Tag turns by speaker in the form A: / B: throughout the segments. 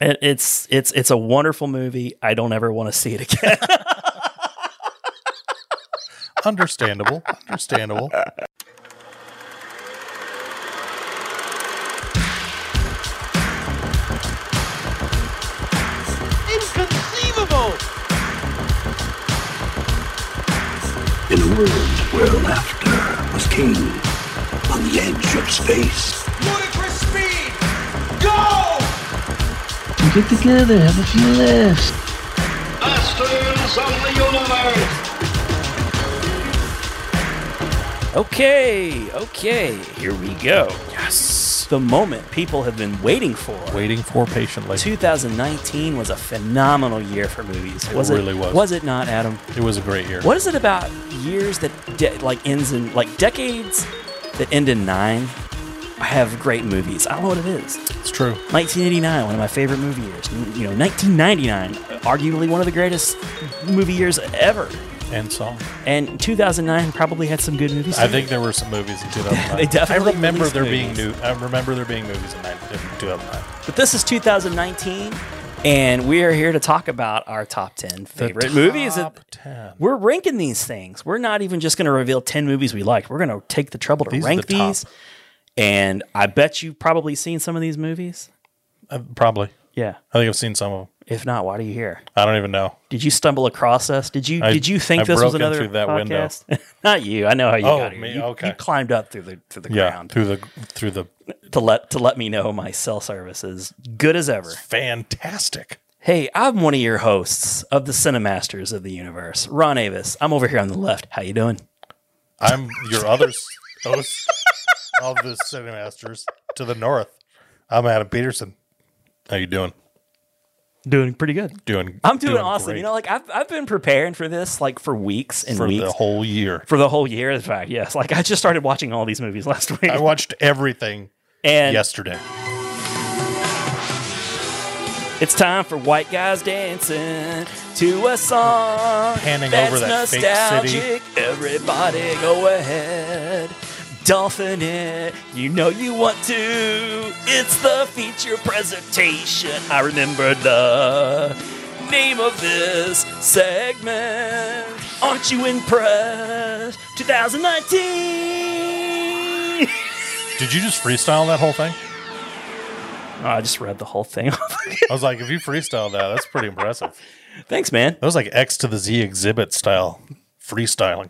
A: It, it's it's it's a wonderful movie. I don't ever want to see it again.
B: Understandable. Understandable.
C: Inconceivable!
D: in a world where laughter was king on the edge of space.
C: Ludicrous speed! Go!
E: Get together, have a few laughs.
D: Masters of the universe.
A: okay, okay, here we go. Yes, the moment people have been waiting for.
B: Waiting for patiently.
A: 2019 was a phenomenal year for movies.
B: It
A: was
B: really was.
A: Was it not, Adam?
B: It was a great year.
A: What is it about years that de- like ends in like decades that end in nine have great movies? I don't know what it is.
B: It's true.
A: 1989, one of my favorite movie years. You know, 1999, arguably one of the greatest movie years ever.
B: And song.
A: And 2009 probably had some good movies.
B: I think there were some movies in 2009.
A: They definitely
B: I remember
A: released
B: there being
A: movies.
B: new. I remember there being movies in 9 in 2009.
A: but this is 2019, and we are here to talk about our top 10 favorite movies.
B: Top ten.
A: we're ranking these things. We're not even just going to reveal 10 movies we liked. We're going to take the trouble to
B: These are
A: rank
B: the top.
A: these. And I bet you've probably seen some of these movies.
B: Uh, probably.
A: Yeah.
B: I think I've seen some of them.
A: If not, why do you here?
B: I don't even know.
A: Did you stumble across us? Did you
B: I-
A: did you think
B: I
A: this was
B: broke in
A: another
B: through that window.
A: podcast? not you. I know how you
B: Oh,
A: got here.
B: me,
A: you,
B: okay.
A: you climbed up through the through the
B: Yeah,
A: ground
B: through the through the
A: to let to let me know my cell service is good as ever.
B: fantastic.
A: Hey, I'm one of your hosts of the Cinemasters of the Universe, Ron Avis. I'm over here on the left. How you doing?
B: I'm your other s- host of the Cinemasters to the north. I'm Adam Peterson. How you doing?
A: Doing pretty good.
B: Doing?
A: I'm doing, awesome.
B: great
A: You know, like I've I've been preparing for this like for weeks and
B: for
A: weeks
B: the whole year.
A: for the whole year. In fact, yes. Like I just started watching all these movies last week,
B: I watched everything
A: and
B: yesterday.
A: It's time for white guys dancing to a song.
B: Panning
A: that's
B: over that fake
A: nostalgic.
B: city.
A: Everybody go ahead. Dolphin it. You know you want to. It's the feature presentation. I remember the name of this segment. Aren't you impressed? 2019.
B: Did you just freestyle that whole thing?
A: Oh, I just read the whole thing.
B: I was like, if you freestyle that, that's pretty impressive.
A: Thanks, man.
B: That was like X to the Z exhibit style freestyling.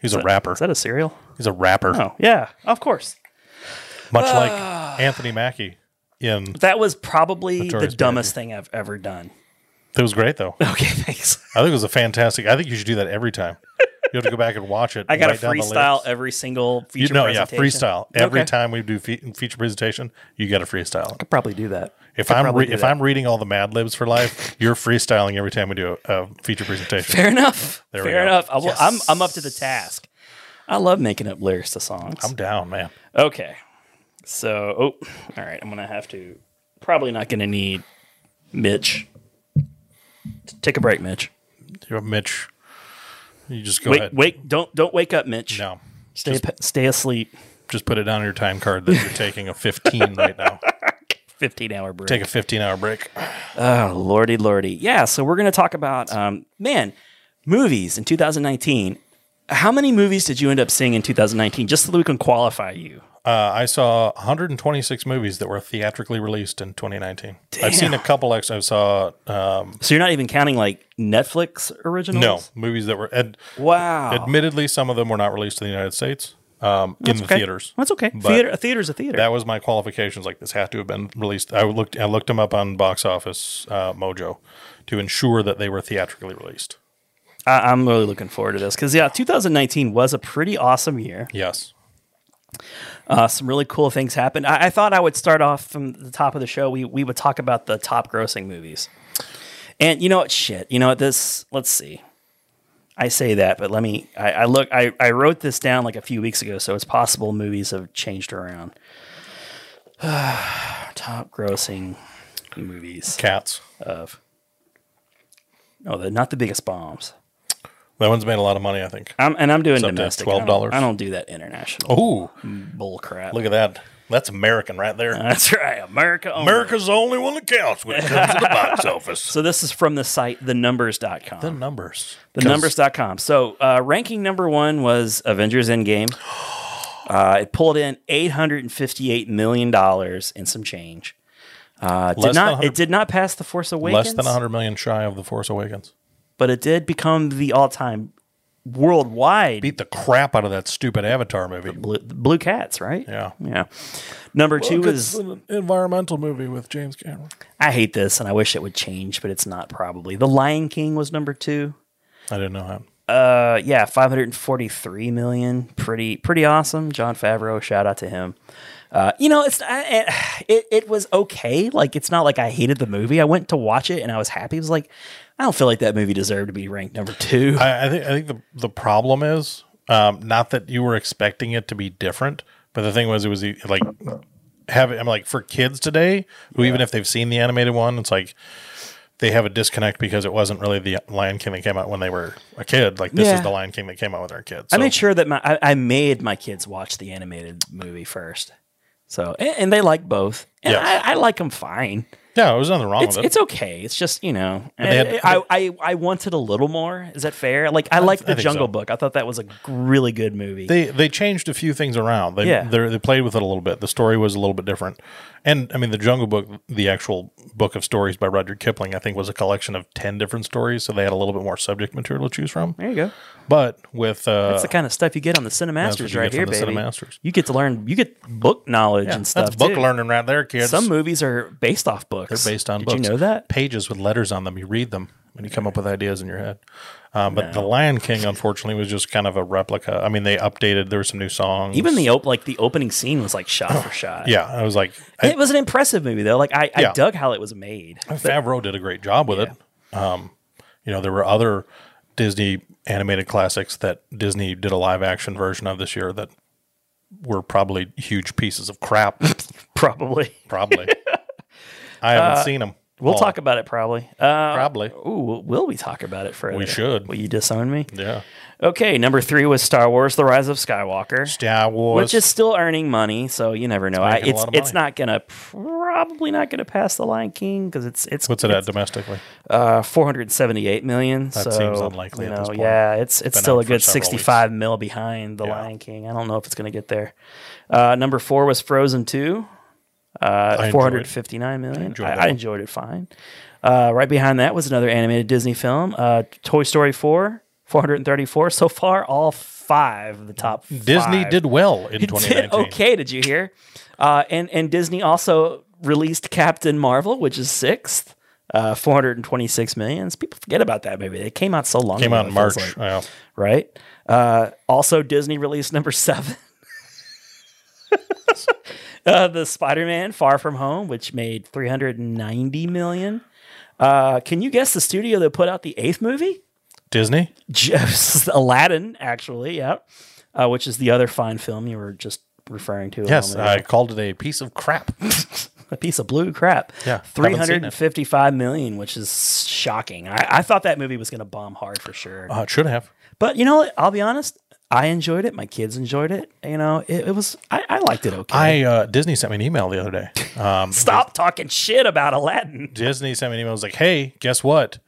B: He's a rapper.
A: Is that a cereal?
B: He's a rapper,
A: Oh, yeah, of course.
B: much like Anthony Mackie. In
A: That was probably
B: Notorious
A: the dumbest thing I've ever done.
B: that was great though.
A: Okay, thanks.
B: I think it was a fantastic. I think you should do that every time. You have to go back and watch it.
A: I got to
B: write down the
A: freestyle
B: lyrics.
A: every single
B: You
A: feature.
B: know, yeah,
A: presentation.
B: freestyle. Every
A: Okay.
B: time we do fe- feature presentation, you got to freestyle.
A: Could probably do that.
B: If
A: Could
B: I'm
A: probably
B: re-
A: do
B: if
A: that.
B: I'm reading all the Mad Libs for life, you're freestyling every time we do a, a feature presentation.
A: fair enough.
B: There we
A: fair
B: go.
A: enough. I will, I'm I'm up to the task. I love making up lyrics to songs.
B: I'm down, man.
A: okay, so oh, all right. I'm gonna have to probably not gonna need Mitch. Take a break, Mitch.
B: You're Mitch. You just go
A: wake,
B: ahead.
A: wake, don't don't wake up, Mitch.
B: No,
A: stay ap- stay asleep.
B: just put it down on your time card that you're taking a 15 right now.
A: 15 hour break.
B: Take a 15 hour break.
A: Oh, lordy, lordy. Yeah, so we're going to talk about, um, man, movies in 2019. How many movies did you end up seeing in 2019 just so that we can qualify you?
B: Uh, I saw 126 movies that were theatrically released in 2019. I've seen a couple. Actually, I saw um,
A: So you're not even counting like Netflix
B: no
A: originals?
B: movies that were. Ad-
A: Wow.
B: Admittedly, some of them were not released to the United States um, in the
A: Okay.
B: theaters.
A: That's okay.
B: But
A: Theater, a theater's a theater.
B: That was my qualifications. Like this had to have been released. I looked. I looked them up on Box Office uh, Mojo to ensure that they were theatrically released.
A: I, I'm really looking forward to this because, yeah, 2019 was a pretty awesome year.
B: Yes.
A: Uh, some really cool things happened. I, I thought I would start off from the top of the show. We we would talk about the top grossing movies, and you know what? Shit, you know what? This let's see. I say that, but let me. I, I look. I, I wrote this down like a few weeks ago, so it's possible movies have changed around. top grossing movies
B: Cats.
A: of oh, the not the biggest bombs.
B: That one's made a lot of money. I think.
A: I'm, and I'm doing
B: up to
A: domestic. I don't-
B: $12.
A: I don't do that international
B: Oh,
A: bull crap.
B: look at that. That's American right there.
A: That's right, America. Only.
B: America's the only one that counts when it comes to the box office.
A: So this is from the site thenumbers.com.
B: The numbers.
A: Thenumbers.com. So uh, ranking number one was Avengers Endgame. Uh, it pulled in eight hundred and fifty-eight million dollars and some change. Uh, it
B: Less
A: did
B: than
A: not.
B: 100
A: It did not pass the Force Awakens,
B: Less than 100 million shy of The Force Awakens.
A: but it did become the all-time worldwide
B: Beat the crap out of that stupid Avatar movie.
A: blue, blue cats. Right?
B: Yeah.
A: Yeah. Number two is
B: an environmental movie with James Cameron.
A: I hate this and I wish it would change, but it's not probably. The Lion King was number two.
B: I didn't know how.
A: Uh, yeah, five hundred and forty-three million. Pretty, pretty awesome. John Favreau, shout out to him. Uh, you know, it's I- it, it was okay. Like, it's not like I hated the movie. I went to watch it and I was happy. It was like, I don't feel like that movie deserved to be ranked number two.
B: I, I think I think the the problem is um, not that you were expecting it to be different, but the thing was it was e- like have I'm like for kids today who even if they've seen the animated one, it's like they have a disconnect because it wasn't really the Lion King that came out when they were a kid. Like this
A: Yeah.
B: is the Lion King that came out with our kids.
A: I
B: So
A: made sure that my I, I made my kids watch the animated movie first. So, and, and they like both, and
B: Yeah.
A: I, I like them fine.
B: yeah, there was nothing wrong
A: It's
B: with it.
A: it's okay. It's just you know, eh,
B: they had-
A: I, I I wanted a little more. Is that fair? Like I like the
B: think
A: Jungle
B: so.
A: Book. I thought that was a g- really good movie.
B: they they changed a few things around. They
A: Yeah.
B: they're- they played with it a little bit. The story was a little bit different, and I mean the Jungle Book, the actual book of stories by Rudyard Kipling, I think was a collection of ten different stories. So they had a little bit more subject material to choose from.
A: there you go.
B: But with uh,
A: That's the kind of stuff you get on the
B: what
A: Cinemasters
B: you
A: right
B: get
A: here,
B: from the
A: baby.
B: Cinemasters.
A: You get to learn. You get book knowledge
B: yeah,
A: and stuff.
B: that's book
A: too.
B: learning right there, kids.
A: Some movies are based off books.
B: They're based on
A: Did
B: books.
A: you know that?
B: pages with letters on them. You read them and you come up with ideas in your head. Um, but the Lion King, unfortunately, was just kind of a replica. I mean, they updated. There were some new songs.
A: Even the op- like the opening scene was like shot for shot.
B: yeah, I was like, I,
A: It was an impressive movie though. Like I,
B: Yeah.
A: I dug how it was made.
B: Favreau did a great job with it. Um, you know, there were other Disney animated classics that Disney did a live action version of this year that were probably huge pieces of crap.
A: Probably.
B: probably. I haven't seen them.
A: Uh, We'll talk about it probably. Uh,
B: Probably.
A: Ooh, will we talk about it further?
B: should.
A: Will you disown me?
B: Yeah.
A: Okay, number three was Star Wars: The Rise of Skywalker,
B: Star Wars.
A: which is still earning money. So you never know. I,
B: making a
A: it's
B: lot of
A: it's
B: money.
A: not gonna probably not gonna pass the Lion King because it's it's
B: What's it at domestically?
A: uh, four hundred seventy eight million.
B: That
A: so,
B: seems unlikely
A: You
B: at
A: know,
B: this point.
A: yeah, it's it's
B: Been
A: still a
B: out for
A: good
B: several
A: sixty five mil behind the
B: Yeah.
A: Lion King. I don't know if it's gonna get there. Uh, number four was Frozen two. Uh,
B: enjoyed-
A: 459 million. I enjoyed,
B: enjoyed
A: I,
B: that one.
A: enjoyed it fine. Uh, right behind that was another animated Disney film, uh, Toy Story 4, 434. So far, all five of the top
B: Disney
A: five.
B: did well in
A: It did
B: 2019.
A: okay, did you hear? Uh, and, and Disney also released Captain Marvel, which is sixth, uh, 426 million. People forget about that movie. It came out so long
B: Came
A: ago,
B: out in
A: it feels
B: March.
A: like,
B: Yeah.
A: right? Uh, also, Disney released number seven. Uh, the Spider-Man Far From Home, which made 390 million. Uh, can you guess the studio that put out the eighth movie?
B: Disney.
A: Just Aladdin, actually, yeah. Uh, which is the other fine film you were just referring to. a
B: Yes,
A: moment ago.
B: I called it a piece of crap. Uh,
A: a piece of blue crap.
B: Yeah,
A: three
B: haven't
A: hundred
B: seen it.
A: and fifty-five million, which is shocking. I, I thought that movie was going to bomb hard for sure.
B: Uh, it should have.
A: But you know, what? I'll be honest. I enjoyed it. My kids enjoyed it. You know, it, it was. I, I liked it okay.
B: I uh, Disney sent me an email the other day. Um,
A: Stop talking shit about Aladdin.
B: Disney sent me an email. It was like, hey, guess what?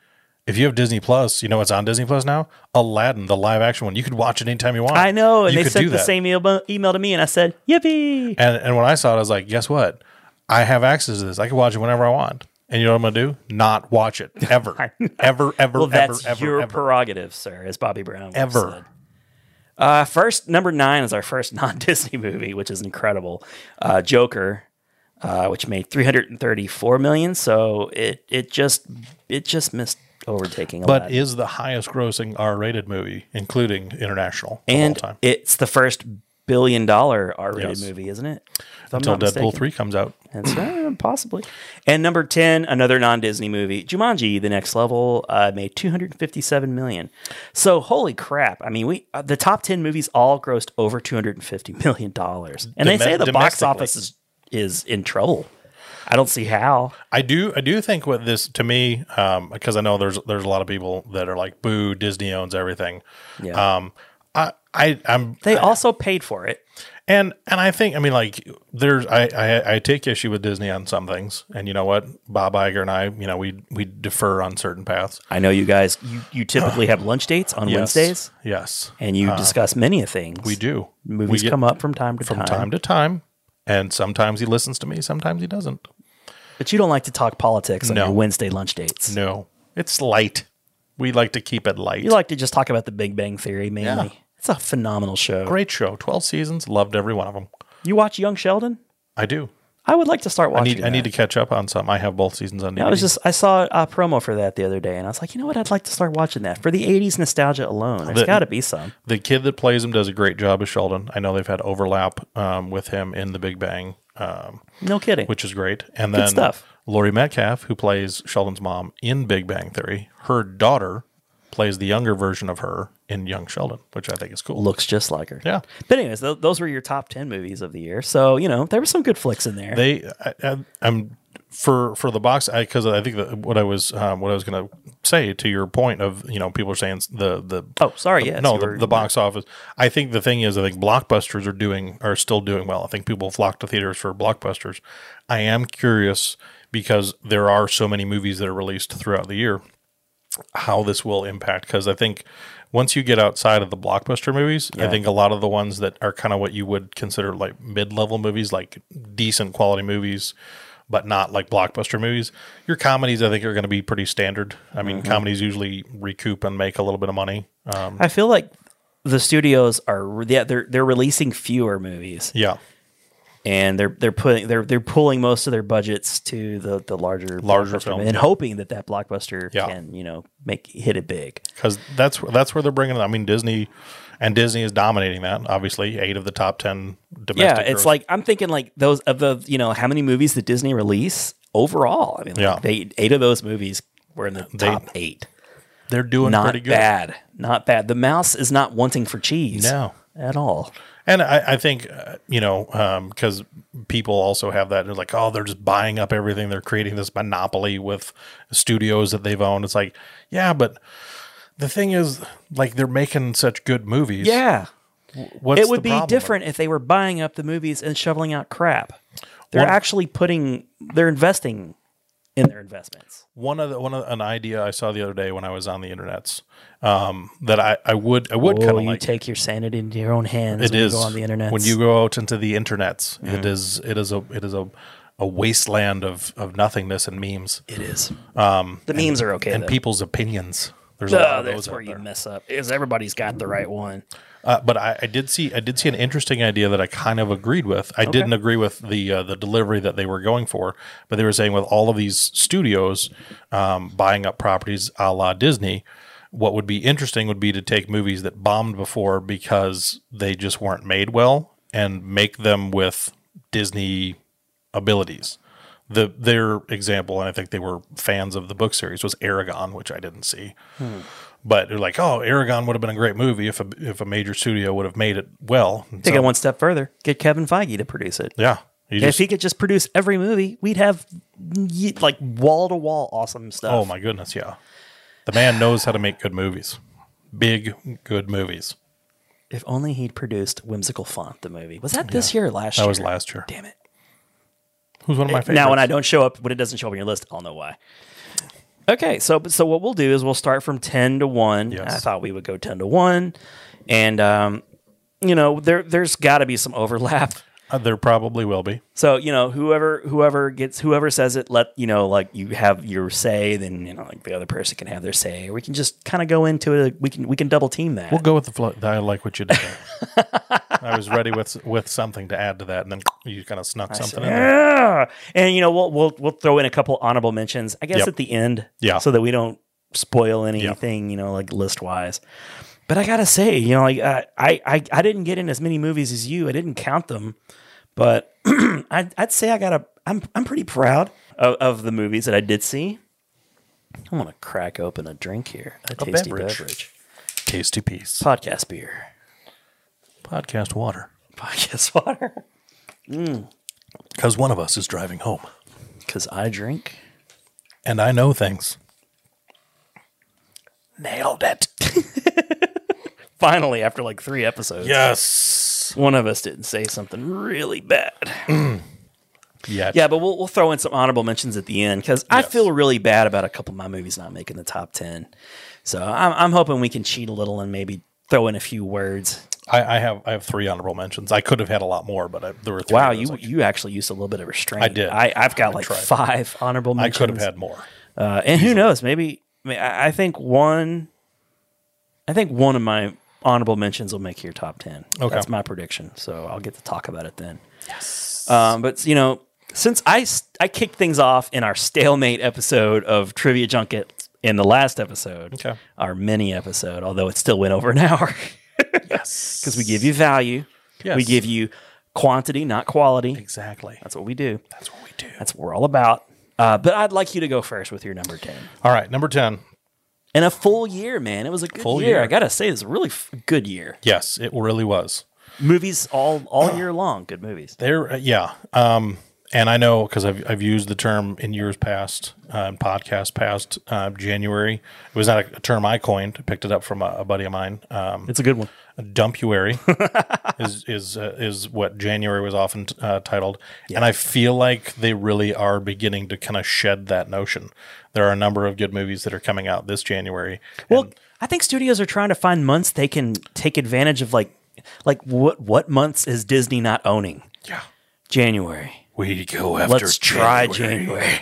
B: If you have Disney Plus, you know what's on Disney Plus now? Aladdin, the live action one. You could watch it anytime you want.
A: I know, and they
B: You could do
A: sent the
B: that.
A: same email, email to me, and I said, "Yippee!"
B: And, and when I saw it, I was like, guess what? I have access to this. I can watch it whenever I want. And you know what I'm going to do? Not watch it ever. ever, ever,
A: Well,
B: ever,
A: that's
B: ever,
A: your
B: ever.
A: prerogative, sir, as Bobby Brown once
B: Ever.
A: said. Uh, first number nine is our first non-Disney movie, which is incredible. Uh, Joker, uh, which made 334 million, so it it just it just missed overtaking.
B: but
A: Aladdin.
B: is the highest grossing R rated movie, including international,
A: and
B: of all time.
A: it's the first billion dollar R-rated
B: Yes.
A: movie, isn't it? If I'm
B: Until
A: not
B: Deadpool
A: mistaken.
B: 3 comes out.
A: That's right, possibly. And number ten, another non-Disney movie, Jumanji: The Next Level, uh, made 257 million. So holy crap! I mean, we uh, the top ten movies all grossed over 250 million dollars, and they
B: Dome-
A: say the box
B: domestically.
A: office is is in trouble. I don't see how.
B: I do, I do think what this to me, um, because I know there's there's a lot of people that are like, "Boo, Disney owns everything."
A: Yeah.
B: Um, I, I, I'm
A: they also paid for it.
B: And and I think I mean like there's I, I I take issue with Disney on some things, and you know what Bob Iger and I you know we we defer on certain paths.
A: I know you guys. You, you typically have lunch dates on
B: Yes.
A: Wednesdays,
B: yes,
A: and you discuss many of things.
B: we do.
A: Movies
B: we
A: come up from time to
B: from
A: time.
B: time to time, and sometimes he listens to me, sometimes he doesn't.
A: but you don't like to talk politics on
B: No.
A: your Wednesday lunch dates.
B: No, it's light. We like to keep it light.
A: You like to just talk about the Big Bang Theory mainly. It's a phenomenal show.
B: great show, twelve seasons, loved every one of them.
A: You watch Young Sheldon?
B: I do.
A: I would like to start
B: I
A: watching.
B: need I need to catch up on some. I have both seasons on DVD.
A: that. I was just I saw a promo for that the other day, and I was like, you know what? I'd like to start watching that for the '80s nostalgia alone. There's
B: The-
A: got to be some.
B: the kid that plays him does a great job as Sheldon. I know they've had overlap um, with him in The Big Bang, um,
A: No kidding.
B: which is great. And then
A: stuff.
B: Lori Metcalf, who plays Sheldon's mom in Big Bang Theory, her daughter plays the younger version of her in Young Sheldon, which I think is cool.
A: looks just like her.
B: Yeah.
A: But anyways, th- those were your top ten movies of the year. So you know there were some good flicks in there.
B: They, I, I, I'm for for the box because I, think that what I was um, what I was going to say to your point of you know people are saying the the
A: oh, sorry. Yes.
B: no,
A: you
B: the,
A: were-
B: the box office. I think the thing is, I think blockbusters are doing are still doing well. I think people flock to theaters for blockbusters. I am curious because there are so many movies that are released throughout the year, how this will impact. Because I think once you get outside of the blockbuster movies, I think a lot of the ones that are kind of what you would consider like mid level movies, like decent quality movies. But not like blockbuster movies. Your comedies, I think, are going to be pretty standard. I mean,
A: Mm-hmm.
B: comedies usually recoup and make a little bit of money. Um,
A: I feel like the studios are yeah they're they're releasing fewer movies
B: Yeah,
A: and they're they're putting they're they're pulling most of their budgets to the the larger
B: Larger
A: blockbuster
B: film,
A: and
B: yeah.
A: hoping that that blockbuster
B: Yeah.
A: can you know make hit it big.
B: because that's that's where they're bringing. it. I mean, Disney and Disney is dominating that. Obviously, eight of the top ten
A: Yeah,
B: domestic.
A: it's
B: gross-
A: like I'm thinking like those of the you know how many movies did Disney release overall? I mean, like,
B: Yeah.
A: they eight of those movies were in the top eight.
B: they're doing
A: Not
B: pretty good.
A: bad, not bad. The mouse is not wanting for cheese,
B: No.
A: at all.
B: And I, I think uh, you know because people also have that. They're like, oh, they're just buying up everything. They're creating this monopoly with studios that they've owned. It's like, yeah, but the thing is, like, they're making such good movies.
A: Yeah,
B: What's
A: it
B: the
A: would be
B: problem with
A: different if they were buying up the movies and shoveling out crap. They're
B: One-
A: actually putting, they're investing in their investments.
B: one of the, one of an idea I saw the other day when I was on the internet's um, that I, I would I would kind
A: Oh,
B: of
A: you
B: like
A: take your sanity into your own hands.
B: It
A: when you
B: is
A: go on the internet.
B: when you go out into the internets. it is it is a it is a, a wasteland of of nothingness and memes
A: it is. the memes are okay.
B: Um, and
A: though.
B: people's opinions. There's a lot
A: Oh,
B: of
A: that's
B: those
A: where
B: out
A: you
B: there.
A: mess up. Is everybody's got the right one?
B: Uh, but I, I did see I did see an interesting idea that I kind of agreed with. I didn't agree with the uh, the delivery that they were going for, but they were saying with all of these studios um, buying up properties a la Disney, what would be interesting would be to take movies that bombed before because they just weren't made well and make them with Disney abilities. The their example, and I think they were fans of the book series, was Aragon, which I didn't see but they're like, oh, Aragon would have been a great movie if a if a major studio would have made it well. And
A: Take
B: so-
A: it one step further. Get Kevin Feige to produce it.
B: yeah, you
A: If
B: just,
A: he could just produce every movie, we'd have ye- like wall to wall awesome stuff.
B: oh my goodness, yeah, the man knows how to make good movies, big good movies.
A: If only he'd produced Whimsical Font, the movie. Was that this year or last
B: That
A: year?
B: was last year.
A: Damn it.
B: Who's one of my favorites?
A: Now, when I don't show up, when it doesn't show up on your list, I'll know why. Okay, so so what we'll do is we'll start from ten to one.
B: Yes.
A: I thought we would go ten to one, and um, you know there there's got to be some overlap.
B: Uh, there probably will be.
A: So you know whoever whoever gets whoever says it, let you know like you have your say, then you know like the other person can have their say, or we can just kind of go into it. We can we can double team that.
B: We'll go with the flow. I like what you did. there. I was ready with with something to add to that, and then you kind of snuck something in there.
A: Yeah. And you know, we'll we'll we'll throw in a couple honorable mentions, I guess
B: Yep.
A: at the end.
B: Yeah.
A: So that we don't spoil anything, you know, like list wise. But I gotta say, you know, like uh, I, I I didn't get in as many movies as you. I didn't count them, but I'd, I'd say I got a. I'm I'm pretty proud of, of the movies that I did see. I want to crack open a drink here, a, tasty
B: beverage.
A: beverage,
B: Tasty piece.
A: podcast beer,
B: Podcast water.
A: podcast water.
B: Because one of us is driving home,
A: Because I drink.
B: and I know things.
A: Nailed it. Finally, after like three episodes.
B: Yes. us.
A: one of us didn't say something really bad.
B: Yet.
A: Yeah, but we'll, we'll throw in some honorable mentions at the end because I
B: Yes.
A: feel really bad about a couple of my movies not making the top 10. So I'm, I'm hoping we can cheat a little and maybe throw in a few words.
B: I, I have I have three honorable mentions. I could have had a lot more, but I, there were three.
A: Wow,
B: I was
A: you
B: like,
A: you actually used a little bit of restraint.
B: I did.
A: I, I've got like
B: tried.
A: five honorable
B: I
A: mentions.
B: could have had more.
A: Uh, and who knows? Maybe I, mean, I I think one. I think one of my honorable mentions will make your top ten.
B: Okay.
A: that's my prediction. So I'll get to talk about it then. Yes. Um, but you know, since I s- I kicked things off in our stalemate episode of Trivia Junket in the last episode,
B: Okay.
A: our mini episode, although it still went over an hour. yes, because we give you value. We
B: Yes.
A: give you quantity, not quality.
B: Exactly.
A: That's what we do.
B: That's what we do.
A: That's what we're all about. Uh, but I'd like you to go first with your number ten
B: All right, number ten.
A: and a full year, man. It was a good
B: Full
A: year.
B: year.
A: I gotta say, it's a really f- good year.
B: Yes, it really was.
A: Movies all all year long. Good movies.
B: There, uh, yeah. Um, and I know because I've, I've used the term in years past, uh, in podcast past, uh, January. It was not a, a term I coined. I picked it up from a, a buddy of mine. Um,
A: It's a good one.
B: Dumpuary is is uh, is what January was often uh, titled, and I feel like they really are beginning to kind of shed that notion. There are a number of good movies that are coming out this January.
A: Well, I think studios are trying to find months they can take advantage of, like, like what what months is Disney not owning?
B: yeah,
A: January.
B: we go after.
A: Let's try January.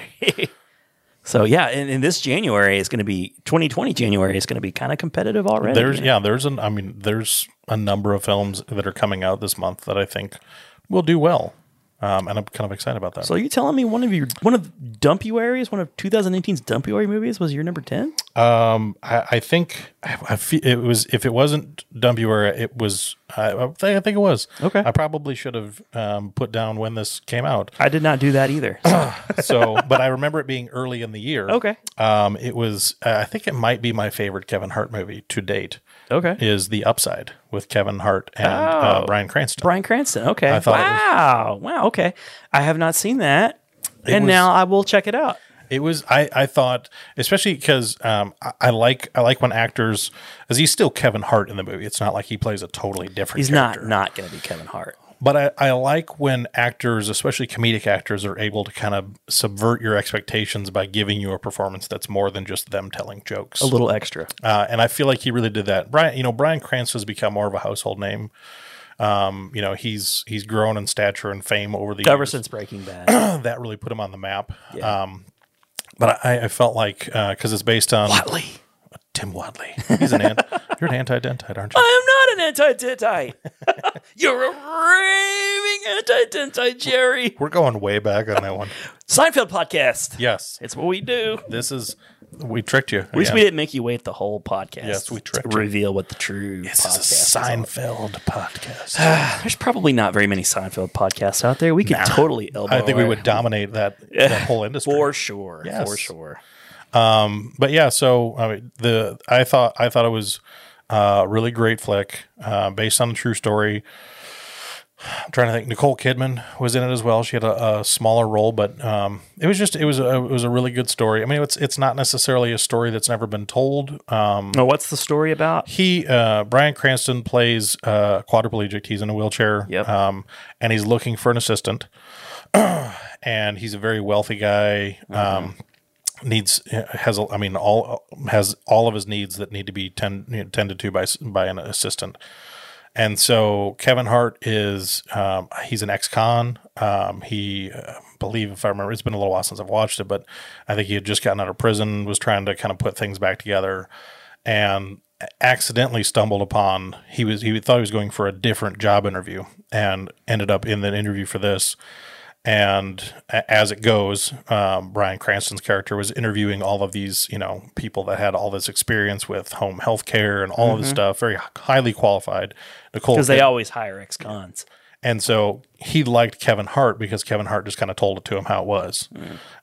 A: so yeah, and, and this January is going to be 2020. January is going to be kind of competitive already.
B: There's
A: man.
B: yeah, there's an I mean, there's a number of films that are coming out this month that I think will do well, um, and I'm kind of excited about that.
A: So are you telling me one of your one of Dumpuary's one of 2018's Dumpuary movies was your number ten?
B: I, I think I, I fe- it was if it wasn't Dumbuera, it was I, I think I think it was
A: Okay.
B: I probably should have um, put down when this came out.
A: I did not do that either.
B: So, but I remember it being early in the year.
A: Okay.
B: um, it was uh, I think it might be my favorite Kevin Hart movie to date.
A: Okay.
B: is the Upside with Kevin Hart and
A: Oh.
B: uh, Brian Cranston.
A: Brian Cranston. Okay.
B: I thought it was-
A: wow. wow. Okay. I have not seen that. And
B: was-
A: now I will check it out.
B: It was I, I thought especially because um, I, I like I like when actors as he's still Kevin Hart in the movie. It's not like he plays a totally different.
A: He's
B: character.
A: not not going to be Kevin Hart.
B: But I, I like when actors, especially comedic actors, are able to kind of subvert your expectations by giving you a performance that's more than just them telling jokes.
A: A little extra.
B: Uh, and I feel like he really did that. Brian, you know, Brian Cranston has become more of a household name. Um, you know, he's he's grown in stature and fame over the
A: Ever
B: years
A: since Breaking Bad.
B: that really put him on the map.
A: Yeah.
B: Um, but I, I felt like because it's based on Tim Wadley. He's an ant. You're an anti-dentite, aren't you?
A: I am not an anti-Tentite. You're a raving anti-Tentite, Jerry.
B: We're going way back on that one.
A: Seinfeld podcast.
B: Yes,
A: It's what we do.
B: this is we tricked you.
A: At least
B: again.
A: we didn't make you wait the whole podcast.
B: Yes, we tricked
A: to
B: you.
A: reveal what the true podcast
B: This
A: is
B: is a
A: all
B: Seinfeld podcast.
A: There's probably not very many Seinfeld podcasts out there. We could totally elbow.
B: I think we
A: our-
B: would dominate that, that whole industry.
A: for sure.
B: Yes.
A: For sure.
B: But yeah, so I mean, the I thought I thought it was uh, really great flick uh, based on a true story. I'm trying to think. Nicole Kidman was in it as well. She had a, a smaller role, but um, it was just it was a, it was a really good story. I mean, it's it's not necessarily a story that's never been told. Um,
A: Now, what's the story about?
B: he uh, Brian Cranston plays uh, quadriplegic. He's in a wheelchair,
A: Yep.
B: um, and he's looking for an assistant. and he's a very wealthy guy. Um, needs has I mean all has all of his needs that need to be tend, you know, tended to by s- by an assistant. And so Kevin Hart is um, he's an ex-con. Um, he uh, believe if I remember, it's been a little while since I've watched it, but I think he had just gotten out of prison, was trying to kind of put things back together, and accidentally stumbled upon he was he thought he was going for a different job interview and ended up in the interview for this. And a- as it goes, um, Brian Cranston's character was interviewing all of these, you know, people that had all this experience with home health care and all of this stuff, very h- highly qualified. Nicole,
A: Because Mm-hmm. they
B: Kid-
A: always hire ex cons.
B: and so he liked Kevin Hart because Kevin Hart just kind of told it to him how it was.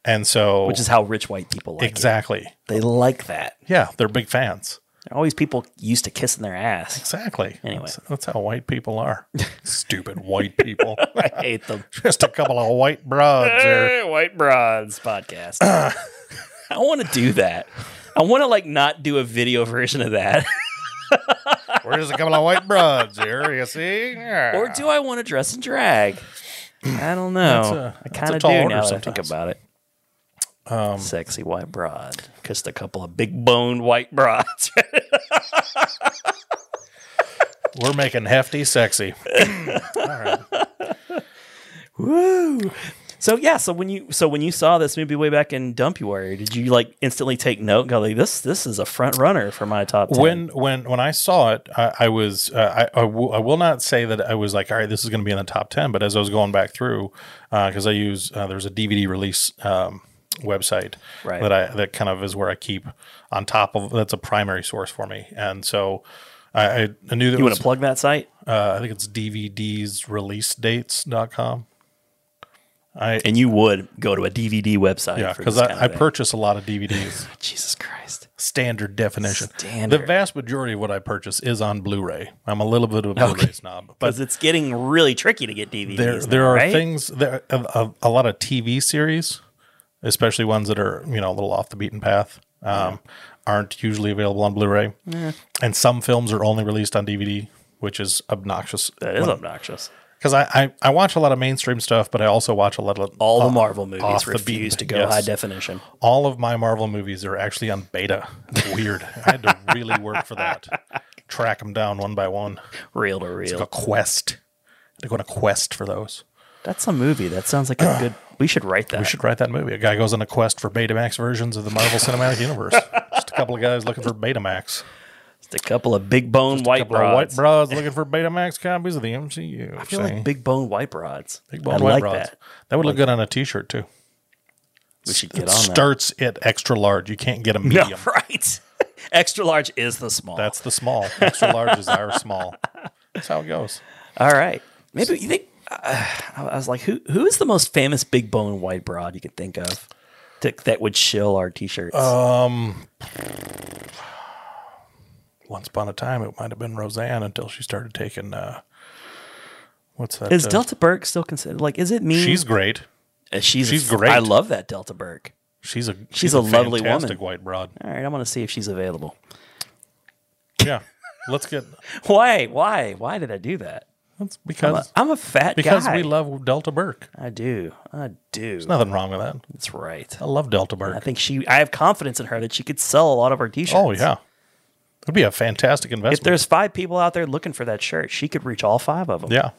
B: And so,
A: Mm. Which is how rich white people like it.
B: exactly,
A: They like that.
B: yeah, they're big fans.
A: There are always people used to kissing their ass.
B: Exactly.
A: Anyway.
B: that's, that's how white people are. Stupid white people.
A: I hate them.
B: just a couple of white broads. There.
A: Hey, white bronze podcast. I want to do that. I want to like not do a video version of that.
B: We're just a couple of white broads here, you see? Yeah.
A: Or do I want to dress in drag? I don't know. I
B: a- that's a
A: kind of do
B: tall order
A: now that I think
B: sometimes. Um,
A: about it. Sexy white broad, just a couple of big boned white broads.
B: We're making hefty sexy.
A: Woo! So yeah, so when you so when you saw this movie way back in Dumpuary, did you like instantly take note? and Go like this this is a front runner for my top ten.
B: when when when I saw it, I, I was uh, I, I, w- I will not say that I was like, all right, this is going to be in the top ten. But as I was going back through, because I use uh, there's a DVD release um, website
A: Right.
B: that I that kind of is where I keep on top of. That's a primary source for me, and so I, I- I knew that
A: you
B: it
A: want
B: was,
A: to plug that site
B: uh, I think it's dvdsreleasedates.com. I
A: and you would go to a DVD website.
B: yeah,
A: for
B: because
A: this kind
B: I, I
A: of thing.
B: purchase a lot of DVDs.
A: Jesus Christ.
B: standard definition. The
A: Standard.
B: vast majority of what I purchase is on Blu-ray. I'm a little bit of a Blu-ray
A: Okay.
B: snob, but
A: Because it's getting really tricky to get DVDs.
B: there
A: now,
B: there are
A: right?
B: things there a, a, a lot of TV series, especially ones that are you know a little off the beaten path, um, aren't usually available on Blu-ray, and some films are only released on DVD, which is obnoxious.
A: that is obnoxious.
B: because I, I I watch a lot of mainstream stuff, but I also watch a lot of
A: All
B: uh,
A: the Marvel movies
B: off the
A: refuse
B: beaten-
A: to go
B: yes.
A: high definition.
B: all of my Marvel movies are actually on beta. Weird. I had to really work for that. Track them down one by one.
A: Real to
B: A
A: real.
B: quest. I had to go on a quest for those.
A: That's a movie. That sounds like a good we should write that.
B: We should write that movie. A guy goes on a quest for Betamax versions of the Marvel Cinematic Universe. Just a couple of guys looking for Betamax.
A: Just a couple of big bone white
B: couple of white
A: broads.
B: bros looking for Betamax copies of the MCU.
A: I feel like big bone white broads.
B: Big Bone
A: I
B: White
A: like
B: Broads.
A: that.
B: That. would look good on a T-shirt too.
A: We should get
B: It
A: on
B: starts at extra large. You can't get a
A: that.
B: medium.
A: No, right. Extra large is the small.
B: That's the small. Extra large is our small. That's how it goes.
A: All right. Maybe you think uh, I was like, who who is the most famous big bone white broad you could think of that, that would shill our t-shirts?
B: Uh, once upon a time it might have been Roseanne until she started taking uh what's that?
A: is
B: uh,
A: Delta Burke still considered like? Is it me?
B: She's great.
A: Uh, she's
B: she's
A: f-
B: great.
A: I love that Delta Burke.
B: She's a she's,
A: a lovely woman.
B: fantastic white broad.
A: All right, I'm gonna see if she's available.
B: Yeah. Let's get
A: Why? Why? Why did I do that?
B: that's
A: I'm a,
B: because
A: I'm a fat
B: because
A: guy.
B: we love Delta Burke.
A: I do. I do.
B: Nothing wrong with that.
A: That's right.
B: I love Delta
A: I
B: Burke.
A: think she. I have confidence in her that she could sell a lot of our t-shirts.
B: Oh yeah. It'd be a fantastic
A: If
B: investment.
A: there's five people out there looking for that shirt, she could reach all five of them.
B: yeah.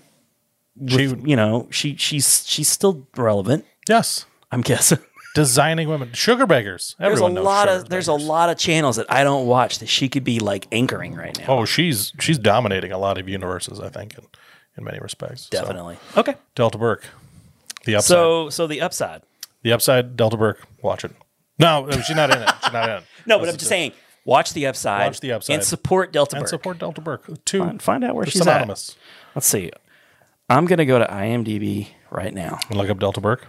B: She would-
A: you know, she she's she's still relevant.
B: yes.
A: I'm guessing.
B: Designing women. Sugar beggars.
A: There's
B: Everyone
A: a
B: knows
A: lot
B: sugar
A: of there's a
B: beggars.
A: lot of channels that I don't watch that she could be like anchoring right now.
B: Oh, she's she's dominating a lot of universes, I think, in, in many respects. So,
A: Definitely. Okay.
B: Delta Burke. The upside.
A: So so the upside.
B: The Upside, Delta Burke, watch it. No, no, she's not in it. She's not in it.
A: No, but I'm just saying, watch the upside.
B: Watch The Upside.
A: and support Delta.
B: And
A: Burke.
B: support Delta Burke. Two.
A: Find- find out where
B: They're
A: she's at.
B: synonymous.
A: Let's see. I'm gonna go to IMDb right now.
B: And look up Delta Burke.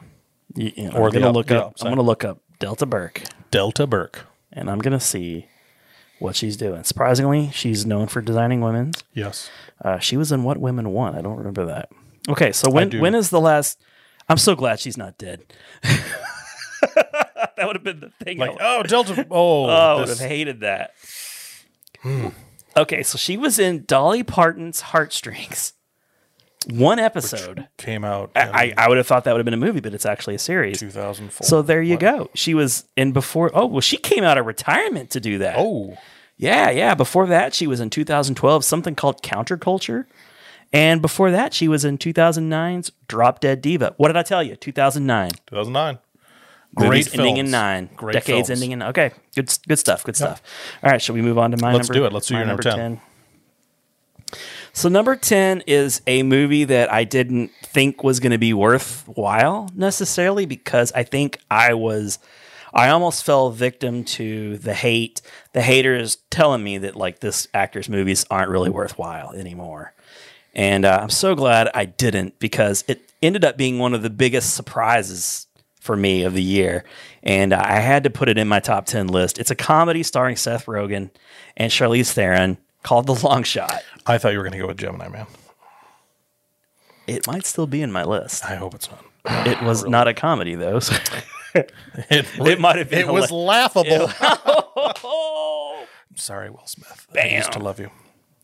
A: You- you know,
B: Or
A: I'm
B: the
A: gonna
B: up-
A: look
B: the
A: up.
B: upside.
A: I'm gonna look up Delta Burke,
B: Delta Burke.
A: and I'm gonna see what she's doing. Surprisingly, she's known for designing women's.
B: Yes.
A: Uh, she was in What Women Want. I don't remember that. Okay, so when
B: do.
A: when is the last? I'm so glad she's not dead. that would have been the thing.
B: Like,
A: I,
B: oh, Delta. Oh,
A: oh, I would
B: this- Hmm.
A: have hated that. Okay, so she was in Dolly Parton's Heartstrings. One episode.
B: came out in
A: I, I would have thought that would have been a movie, but it's actually a series.
B: 2004.
A: So there you go. She was in before. Oh well, she came out of retirement to do that.
B: Oh,
A: Yeah, yeah. Before that, she was in 2012, something called Counterculture. And before that, she was in 2009's Drop Dead Diva. What did I tell you? 2009.
B: 2009.
A: Movies
B: Great
A: ending in
B: films.
A: nine.
B: Great
A: Decades
B: films.
A: ending in Okay, good good stuff. Good stuff. All right, shall we move on to my
B: Let's
A: number?
B: do it. Let's do
A: my
B: your number 10.
A: So number 10 is a movie that I didn't think was going to be worthwhile necessarily because I think I was I almost fell victim to the hate. The haters telling me that like this actor's movies aren't really worthwhile anymore. And uh, I'm so glad I didn't because it ended up being one of the biggest surprises for me of the year. And uh, I had to put it in my top 10 list. It's a comedy starring Seth Rogen and Charlize Theron called The Long Shot.
B: I thought you were going to go with Gemini Man.
A: It might still be in my list.
B: I hope it's not.
A: It was not a comedy, though. so-
B: It,
A: it might have been.
B: it was
A: hilarious.
B: laughable.
A: Oh,
B: Sorry, Will Smith. I
A: Bam.
B: used to love you.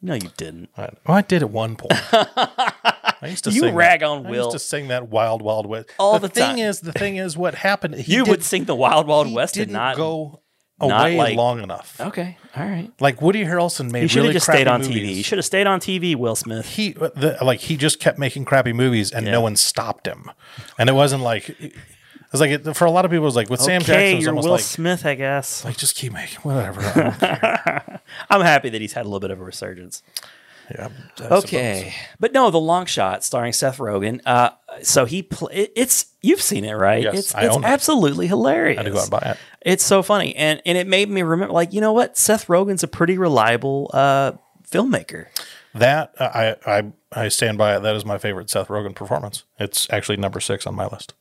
A: No, you didn't.
B: I, well, I did at one point. I used to
A: You
B: sing
A: rag
B: that.
A: on
B: I
A: Will.
B: used to sing that Wild Wild West.
A: All the
B: thing
A: time.
B: is, the thing is, what happened? He
A: You would
B: did-
A: sing the Wild Wild
B: he
A: West and
B: didn't
A: not
B: go
A: not
B: away
A: like-
B: long enough.
A: Okay, all right.
B: Like Woody Harrelson
A: You
B: made
A: should have
B: really
A: just stayed
B: crappy
A: on TV.
B: movies.
A: You should have stayed on TV, Will Smith.
B: he the, like he just kept making crappy movies and
A: Yeah.
B: no one stopped him and it wasn't like it was like it, for a lot of people it was like with sam jackson
A: okay,
B: it was
A: you're
B: almost
A: Will
B: like,
A: Smith, I guess.
B: like just keep making whatever I don't care.
A: I'm happy that he's had a little bit of a resurgence.
B: Yeah, I
A: Okay, but no, the long shot starring Seth Rogen. Uh, so he pl- it- it's you've seen it right?
B: Yes,
A: it's
B: I
A: it's
B: own it.
A: absolutely hilarious.
B: had to go out and buy it
A: It's so funny, and and it made me remember, like you know what, Seth Rogen's a pretty reliable uh, filmmaker.
B: that uh, i i i stand by it that is my favorite seth rogen performance it's actually number six on my list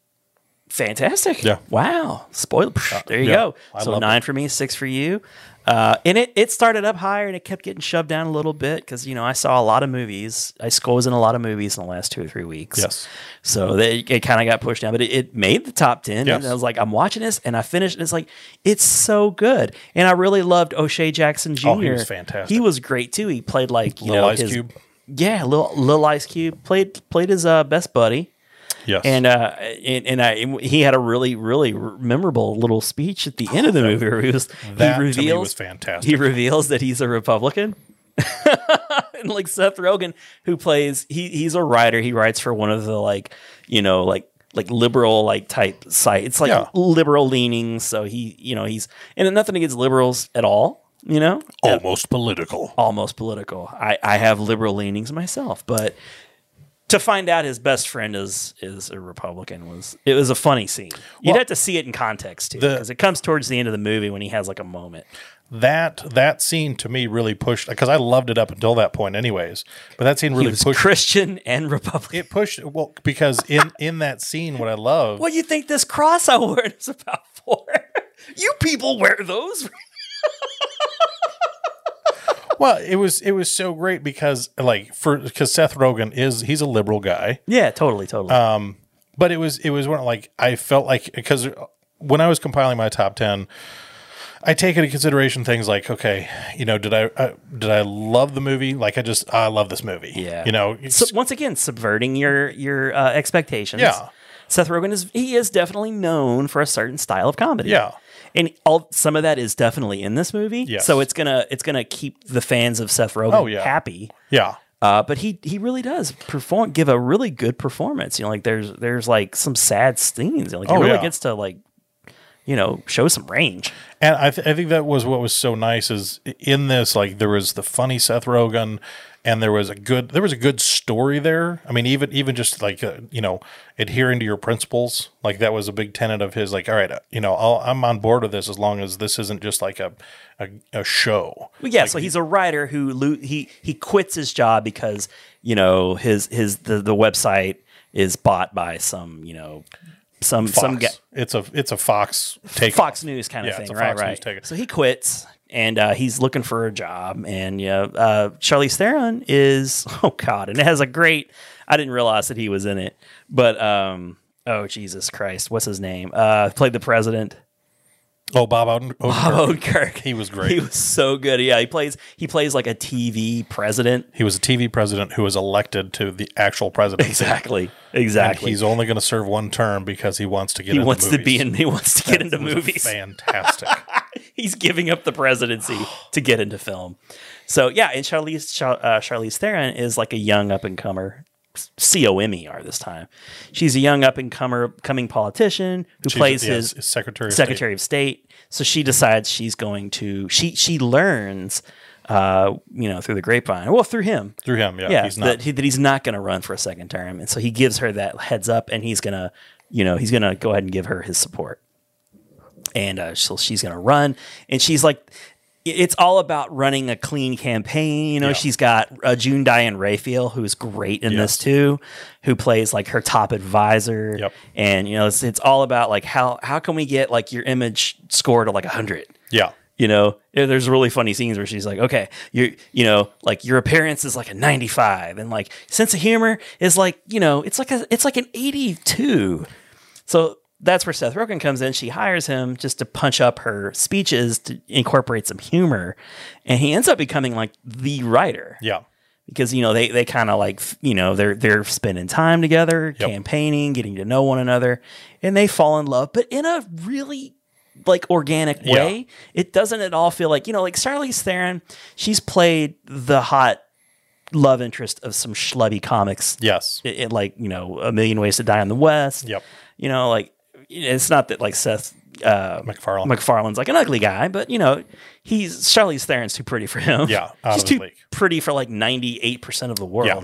A: Fantastic!
B: Yeah. Uh,
A: Wow. Spoiler. there you
B: yeah.
A: go.
B: I
A: so
B: love
A: nine for me, six for you. Uh, and it it started up higher and it kept getting shoved down a little bit because you know I saw a lot of movies. I sc- was in a lot of movies in the last two or three weeks.
B: Yes.
A: So they, it kind of got pushed down, but it, it made the top ten.
B: Yes.
A: And I was like, I'm watching this, and I finished. And it's like it's so good, and I really loved O'Shea Jackson Jr.
B: Oh, he was fantastic.
A: He was great too. He played like you
B: Little
A: know
B: Ice
A: his-
B: Cube.
A: Yeah, little little Ice Cube played played his uh, best buddy
B: yes
A: and uh, and, and I, he had a really, really memorable little speech at the end of the movie where he was
B: Oh, That
A: he
B: to me was
A: reveals
B: fantastic.
A: He reveals that he's a Republican, and like Seth Rogen, who plays he he's a writer. He writes for one of the like you know like like liberal like type site. It's like
B: Yeah.
A: liberal leaning. So he you know he's and nothing against liberals at all. You know,
B: almost political
A: almost political. I, I have liberal leanings myself, but to find out his best friend is is a Republican was it was a funny scene. You'd
B: Well,
A: have to see it in context too,
B: the-
A: because it comes towards the end of the movie when he has like a moment.
B: that that scene to me really pushed because i loved it up until that point anyways but that scene
A: He
B: really
A: was
B: pushed
A: Christian and Republican.
B: it pushed well because in in that scene what i love
A: what do you think this cross I wear is about for? you people wear those.
B: Well, it was it was so great because like for because Seth Rogen is he's a liberal guy,
A: yeah, totally, totally.
B: but it was it was one like I felt like because when I was compiling my top ten, I take into consideration things like okay, you know, did I uh, did I love the movie? Like I just "Ah, I love this movie.
A: Yeah.
B: you know,
A: So once again, subverting your your uh, expectations.
B: Yeah.
A: Seth Rogen is he is definitely known for a certain style of comedy.
B: Yeah.
A: And all some of that is definitely in this movie.
B: Yes.
A: So it's gonna it's gonna keep the fans of Seth Rogen
B: Oh, yeah.
A: happy.
B: yeah,
A: Uh, but he he really does perform give a really good performance. You know, like there's there's like some sad scenes. Like he
B: Oh,
A: really
B: yeah.
A: gets to like you know show some range.
B: And I, th- I think that was what was so nice is in this like there was the funny Seth Rogen, and there was a good there was a good story there. I mean, even even just like uh, you know adhering to your principles, like that was a big tenet of his. Like, all right, uh, you know, I'll, I'm on board with this as long as this isn't just like a a, a show.
A: Well, yeah, so he's a writer who lo- he he quits his job because you know his his the, the website is bought by some you know some
B: Fox.
A: some guy,
B: it's a it's a Fox take.
A: Fox News kind of
B: Yeah,
A: thing,
B: it's a
A: right?
B: Fox News
A: right.
B: ticket.
A: so he quits and uh, he's looking for a job, and yeah, uh, Charlize Theron is oh god, and it has a great. I didn't realize that he was in it, but um, oh Jesus Christ, what's his name? Uh, played the president.
B: Oh, Bob Oden. Odenkirk.
A: Oh, Kirk.
B: He was great.
A: He was so good. Yeah, he plays. He plays like a TV president.
B: He was a TV president who was elected to the actual presidency.
A: Exactly.
B: And
A: Exactly.
B: he's only going to serve one term because he wants to get.
A: he
B: into
A: wants to be
B: movies.
A: in. He wants to get into
B: It was
A: movies.
B: Fantastic.
A: He's giving up the presidency to get into film. So yeah, and Charlize Char- uh, Charlize Theron is like a young up and comer. C O M E R this time. She's a young up and comer coming politician who
B: She's-
A: plays
B: yeah,
A: his
B: s- secretary. of
A: Secretary of State. So she decides she's going to. She she learns, uh, you know, through the grapevine. Well, through him.
B: State. through him. Yeah,
A: yeah,
B: he's not.
A: that, he, that he's not going to run for a second term, and so he gives her that heads up, and he's going to, you know, he's going to go ahead and give her his support, and uh, so she's going to run, and she's like, it- it's all about running a clean campaign. You know,
B: Yeah.
A: she's got uh, June Diane Raphael, who's great in this
B: Yes.
A: too, who plays like her top advisor,
B: Yep.
A: and you know, it's, it's all about like how how can we get like your image score to like a hundred.
B: yeah,
A: You know, there- there's really funny scenes where she's like, okay, you you know, like your appearance is like a 95 and like sense of humor is like, you know, it's like a it's like an 82. So that's where Seth Rogen comes in. She hires him just to punch up her speeches to incorporate some humor, and he ends up becoming like the writer
B: Yeah.
A: because you know they they kind of like f- you know they're they're spending time together,
B: Yep.
A: campaigning, getting to know one another, and they fall in love, but in a really like organic
B: Yeah.
A: way. It doesn't at all feel like you know like Charlize Theron. She's played the hot love interest of some schlubby comics.
B: Yes.
A: i- i- like you know, a million ways to die in the West.
B: Yep.
A: You know, like it's not that like Seth uh,
B: McFarlane.
A: McFarlane's like an ugly guy, but you know, he's Charlize Theron's too pretty for him.
B: Yeah, out
A: she's
B: of his
A: too
B: league.
A: pretty for like ninety eight percent of the world.
B: Yeah.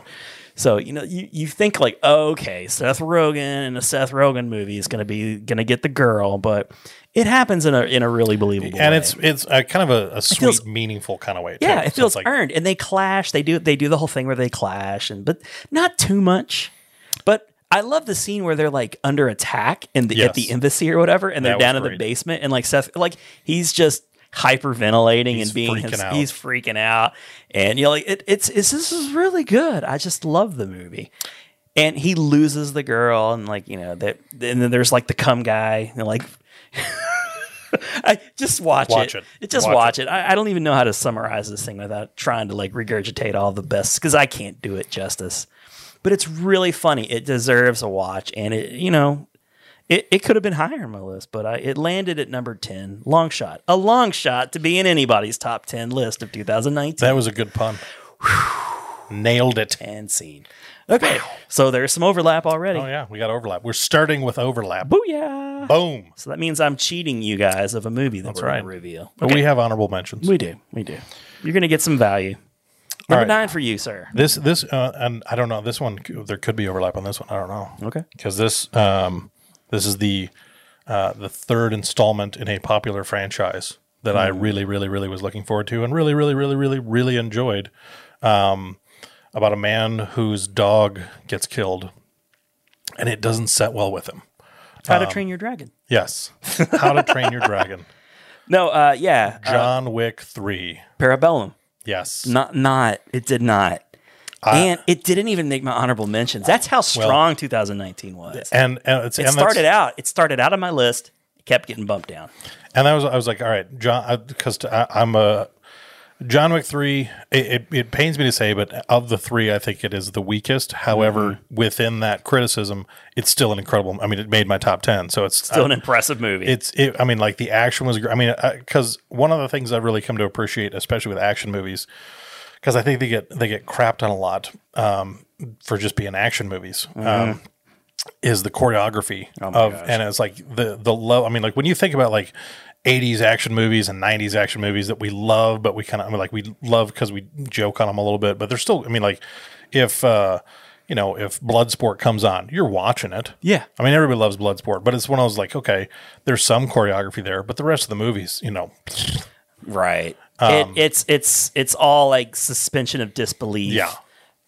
A: So you know, you, you think like, oh, okay, Seth Rogen in a Seth Rogen movie is gonna be gonna get the girl, but it happens in a in a really believable
B: and
A: way.
B: it's it's a kind of a, a sweet,
A: feels-
B: meaningful kind of way.
A: yeah,
B: too.
A: it
B: So
A: feels
B: it's like
A: earned, and they clash. They do they do the whole thing where they clash, and but not too much. But I love the scene where they're like under attack in the at the
B: Yes.
A: embassy or whatever, and they're
B: That was
A: down in the
B: great.
A: basement, and like Seth, like he's just hyperventilating
B: He's
A: and being
B: freaking
A: his-
B: out.
A: he's freaking out, and you're like, it, it's, it's this is really good. I just love the movie. And he loses the girl, and like you know that, and then there's like the cum guy, and like, I just watch,
B: Watch
A: it.
B: it.
A: Just
B: Watch
A: watch
B: it.
A: it it. I, I don't even know how to summarize this thing without trying to like regurgitate all the best because I can't do it justice. But it's really funny. It deserves a watch, and it you know, it, it could have been higher on my list, but I, it landed at number ten. Long shot, a long shot to be in anybody's top ten list of 2019
B: that was a good pun. Nailed it.
A: and scene. Okay, so there's some overlap already.
B: Oh yeah, we got overlap. We're starting with overlap.
A: Booyah!
B: Boom.
A: So that means I'm cheating you guys of a movie that we're
B: right.
A: going to reveal.
B: But we have honorable mentions.
A: We do, we do. You're going to get some value. Number
B: right.
A: nine for you, sir.
B: This this uh, and I don't know. This one c- there could be overlap on this one. I don't know.
A: Okay.
B: Because this um this is the uh, the third installment in a popular franchise that I
A: Mm.
B: really really really was looking forward to and really really really really really enjoyed. Um, about a man whose dog gets killed, and it doesn't set well with him.
A: How to Train Your Dragon.
B: Yes. How to Train Your Dragon.
A: No, uh, yeah, uh,
B: John Wick Three.
A: Parabellum.
B: Yes.
A: Not, not. It did not, and it didn't even make my honorable mentions. That's how strong 2019 was. It
B: and, and it's and that's-
A: started out. It started out on my list. It kept getting bumped down.
B: and I was I was like, all right, John, because I'm a John Wick three. It, it, it pains me to say, but of the three, I think it is the weakest. However,
A: Mm-hmm.
B: within that criticism, it's still an incredible. I mean, it made my top ten, so it's
A: Still
B: I-
A: an impressive movie.
B: it's Um, it, i mean like the action was gr- i mean because one of the things i've really come to appreciate especially with action movies because i think they get they get crapped on a lot um, for just being action movies um, is the choreography of and it's like the the low i mean like when you think about like 80s action movies and 90s action movies that we love but we kind of I mean, like we love because we joke on them a little bit but they're still i mean like if uh you know if bloodsport comes on you're watching it
A: Yeah.
B: I mean, everybody loves Bloodsport, but it's one of those like, okay, there's some choreography there, but the rest of the movies, you know,
A: right.
B: um,
A: it, it's it's it's all like suspension of disbelief.
B: Yeah.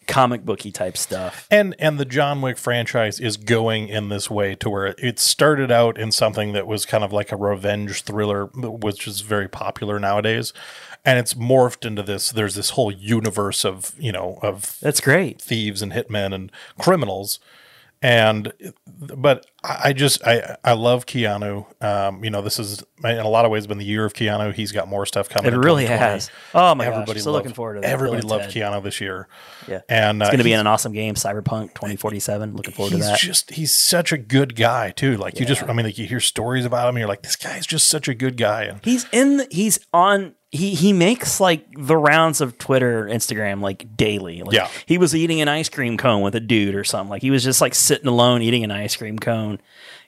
A: Comic booky type stuff.
B: and and the John Wick franchise is going in this way to where it started out in something that was kind of like a revenge thriller, which is very popular nowadays, and it's morphed into this. There's this whole universe of you know of
A: That's great.
B: thieves and hitmen and criminals. And but I I just I I love Keanu. Um, you know, this is in a lot of ways been the year of Keanu. He's got more stuff coming.
A: It
B: in
A: really
B: 2020.
A: has. Oh my gosh,
B: Everybody
A: I'm so
B: loved-
A: looking forward to that.
B: Everybody
A: Bill and
B: loved
A: Ted.
B: Keanu this year.
A: Yeah.
B: and
A: it's
B: uh,
A: going to be in
B: he's-
A: an awesome game, Cyberpunk 2047. Looking forward to
B: He's
A: that.
B: just he's such a good guy too. Like you just I mean like you hear stories about him and you're like this guy's just such a good guy and
A: He's in. The, he's on. He he makes like the rounds of Twitter, Instagram, like daily. Like,
B: Yeah.
A: he was eating an ice cream cone with a dude or something. Like he was just like sitting alone eating an ice cream cone.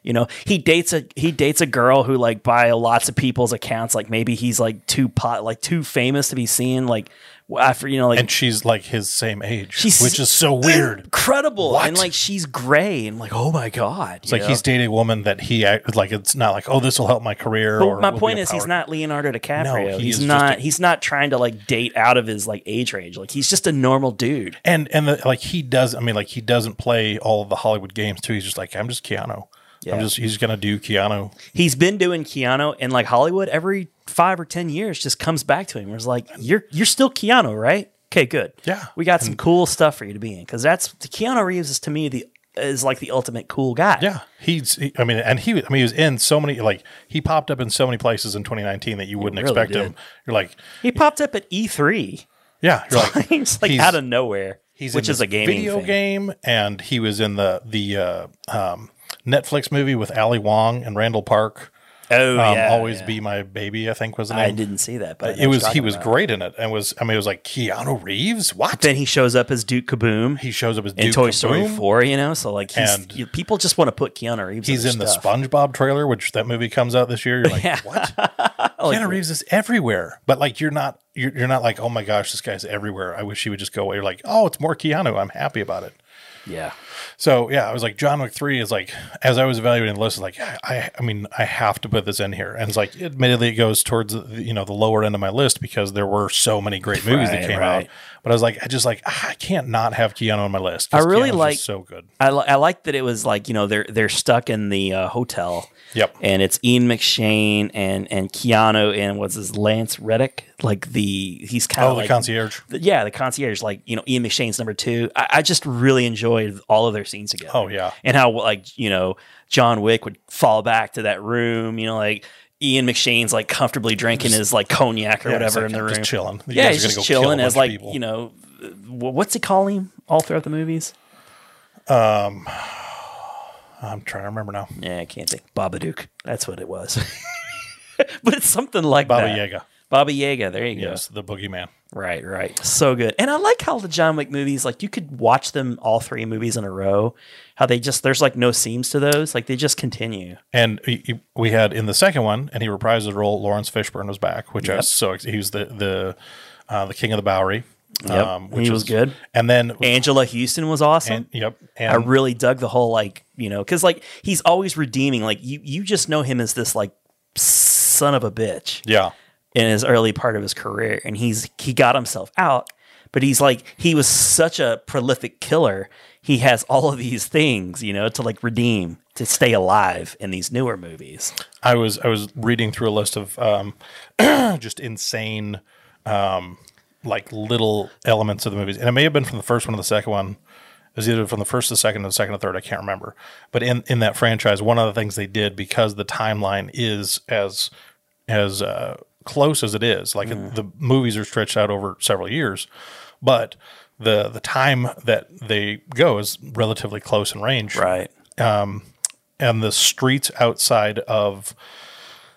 A: You know, he dates a he dates a girl who like by lots of people's accounts, like maybe he's like too pot, like too famous to be seen. Like after you know, like
B: and she's like his same age,
A: She's-
B: which is so weird.
A: incredible,
B: What?
A: and like she's gray, and like oh my god,
B: It's like he's dating a woman that he act- like it's not like oh this will help my career.
A: But
B: or
A: my
B: will be
A: point
B: a
A: is, he's
B: power-
A: not Leonardo DiCaprio.
B: No, he
A: he's
B: is just
A: not.
B: a-
A: he's not trying to like date out of his like age range. Like he's just a normal dude.
B: and and the, like he does. I mean, like he doesn't play all of the Hollywood games too. He's just like I'm just Keanu.
A: Yeah.
B: I'm just he's gonna do Keanu.
A: He's been doing Keanu in like Hollywood every five or ten years. Just comes back to him. Where it's like you're you're still Keanu, right? Okay, good.
B: Yeah.
A: we got some cool stuff for you to be in because that's Keanu Reeves is to me the is like the ultimate cool guy.
B: Yeah, he's. He, I mean, and he. I mean, he was in so many. Like he popped up in so many places in 2019 that you wouldn't
A: really
B: expect
A: did.
B: him. You're like,
A: He popped up at E3.
B: yeah. You're like,
A: He's like
B: he's-
A: out of nowhere.
B: he's
A: which
B: in
A: is
B: this
A: a gaming
B: video
A: thing.
B: game, and he was in the the uh, um, Netflix movie with Ali Wong and Randall Park.
A: Oh
B: Um,
A: yeah,
B: Always
A: yeah.
B: be my baby. I think was the name.
A: I didn't see that, but I know
B: It
A: what
B: was
A: you're
B: he
A: talking
B: was
A: about.
B: great in it, and was I mean it was like Keanu Reeves. What
A: Then he shows up as Duke Kaboom
B: he shows up as
A: in
B: Duke
A: Toy Story
B: Kaboom.
A: Four. You know, so like he's,
B: And-
A: you- people just want to put Keanu Reeves.
B: He's
A: their
B: in the
A: stuff.
B: SpongeBob trailer, which that movie comes out this year. You're like,
A: Yeah.
B: what?
A: like
B: Keanu Reeves is everywhere, but like you're not you're, you're not like oh my gosh this guy's everywhere. I wish he would just go away. You're like oh it's more Keanu. I'm happy about it.
A: Yeah,
B: So yeah, I was like John Wick three is like as I was evaluating the list, I was like I I mean I have to put this in here, and it's like admittedly it goes towards the, you know the lower end of my list because there were so many great movies
A: Right,
B: that came
A: right.
B: out, but I was like I just like ah, I can't not have Keanu on my list.
A: I
B: 'cause
A: really
B: Keanu's just
A: like-
B: so good.
A: I li- I like that it was like you know they're they're stuck in the uh, hotel.
B: Yep.
A: and it's Ian McShane and and Keanu and what's his Lance Reddick like the he's kind
B: Oh,
A: of
B: the
A: like,
B: concierge.
A: th- yeah, the concierge, like you know, Ian McShane's number two. I, I just really enjoyed all of their scenes together.
B: Oh, yeah.
A: and how like you know John Wick would fall back to that room. You know, like Ian McShane's like comfortably drinking his like cognac or
B: Yeah, it's
A: whatever
B: like,
A: in the
B: I'm
A: room,
B: just chilling. You
A: yeah,
B: guys
A: he's
B: are gonna
A: just
B: go kill a
A: chilling
B: bunch
A: as
B: of
A: like
B: people.
A: you know, uh, wh- what's he calling him all throughout the movies?
B: I'm trying to remember now.
A: Yeah, I can't think. Babadook. That's what it was. but it's something like
B: Baba
A: that.
B: Yaga.
A: Baba Yaga. There you go.
B: Yes, the boogeyman.
A: Right, right. So good. And I like how the John Wick movies, like you could watch them all three movies in a row. How they just there's like no seams to those. Like they just continue.
B: And he, he- we had in the second one, and he reprised his role. Lawrence Fishburne was back, which I was so ex- he was the the uh, the king of the Bowery.
A: Yep. He was
B: is-
A: good.
B: And then
A: Angela Houston was awesome.
B: and- yep,
A: I
B: and
A: really dug the whole like, you know, because like he's always redeeming. Like you you just know him as this like son of a bitch.
B: yeah,
A: in his early part of his career and he's he got himself out but he's like he was such a prolific killer he has all of these things you know to like redeem to stay alive in these newer movies
B: I was I was reading through a list of um, just insane um, like little elements of the movies, and it may have been from the first one or the second one. It was either from the first to the second or the second to third. I can't remember. But in in that franchise, one of the things they did because the timeline is as as uh, close as it is, like the movies are stretched out over several years, but the the time that they go is relatively close in range,
A: right
B: and the streets outside of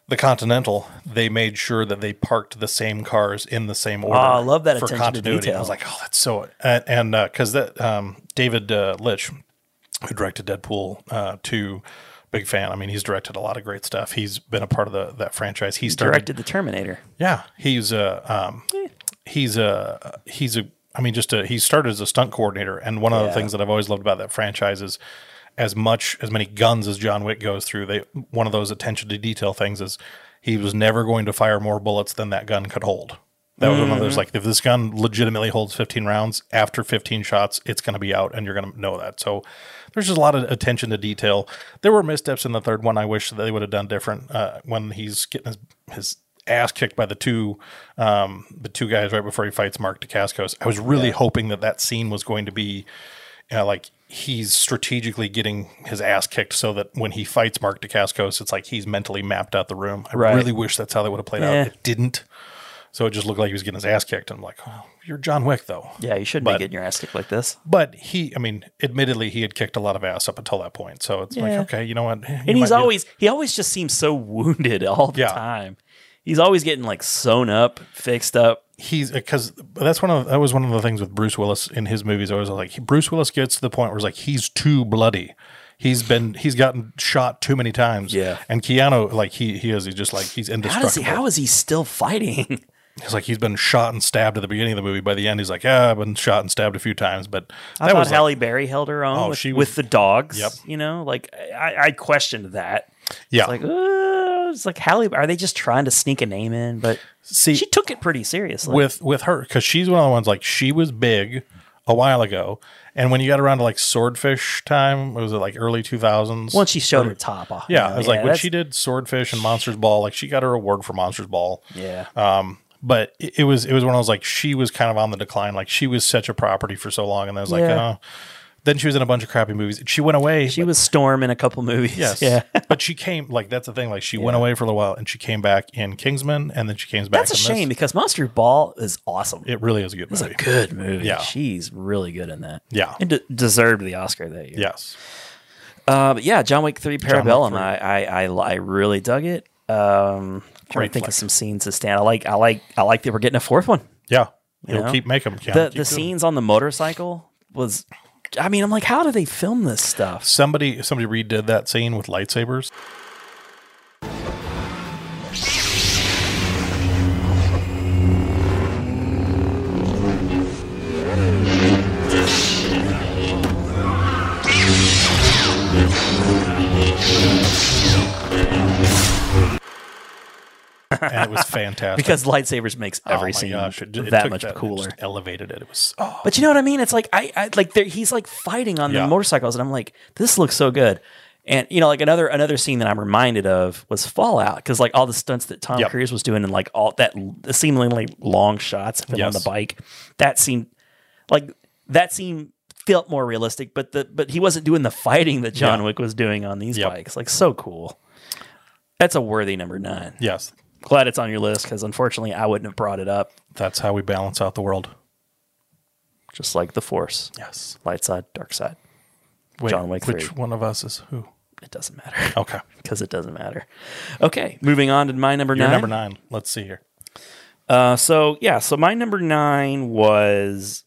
B: the Continental, they made sure that they parked the same cars in the same order.
A: Ah, I love that attention to detail.
B: I was like, oh, that's so. And and, uh 'cause because that um, David uh, Litch, who directed Deadpool uh, two, big fan. I mean, he's directed a lot of great stuff. He's been a part of the that franchise. He started
A: directed the terminator
B: yeah, he's a um, he's a he's a. I mean, just a, he started as a stunt coordinator, and one of
A: Yeah.
B: the things that I've always loved about that franchise is as much as many guns as John Wick goes through. They one of those attention to detail things is he was never going to fire more bullets than that gun could hold. That was one of those like if this gun legitimately holds 15 rounds after 15 shots, it's going to be out, and you're going to know that. So there's just a lot of attention to detail. There were missteps in the third one. I wish that they would have done different uh, when he's getting his, his ass kicked by the two um, the two guys right before he fights Mark DeCascos. I was really hoping that that scene was going to be you know, like he's strategically getting his ass kicked so that when he fights Mark DeCascos, it's like he's mentally mapped out the room. I
A: Right.
B: really wish that's how they would have played
A: Yeah.
B: out. It didn't. So it just looked like he was getting his ass kicked. And I'm like, oh, you're John Wick though.
A: yeah you shouldn't be
B: But-
A: getting your ass kicked like this
B: But he, I mean, admittedly, he had kicked a lot of ass up until that point. So it's
A: Yeah.
B: like, okay, you know what? You
A: and
B: might
A: he's
B: be-
A: always he always just seems so wounded all the
B: Yeah.
A: time he's always getting like sewn up fixed up
B: he's because that's one of that was one of the things with Bruce Willis in his movies. I was like, he- Bruce Willis gets to the point where it's like he's too bloody. He's been he's gotten shot too many times.
A: Yeah.
B: and Keanu like he he is he's just like he's
A: how
B: indestructible.
A: does he how is he still fighting
B: It's like he's been shot and stabbed at the beginning of the movie. By the end, he's like, yeah, I've been shot and stabbed a few times, but
A: I
B: that
A: thought
B: was like-
A: Halle Berry held her own
B: Oh,
A: with,
B: she was-
A: with the dogs.
B: Yep.
A: You know, like I, I questioned that.
B: yeah.
A: It's like, uh, it's like Halle, are they just trying to sneak a name in? But
B: See,
A: she took it pretty seriously.
B: with with her because she's one of the ones like she was big a while ago, and when you got around to like Swordfish time, was it like early two thousands?
A: once she showed her top off.
B: Yeah, I was like when
A: that's-
B: she did Swordfish and Monsters Ball, like she got her award for Monsters Ball.
A: Yeah.
B: Um, but it, it was it was when I was like she was kind of on the decline. Like she was such a property for so long, and I was like,
A: Yeah.
B: oh, Then she was in a bunch of crappy movies. She went away.
A: She was Storm in a couple movies.
B: Yes.
A: Yeah.
B: but she came like that's the thing. Like she went away for a little while and she came back in Kingsman and then she came back
A: That's a
B: in
A: shame
B: this.
A: because Monster Ball is awesome.
B: It really is a good
A: It's a
B: movie.
A: good movie.
B: Yeah.
A: She's really good in that.
B: Yeah.
A: And de- deserved the Oscar that year.
B: Yes.
A: Uh, but yeah, John Wick 3
B: Wick
A: Parabellum.
B: 3.
A: I, I, I, I really dug it. Um, trying
B: Great
A: to think
B: flick.
A: of some scenes to stand. I like, I like, I like that we're getting a fourth one.
B: Yeah.
A: You
B: It'll
A: know?
B: keep making them.
A: the the scenes on the motorcycle was, I mean, I'm like, how do they film this stuff?
B: Somebody somebody redid that scene with lightsabers. and it was fantastic.
A: Because lightsabers makes
B: Oh
A: every
B: my
A: scene
B: gosh, it- it
A: that
B: took
A: much
B: and it
A: cooler.
B: just elevated it. It was oh,
A: But you know what I mean? It's like I, I like there, he's like fighting on
B: Yeah.
A: the motorcycles, and I'm like, this looks so good. And you know, like another another scene that I'm reminded of was Fallout because like all the stunts that Tom
B: Yep.
A: Cruise was doing and like all that l- seemingly long shots of him on
B: Yes.
A: the bike, that seemed like that scene felt more realistic. But the but he wasn't doing the fighting that John
B: Yeah.
A: Wick was doing on these
B: Yep.
A: bikes. Like so cool. That's a worthy number nine.
B: yes.
A: Glad it's on your list because unfortunately I wouldn't have brought it up.
B: That's how we balance out the world.
A: Just like the Force,
B: Yes.
A: light side, dark side.
B: Wait,
A: John Wick
B: Which
A: three.
B: one of us is who?
A: It doesn't matter.
B: Okay.
A: because it doesn't matter. Okay, moving on to my number
B: You're
A: nine.
B: number nine. Let's see here.
A: Uh, so yeah, so my number nine was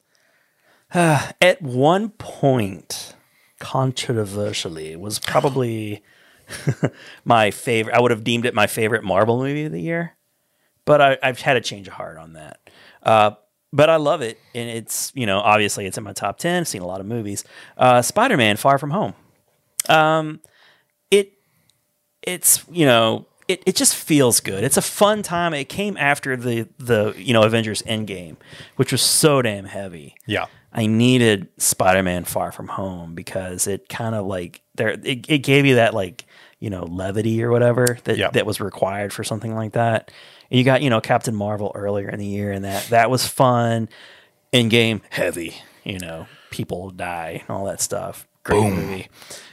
A: uh, at one point controversially was probably my favorite. I would have deemed it my favorite Marvel movie of the year, but I, I've had a change of heart on that. Uh, but I love it, and it's you know obviously it's in my top ten. I've seen a lot of movies. Uh, Spider Man Far From Home. Um, it it's you know it, it just feels good. It's a fun time. It came after the the you know Avengers Endgame, which was so damn heavy.
B: Yeah.
A: I needed Spider Man Far From Home because it kind of like there it, it gave you that like you know levity or whatever that
B: Yeah.
A: that was required for something like that. And you got you know Captain Marvel earlier in the year, and that that was fun. In game heavy, you know, people die and all that stuff. Great movie.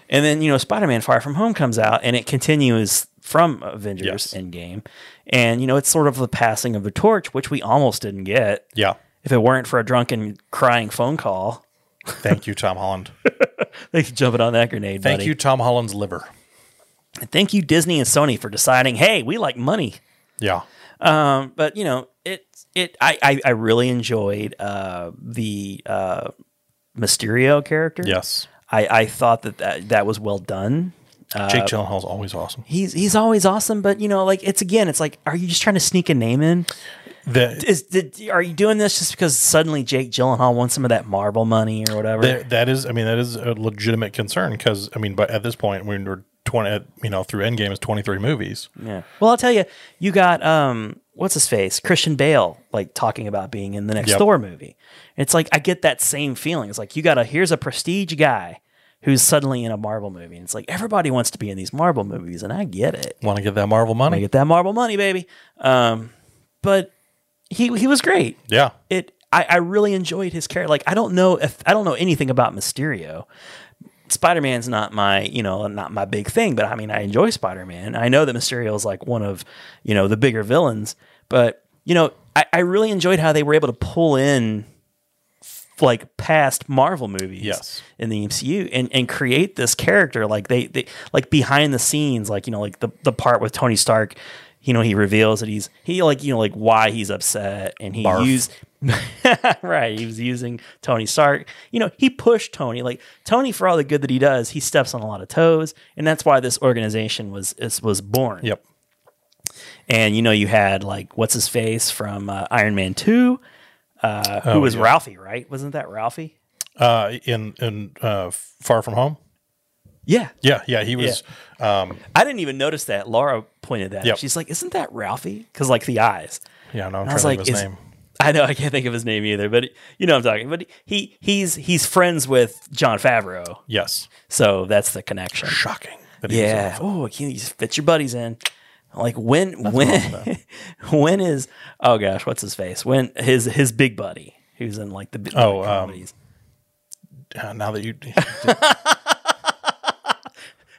A: And then you know Spider Man Far From Home comes out, and it continues from Avengers
B: Yes.
A: Endgame, and you know it's sort of the passing of the torch, which we almost didn't get
B: Yeah.
A: if it weren't for a drunken crying phone call.
B: Thank you, Tom Holland.
A: Thanks for jumping on that grenade,
B: Thank
A: buddy.
B: you, Tom Holland's liver.
A: And Thank you, Disney and Sony, for deciding, hey, we like money.
B: Yeah.
A: Um, but you know, it it I I, I really enjoyed uh, the uh, Mysterio character.
B: Yes.
A: I, I thought that, that that was well done. Uh,
B: Jake Gyllenhaal's always awesome.
A: He's he's always awesome, but you know, like it's again, it's like, are you just trying to sneak a name in?
B: The,
A: Is did, are you doing this just because suddenly Jake Gyllenhaal wants some of that Marvel money or whatever?
B: the- that is, I mean, that is a legitimate concern because, I mean, but at this point, when we're 20, you know, through Endgame is 23 movies.
A: Yeah. Well, I'll tell you, you got um, what's his face, Christian Bale, like talking about being in the next
B: Yep.
A: Thor movie. And it's like I get that same feeling. It's like you got a here's a prestige guy who's suddenly in a Marvel movie, and it's like everybody wants to be in these Marvel movies, and I get it.
B: Want to get that Marvel
A: I
B: money?
A: get that Marvel money, baby. Um, but he he was great
B: Yeah.
A: it I, I really enjoyed his character. Like I don't know if I don't know anything about Mysterio. Spider Man's not my you know not my big thing, but I mean I enjoy Spider Man. I know that Mysterio is like one of you know the bigger villains, but you know I, I really enjoyed how they were able to pull in like past Marvel movies
B: Yes.
A: in the MCU and, and create this character like they, they like behind the scenes like you know like the, the part with Tony Stark you know he reveals that he's he like you know like why he's upset and he
B: Barf.
A: used right he was using Tony Stark you know he pushed Tony like Tony for all the good that he does he steps on a lot of toes and that's why this organization was is, was born
B: Yep.
A: and you know you had like what's his face from uh, Iron Man 2 uh,
B: Oh,
A: who was Ralphie right wasn't that Ralphie
B: Uh, in, in, uh, Far From Home.
A: yeah
B: Yeah. Yeah. He was, um,
A: I didn't even notice that. Laura pointed that. out.
B: Yep.
A: She's like, "Isn't that Ralphie?" Because like the eyes.
B: yeah, no, I'm
A: And I
B: trying
A: was
B: to
A: like,
B: think of his
A: "Is-
B: name.
A: I know I can't think of his name either, but you know what I'm talking. But he he's he's friends with John Favreau,
B: Yes.
A: so that's the connection.
B: Shocking. That he was in
A: Yeah. Oh, you fit your buddies in. Like when when when is oh gosh, what's his face? When his his big buddy who's in like the big
B: Oh, um,
A: comedies.
B: uh, now that you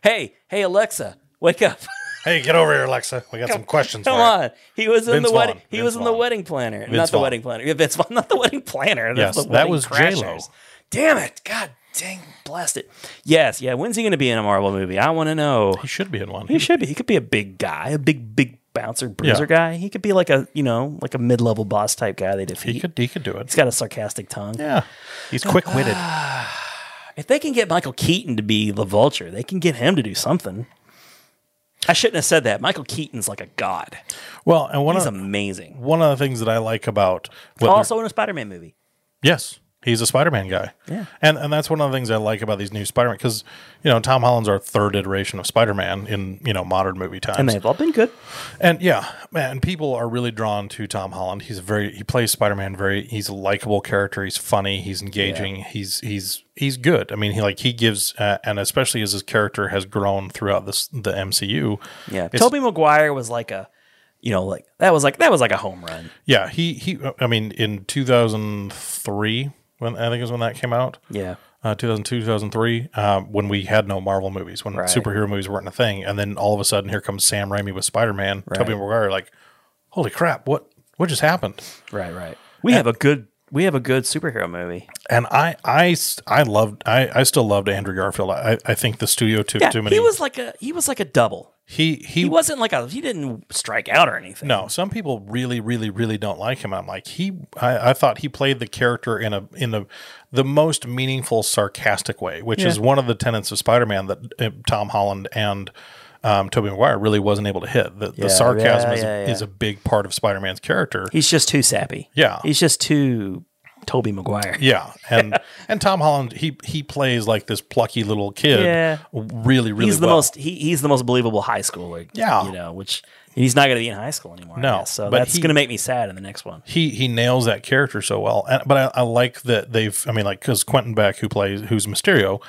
A: Hey, hey, Alexa, wake up.
B: hey get over here Alexa we got some questions
A: Come
B: for you.
A: on. He was in
B: Vince
A: the wedding.
B: Vaughn.
A: He
B: Vince
A: was in the
B: Vaughn.
A: wedding planner. not
B: Vince
A: the
B: Vaughn.
A: wedding planner. Yeah, Vince Vaughn, not the wedding planner. That's
B: Yes,
A: the
B: that
A: wedding
B: was J-Lo.
A: crashers. Damn it. God dang, blast it. Yes, yeah. When's he going to be in a Marvel movie? I want to know.
B: He should be in one.
A: He should be. He could be a big guy, a big, big bouncer, bruiser
B: Yeah.
A: guy. He could be like a, you know, like a mid level boss type guy they defeat.
B: He could he could do it.
A: He's Oh, got a sarcastic tongue.
B: Yeah. He's quick witted.
A: If they can get Michael Keaton to be the vulture, they can get him to do something. I shouldn't have said that. Michael Keaton's like a god.
B: well, and one
A: He's
B: of
A: amazing.
B: one of the things that I like about what they're-
A: also in a Spider Man movie.
B: Yes, he's a Spider-Man guy.
A: Yeah.
B: and and that's one of the things I like about these new Spider-Man because you know Tom Holland's our third iteration of Spider-Man in you know modern movie times.
A: And they've all been good.
B: And yeah, man, people are really drawn to Tom Holland. He's very he plays Spider Man very. He's a likable character. He's funny. He's engaging. He's he's he's good. I mean, he like he gives uh, and especially as his character has grown throughout this the MCU.
A: Yeah.
B: It's-
A: Toby Maguire was like a you know, like that was like that was like a home run.
B: yeah. He he. I mean, in two thousand three, when I think is when that came out.
A: Yeah.
B: uh, 2002, 2003, uh, when we had no Marvel movies, when
A: Right.
B: superhero movies weren't a thing. And then all of a sudden, here comes Sam Raimi with Spider Man, Tobey Maguire, like, holy crap, what what just happened?
A: Right, right. We have a good we have a good superhero movie.
B: And I I, s- I loved, I, I still loved Andrew Garfield. I, I think the studio took
A: Yeah,
B: too many.
A: he was like a he was like a double.
B: he, he,
A: He wasn't like a he didn't strike out or anything.
B: No, some people really, really, really don't like him. I'm like he. I, I thought he played the character in a in a the most meaningful, sarcastic way, which is one of the tenets of Spider-Man that uh, Tom Holland and um, Tobey Maguire really wasn't able to hit. The,
A: Yeah,
B: the sarcasm
A: yeah,
B: is,
A: yeah,
B: a,
A: yeah.
B: is a big part of Spider-Man's character.
A: He's just too sappy.
B: Yeah.
A: He's just too Toby Maguire.
B: yeah, and and Tom Holland he he plays like this plucky little kid.
A: Yeah.
B: really, really.
A: he's the
B: well.
A: most he, he's the most believable high schooler.
B: Yeah.
A: You know, which he's not gonna be in high school anymore. I
B: No,
A: guess. So
B: but
A: that's
B: he-
A: gonna make me sad in the next one.
B: he he nails that character so well. And, but I, I like that they've. I mean, like because Quentin Beck, who plays who's Mysterio,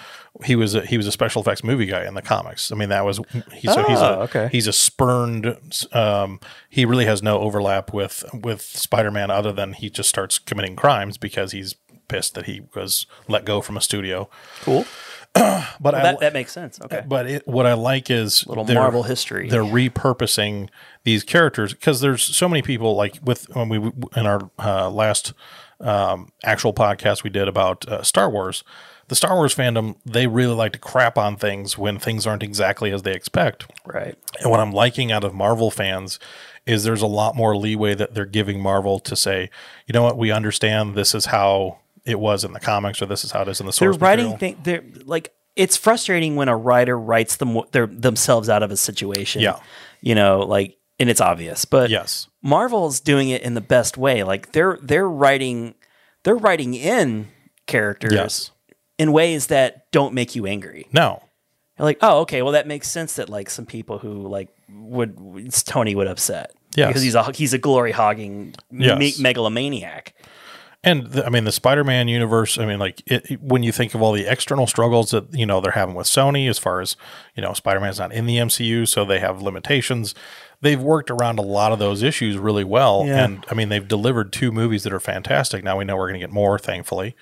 B: he was a, he was a special effects movie guy in the comics. I mean, that was he, so he's a
A: Oh, okay.
B: he's a spurned. Um, he really has no overlap with with Spider Man other than he just starts committing crimes because he's pissed that he was let go from a studio.
A: Cool.
B: But I,
A: That that makes sense. Okay.
B: but it, what I like is
A: Little
B: they're-
A: Marvel history.
B: They're repurposing these characters because there's so many people like with when we in our uh, last um, actual podcast we did about uh, Star Wars. The Star Wars fandom they really like to crap on things when things aren't exactly as they expect.
A: right.
B: And what I'm liking out of Marvel fans is there's a lot more leeway that they're giving Marvel to say, you know what, we understand this is how it was in the comics or this is how it is in the
A: they're
B: source
A: writing
B: material.
A: things. They're like it's frustrating when a writer writes them their, themselves out of a situation.
B: Yeah.
A: you know, like and it's obvious, but
B: Yes.
A: Marvel's doing it in the best way. Like they're they're writing they're writing in characters
B: Yes.
A: in ways that don't make you angry.
B: No.
A: You're like, oh, okay, well that makes sense that like some people who like would Tony would upset.
B: Yes.
A: because he's a he's a glory hogging me-
B: Yes.
A: megalomaniac.
B: And the, I mean, the Spider-Man universe. I mean, like it, it- when you think of all the external struggles that you know they're having with Sony, as far as you know, Spider-Man's not in the MCU, so they have limitations. They've worked around a lot of those issues really well,
A: Yeah.
B: and I mean, they've delivered two movies that are fantastic. Now we know we're going to get more, thankfully.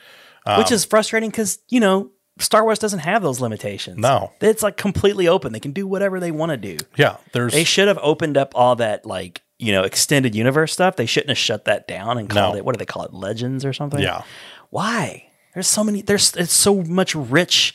B: Um,
A: which is frustrating because you know Star Wars doesn't have those limitations.
B: No.
A: it's like completely open. They can do whatever they want to do.
B: Yeah, there's
A: They should have opened up all that like you know extended universe stuff. They shouldn't have shut that down and called
B: No.
A: it what do they call it Legends or something.
B: Yeah.
A: why? There's so many. There's it's so much rich.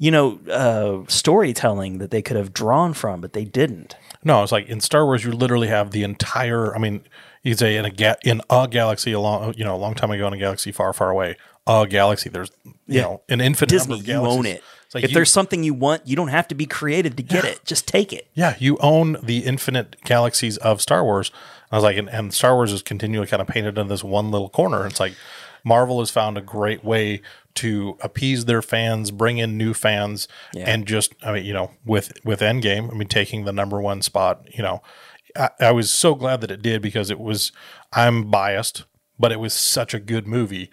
A: You know, uh, storytelling that they could have drawn from, but they didn't.
B: No, it's like in Star Wars, you literally have the entire. I mean, you say in a ga- in a galaxy a long you know a long time ago in a galaxy far far away, a galaxy. There's you know an infinite number
A: Disney,
B: of
A: you
B: galaxies.
A: own it.
B: It's like
A: if
B: you-
A: there's something you want, you don't have to be creative to get it. Just take it.
B: yeah, you own the infinite galaxies of Star Wars. I was like, and, and Star Wars is continually kind of painted in this one little corner. It's like Marvel has found a great way to appease their fans, bring in new fans, and just I mean, you know, with with Endgame, I mean, taking the number one spot. You know, I, I was so glad that it did because it was. I'm biased, but it was such a good movie,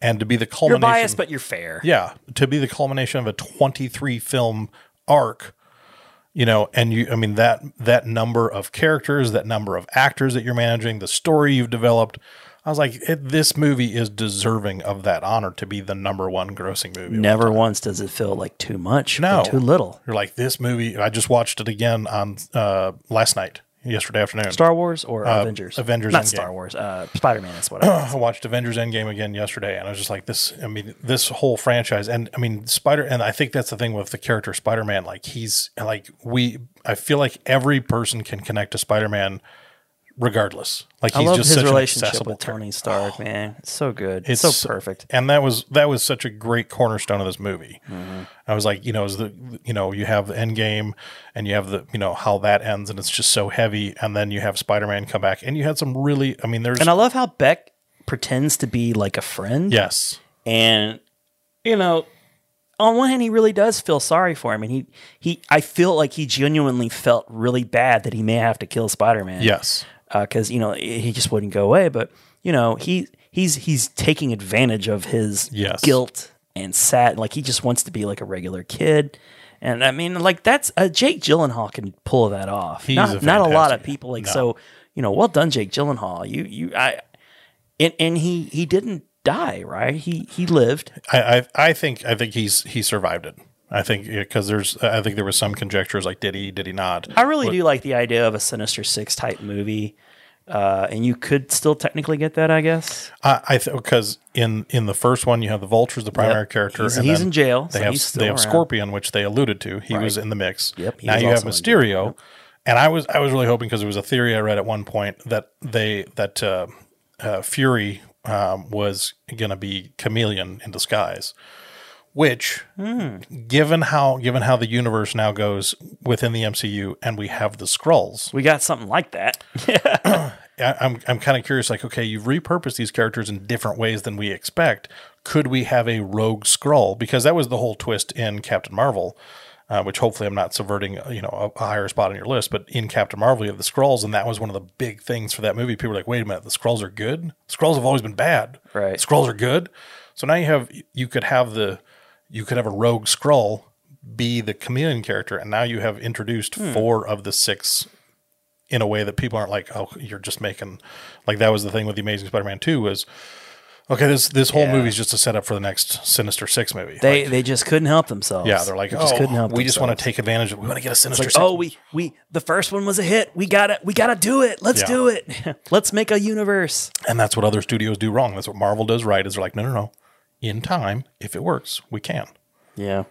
B: and to be the
A: You're
B: culmination.
A: biased, but you're fair.
B: Yeah, to be the culmination of a 23 film arc, you know, and you I mean that that number of characters, that number of actors that you're managing, the story you've developed, I was like, it, this movie is deserving of that honor to be the number one grossing movie.
A: Never once does it feel like too much
B: No.
A: or too little.
B: You're like, this movie, I just watched it again on uh, last night, yesterday afternoon.
A: Star Wars or Avengers?
B: Uh, Avengers
A: Not
B: Endgame.
A: Star Wars. Uh, Spider Man is whatever.
B: I watched Avengers Endgame again yesterday, and I was just like, this. I mean, this whole franchise, and I mean, Spider, and I think that's the thing with the character Spider Man. Like, he's like we. I feel like every person can connect to Spider Man, regardless. Like,
A: I
B: he's
A: love
B: just
A: his
B: such an
A: relationship
B: accessible Oh.
A: with Tony Stark, man. It's so good. It's, so perfect.
B: And that was that was such a great cornerstone of this movie.
A: Mm-hmm.
B: I was like, you know, is the you know, you have the end game and you have the you know how that ends and it's just so heavy, and then you have Spider Man come back and you had some really I mean there's
A: And I love how Beck pretends to be like a friend.
B: yes.
A: And you know, on one hand he really does feel sorry for him and he he I feel like he genuinely felt really bad that he may have to kill Spider-Man.
B: Yes.
A: because uh, you know he just wouldn't go away. But you know he he's he's taking advantage of his
B: Yes.
A: guilt and sad. Like he just wants to be like a regular kid. And I mean, like that's uh, Jake Gyllenhaal can pull that off.
B: He's
A: not
B: a
A: not a lot of
B: fantastic-
A: people like
B: no.
A: so. You know, well done, Jake Gyllenhaal. You you I and and he he didn't die right. He he lived.
B: I, I I think I think he's he survived it. I think because there's I think there was some conjectures like did he did he not?
A: I really do like the idea of a Sinister Six type movie. Uh, and you could still technically get that, I guess.
B: I I because in in the first one you have the vultures the primary
A: Yep.
B: character
A: He's- he's in jail,
B: they
A: so
B: have
A: he's still
B: they have
A: around.
B: scorpion which they alluded to he was in the mix
A: Yep, he
B: now
A: was
B: you have
A: also in jail.
B: Mysterio and I was I was really hoping because it was a theory I read at one point that they that uh, uh, Fury um, was gonna be chameleon in disguise which
A: Hmm.
B: given how given how the universe now goes within the MCU and we have the Skrulls
A: We got something like that.
B: I- I'm I'm kind of curious. Like, okay, you've repurposed these characters in different ways than we expect. Could we have a rogue scroll? Because that was the whole twist in Captain Marvel, uh, which hopefully I'm not subverting. You know, a, a higher spot on your list, but in Captain Marvel you have the scrolls, and that was one of the big things for that movie. People were like, wait a minute, the scrolls are good. Scrolls have always been bad.
A: Right.
B: Scrolls are good. So now you have you could have the you could have a rogue scroll be the chameleon character, and now you have introduced four of the six in a way that people aren't like, oh, you're just making like that was the thing with the Amazing Spider-Man Two was okay. This this whole movie is just a setup for the next Sinister Six movie.
A: They they just couldn't help themselves.
B: yeah, they're like,
A: They
B: oh, we just want
A: themselves.
B: to take advantage. of We want to get a Sinister
A: It's
B: Six.
A: like, oh, we we the first one was a hit. We gotta we gotta do it. Let's
B: Yeah.
A: do it. Let's make a universe.
B: and that's what other studios do wrong. That's what Marvel does right. Is they're like, no, no, no. In time, if it works, we can.
A: Yeah,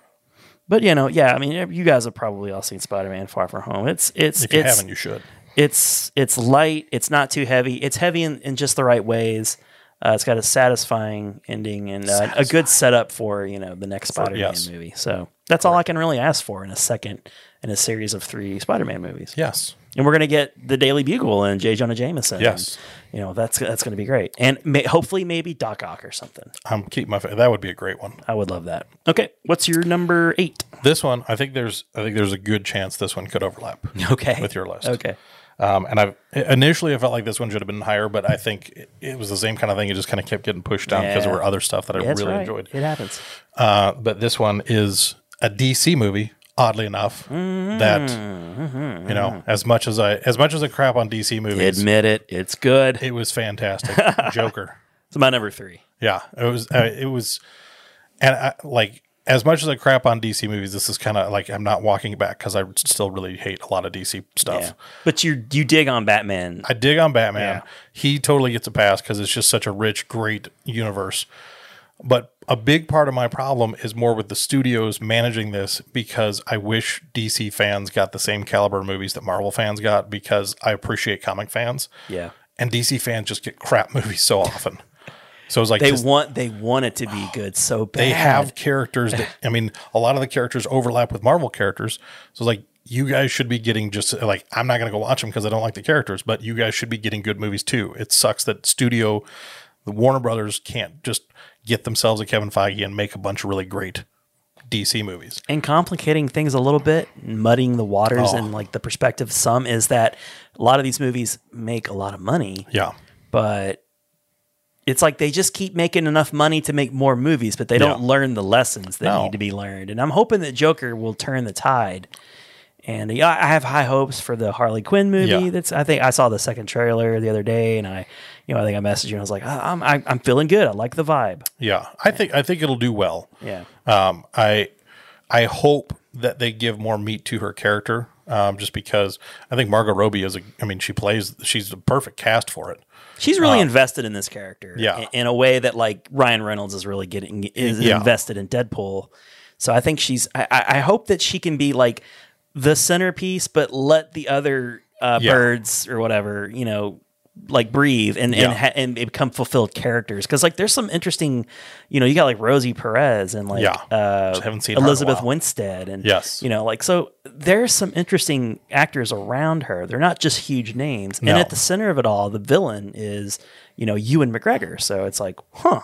A: but you know, yeah. I mean, you guys have probably all seen Spider Man Far From Home. It's it's
B: If you
A: it's
B: haven't, you should.
A: it's it's light. It's not too heavy. It's heavy in, in just the right ways. Uh, it's got a satisfying ending and uh, a good setup for you know the next Spider Man
B: yes.
A: movie. So that's all I can really ask for in a second in a series of three Spider Man movies.
B: Yes.
A: and we're gonna get the Daily Bugle and J. Jonah Jameson.
B: Yes.
A: And, you know that's that's gonna be great, and may, hopefully maybe Doc Ock or something.
B: I'm keeping my. That would be a great one.
A: I would love that. Okay, what's your number eight?
B: This one, I think there's. I think there's a good chance this one could overlap.
A: Okay,
B: With your list.
A: Okay,
B: Um, and I've initially I felt like this one should have been higher, but I think it, it was the same kind of thing. It just kind of kept getting pushed down because there
A: Yeah.
B: were other stuff that I
A: that's
B: really
A: right.
B: enjoyed.
A: It happens.
B: Uh, but this one is a DC movie, oddly enough. That you know, as much as I as much as I crap on DC movies,
A: Mm-hmm. Admit it, it's good.
B: it was fantastic. Joker.
A: It's my number three.
B: Yeah, it was. Uh, it was, and I, like as much as I crap on DC movies, this is kind of like I'm not walking it back because I still really hate a lot of DC stuff.
A: Yeah. But you you dig on Batman.
B: I dig on Batman.
A: Yeah.
B: He totally gets a pass because it's just such a rich, great universe. But a big part of my problem is more with the studios managing this because I wish DC fans got the same caliber of movies that Marvel fans got because I appreciate comic fans.
A: yeah.
B: And DC fans just get crap movies so often. So it's like
A: They
B: this-
A: want they want it to be good so bad.
B: they have characters that I mean, a lot of the characters overlap with Marvel characters. So like you guys should be getting just like I'm not gonna go watch them because I don't like the characters, but you guys should be getting good movies too. It sucks that studio the Warner Brothers can't just get themselves a Kevin Feige and make a bunch of really great DC movies.
A: and complicating things a little bit, muddying the waters
B: Oh.
A: and like the perspective of some is that a lot of these movies make a lot of money.
B: Yeah.
A: but it's like they just keep making enough money to make more movies, but they don't
B: Yeah.
A: learn the lessons that
B: No.
A: need to be learned. And I'm hoping that Joker will turn the tide And yeah, I have high hopes for the Harley Quinn movie.
B: Yeah.
A: That's I think I saw the second trailer the other day, and I, you know, I think I messaged you and I was like, "Ah, I'm I'm I'm feeling good. I like the vibe.
B: Yeah, I think I think it'll do well.
A: Yeah.
B: Um, I I hope that they give more meat to her character, um, just because I think Margot Robbie is a. I mean, she plays. She's the perfect cast for it.
A: She's really invested in this character,
B: Um, yeah.
A: in, in a way that like Ryan Reynolds is really getting is
B: Yeah.
A: invested in Deadpool. So I think she's. I, I I hope that she can be like the centerpiece, but let the other uh,
B: Yeah.
A: birds or whatever you know like breathe and and,
B: Yeah.
A: ha- and become fulfilled characters because like there's some interesting you know you got like Rosie Perez and like
B: Yeah.
A: uh,
B: Just haven't seen her in a
A: Elizabeth
B: while.
A: Winstead and
B: Yes.
A: you know like so there's some interesting actors around her they're not just huge names
B: No.
A: and at the center of it all the villain is you know Ewan McGregor so it's like huh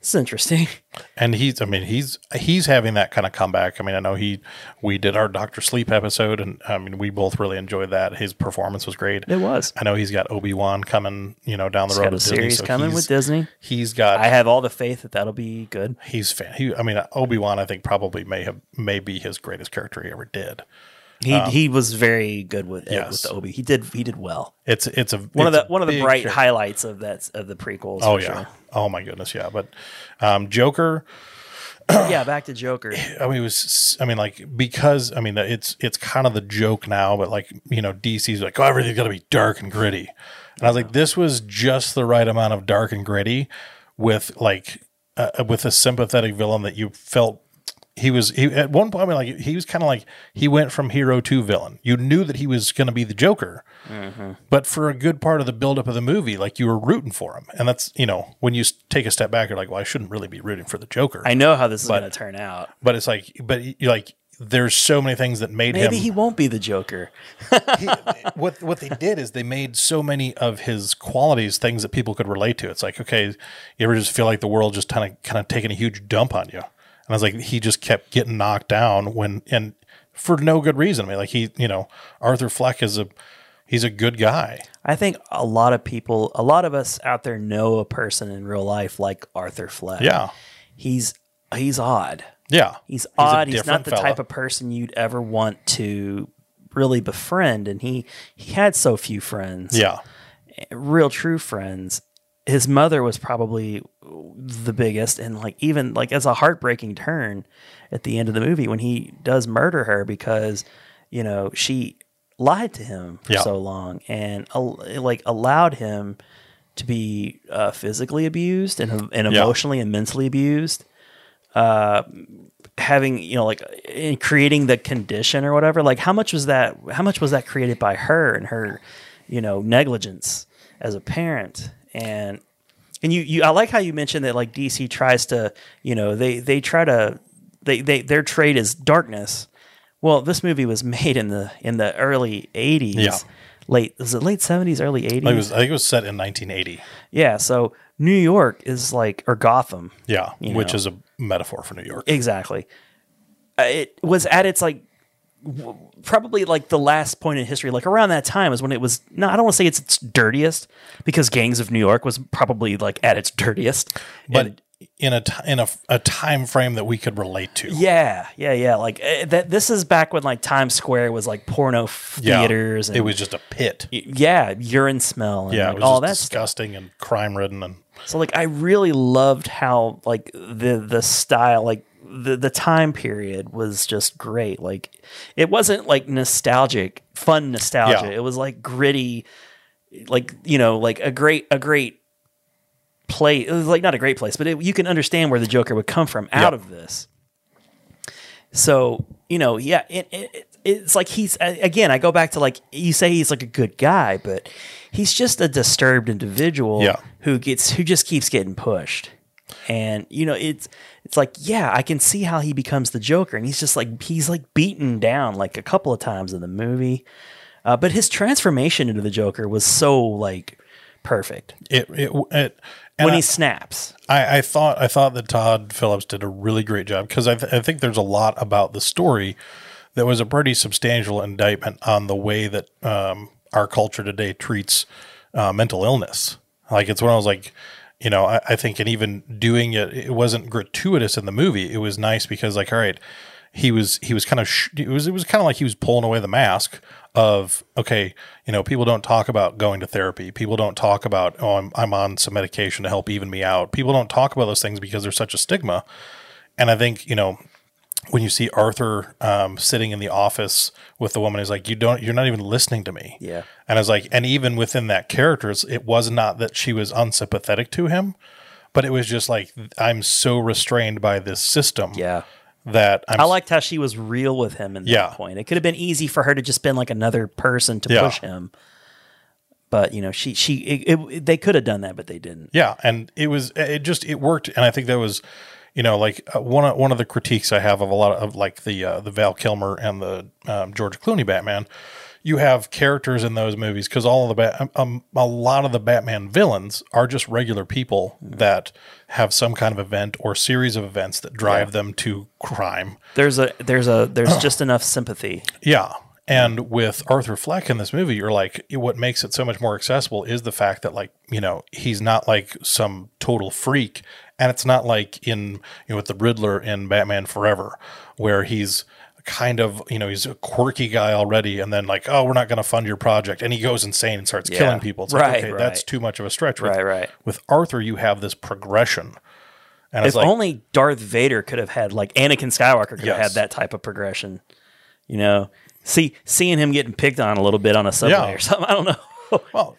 A: this is interesting
B: And he's, I mean, he's he's having that kind of comeback. I mean, I know he, we did our Doctor Sleep episode, and I mean, we both really enjoyed that. His performance was great.
A: It was.
B: I know he's got Obi Wan coming, you know, down the
A: He's
B: road.
A: got a
B: with Disney,
A: series coming with
B: he's-
A: Disney.
B: He's got.
A: I have all the faith that that'll be good
B: he's fan. He, I mean, Obi Wan. I think probably may have may be his greatest character he ever did.
A: he he was very good with uh, with
B: Um, Yes.
A: the Obi he did he did well
B: It's it's a
A: one of
B: it's
A: the
B: a
A: one of the
B: big
A: bright
B: character.
A: highlights of that of the prequels
B: Oh
A: for
B: yeah.
A: sure.
B: Oh my goodness, yeah. But um, Joker,
A: yeah back to Joker
B: I mean, it was I mean, like because I mean, it's it's kind of the joke now, but like you know, DC's like, oh, everything's gonna be dark and gritty, and I was like, this was just the right amount of dark and gritty, with like uh, with a sympathetic villain that you felt he was he, at one point. I mean, like he was kind of like he went from hero to villain. You knew that he was gonna be the Joker, but for a good part of the buildup of the movie, like you were rooting for him, and that's you know when you s- take a step back, you're like, well, I shouldn't really be rooting for the Joker
A: I know how this is going to turn out
B: but it's like but you like there's so many things that made
A: maybe he
B: him
A: won't be the Joker
B: he, what what they did is they made so many of his qualities things that people could relate to it's like okay you ever just feel like the world just kind of kind of taking a huge dump on you and i was like he just kept getting knocked down when and for no good reason i mean like he you know arthur fleck is a he's a good guy
A: I think a lot of people, a lot of us out there know a person in real life like Arthur Fleck.
B: yeah
A: He's he's odd.
B: yeah
A: He's
B: a
A: odd. He's, not
B: different
A: the
B: fella.
A: type of person you'd ever want to really befriend and he he had so few friends.
B: yeah
A: Real true friends. His mother was probably the biggest and like even like as a heartbreaking turn at the end of the movie when he does murder her because you know she lied to him for
B: Yeah.
A: so long and al- like allowed him to be uh, physically abused and, and
B: Mm-hmm. Yeah.
A: emotionally and mentally abused uh, having you know like in creating the condition or whatever like how much was that how much was that created by her and her you know negligence as a parent and and you, you I like how you mentioned that like DC tries to, you know, they they try to they, they their trade is darkness. Well, this movie was made in the in the early eighties.
B: Yeah.
A: Late was it late seventies, early
B: Like, it
A: eighties?
B: was, I think it was set in 1980.
A: Yeah. So New York is like or Gotham.
B: Yeah,
A: You
B: which
A: know.
B: is a metaphor for New York.
A: Exactly. Uh, It was at its like w- probably like the last point in history like around that time is when it was no i don't want to say it's its dirtiest because gangs of new york was probably like at its dirtiest
B: but
A: And-
B: in a t- in a, a time frame that we could relate to.
A: Yeah, yeah, yeah. Like eh, that. This is back when like Times Square was like porno f-
B: Yeah.
A: theaters. And,
B: It was just a pit.
A: y- yeah, urine smell. And,
B: Yeah, it
A: like,
B: was
A: all
B: all
A: that.
B: just disgusting and crime ridden and
A: stuff. So like, I really loved how like the the style like. The, the time period was just great. Like, it wasn't like nostalgic, fun nostalgia.
B: Yeah.
A: It was like gritty, like you know, like a great a great place. It was like not a great place, but it, you can understand where the Joker would come from out
B: Yep.
A: of this. So you know, yeah, it, it, it- it's like he's a- again. I go back to like you say he's like a good guy, but he's just a disturbed individual
B: Yeah.
A: who gets who just keeps getting pushed. And you know, it's it's like yeah, I can see how he becomes the Joker, and he's just like he's like beaten down like a couple of times in the movie. Uh, but his transformation into the Joker was so like perfect
B: it it, it and
A: when
B: I,
A: he snaps.
B: I, I thought I thought that Todd Phillips did a really great job because I, th- I think there's a lot about the story that was a pretty substantial indictment on the way that um, our culture today treats uh, mental illness. Like it's when I was like, you know, I, I think and even doing it, it wasn't gratuitous in the movie. It was nice because like, all right, he was he was kind of sh- it was it was kind of like he was pulling away the mask of okay you know people don't talk about going to therapy people don't talk about oh I'm I'm on some medication to help even me out people don't talk about those things because there's such a stigma and I think you know when you see Arthur um, sitting in the office with the woman, he's like, "You don't, you're not even listening to me."
A: Yeah.
B: and I was like, and even within that character, it's- it was not that she was unsympathetic to him, but it was just like I'm so restrained by this system.
A: Yeah.
B: that I'm,
A: I liked how she was real with him in that
B: Yeah.
A: point. It could have been easy for her to just been like another person to
B: Yeah.
A: push him, but you know, she she it, it, they could have done that, but they didn't.
B: Yeah, and it was it just it worked, and I think that was, you know, like uh, one of, one of the critiques I have of a lot of like the uh, the Val Kilmer and the um, George Clooney Batman. You have characters in those movies because all of the bat, um, a lot of the Batman villains are just regular people that have some kind of event or series of events that drive them to crime.
A: There's a there's a there's just enough sympathy.
B: Yeah. And with Arthur Fleck in this movie, you're like, what makes it so much more accessible is the fact that, like, you know, he's not like some total freak. And it's not like in, you know, with the Riddler in Batman Forever, where he's kind of, you know, he's a quirky guy already. And then, like, oh, we're not going to fund your project. And he goes insane and starts killing people. It's
A: Right,
B: like, okay,
A: right.
B: that's too much of a stretch. With,
A: Right, right.
B: With Arthur, you have this progression. And
A: If
B: it's like,
A: only Darth Vader could have had like Anakin Skywalker could have
B: Yes.
A: had that type of progression. You know, see seeing him getting picked on a little bit on a subway
B: Yeah.
A: or something. I don't know.
B: Well,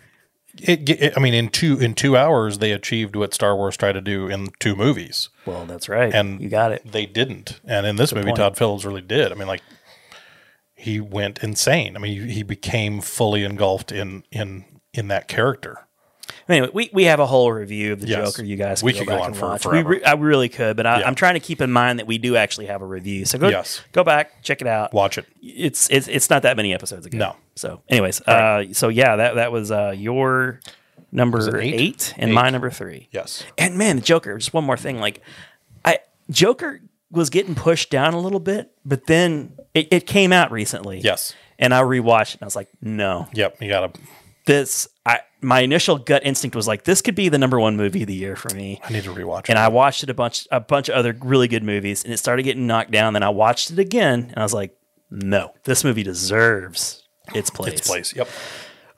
B: it, ge- it. I mean, in two in two hours, they achieved what Star Wars tried to do in two movies,
A: well, that's right.
B: and
A: you got it.
B: They didn't, and in this movie,
A: point.
B: Todd Phillips really did. I mean, like he went insane. I mean, he, he became fully engulfed in in in that character.
A: Anyway, we, we have a whole review of the
B: Yes.
A: Joker. You guys,
B: We
A: can
B: could
A: go
B: go
A: back
B: on
A: and
B: for
A: watch.
B: forever.
A: We re- I really could, but I,
B: Yeah.
A: I'm trying to keep in mind that we do actually have a review. So go
B: Yes.
A: go back, check it out.
B: Watch it.
A: It's it's, it's not that many episodes ago.
B: No.
A: So, anyways, uh, so yeah, that that was uh, your number eight?
B: eight?
A: and
B: Eight.
A: my number three.
B: Yes.
A: And man, the Joker. Just one more thing. Like, I Joker was getting pushed down a little bit, but then it, it came out recently.
B: Yes.
A: And I rewatched it, and I was like, no,
B: Yep. You gotta.
A: this I my initial gut instinct was like this could be the number one movie of the year for me.
B: I need to rewatch.
A: And
B: it.
A: I watched it a bunch a bunch of other really good movies and it started getting knocked down. Then I watched it again and I was like, no, this movie deserves its place.
B: Its place. Yep.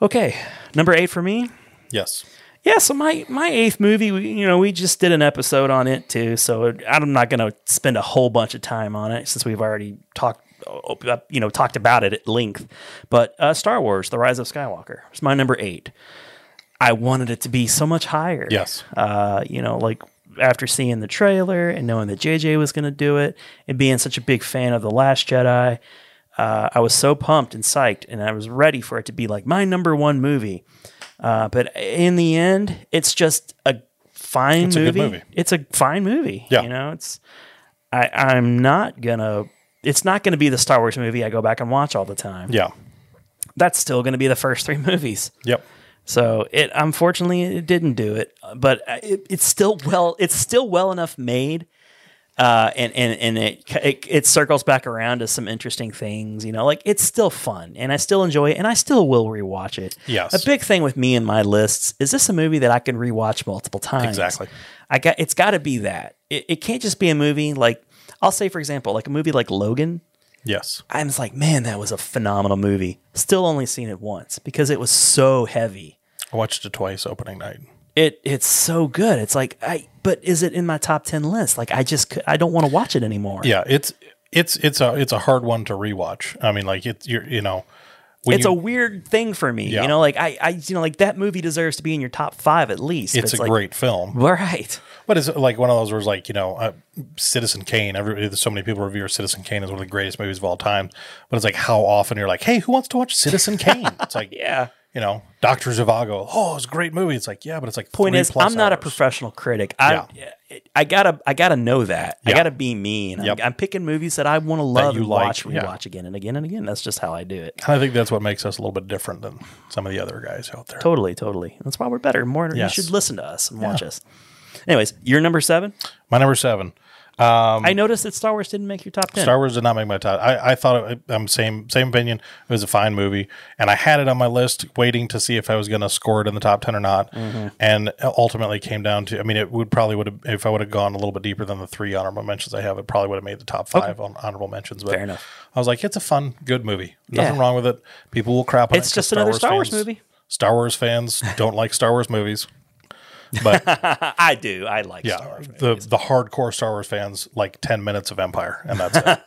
A: Okay. Number eight for me.
B: Yes.
A: Yeah, so my my eighth movie, we, you know, we just did an episode on it too. So I'm not going to spend a whole bunch of time on it since we've already talked, uh, you know, talked about it at length. But uh, Star Wars: The Rise of Skywalker is my number eight. I wanted it to be so much higher.
B: Yes.
A: uh, you know, like after seeing the trailer and knowing that JJ was going to do it, and being such a big fan of the Last Jedi, uh, I was so pumped and psyched, and I was ready for it to be like my number one movie. Uh, but in the end, it's just a fine
B: It's a
A: movie.
B: good movie.
A: It's a fine movie.
B: Yeah.
A: You know, it's I, I'm not gonna it's not gonna be the Star Wars movie I go back and watch all the time.
B: Yeah.
A: That's still gonna be the first three movies.
B: Yep.
A: So it unfortunately it didn't do it, but uh, it, it's still well it's still well enough made, uh, and and and it, it it circles back around to some interesting things. You know, like it's still fun, and I still enjoy it, and I still will rewatch it.
B: Yes.
A: a big thing with me and my lists is this a movie that I can rewatch multiple times?
B: Exactly.
A: I got it's got to be that. It, it can't just be a movie like I'll say for example like a movie like Logan.
B: Yes.
A: I was like, man, that was a phenomenal movie. Still only seen it once because it was so heavy
B: I watched it twice opening night.
A: it it's so good. It's like I but is it in my top 10 list? Like I just cou- I don't want to watch it anymore.
B: Yeah. It's it's it's a it's a hard one to rewatch. I mean, like it's you're you know. When
A: It's
B: you-
A: a weird thing for me.
B: Yeah.
A: You know, like I I you know like that movie deserves to be in your top 5 at least.
B: it's, a
A: like,
B: great film.
A: Right.
B: But it's like one of those where it's like, you know, uh, Citizen Kane, everybody, there's so many people review Citizen Kane as one of the greatest movies of all time. But it's like, how often you're like, hey, who wants to watch Citizen Kane? It's like,
A: Yeah.
B: you know, Dr. Zhivago, oh, it's a great movie. It's like, yeah, but it's like,
A: Point
B: three
A: is
B: plus
A: I'm not a
B: hours.
A: professional critic. I I got to I got to know that. I
B: Yeah.
A: got to be mean.
B: Yep.
A: I'm, I'm picking movies that I want to love
B: you
A: and
B: like,
A: watch
B: yeah.
A: rewatch again and again and again. That's just how I do it.
B: And I think that's what makes us a little bit different than some of the other guys out there.
A: Totally, totally. That's why we're better. More
B: Yes.
A: you should listen to us and watch us. Anyways, you're number 7?
B: My number seven,
A: I noticed that Star Wars didn't make your top ten.
B: Star Wars did not make my top. I, I thought it, I'm same same opinion. It was a fine movie, and I had it on my list, waiting to see if I was going to score it in the top ten or not.
A: Mm-hmm.
B: And ultimately came down to. I mean, it would probably would have if I would have gone a little bit deeper than the three honorable mentions I have. It probably would have made the top five on honorable mentions. But
A: Fair enough.
B: I was like, it's a fun, good movie. Nothing
A: Yeah.
B: wrong with it. People will crap on it.
A: It's
B: 'cause
A: just another Star Wars
B: fans-
A: movie.
B: Star Wars fans don't like Star Wars movies, but
A: I, I do. I like
B: yeah,
A: Star Wars.
B: the the hardcore Star Wars fans like ten minutes of Empire, and that's it.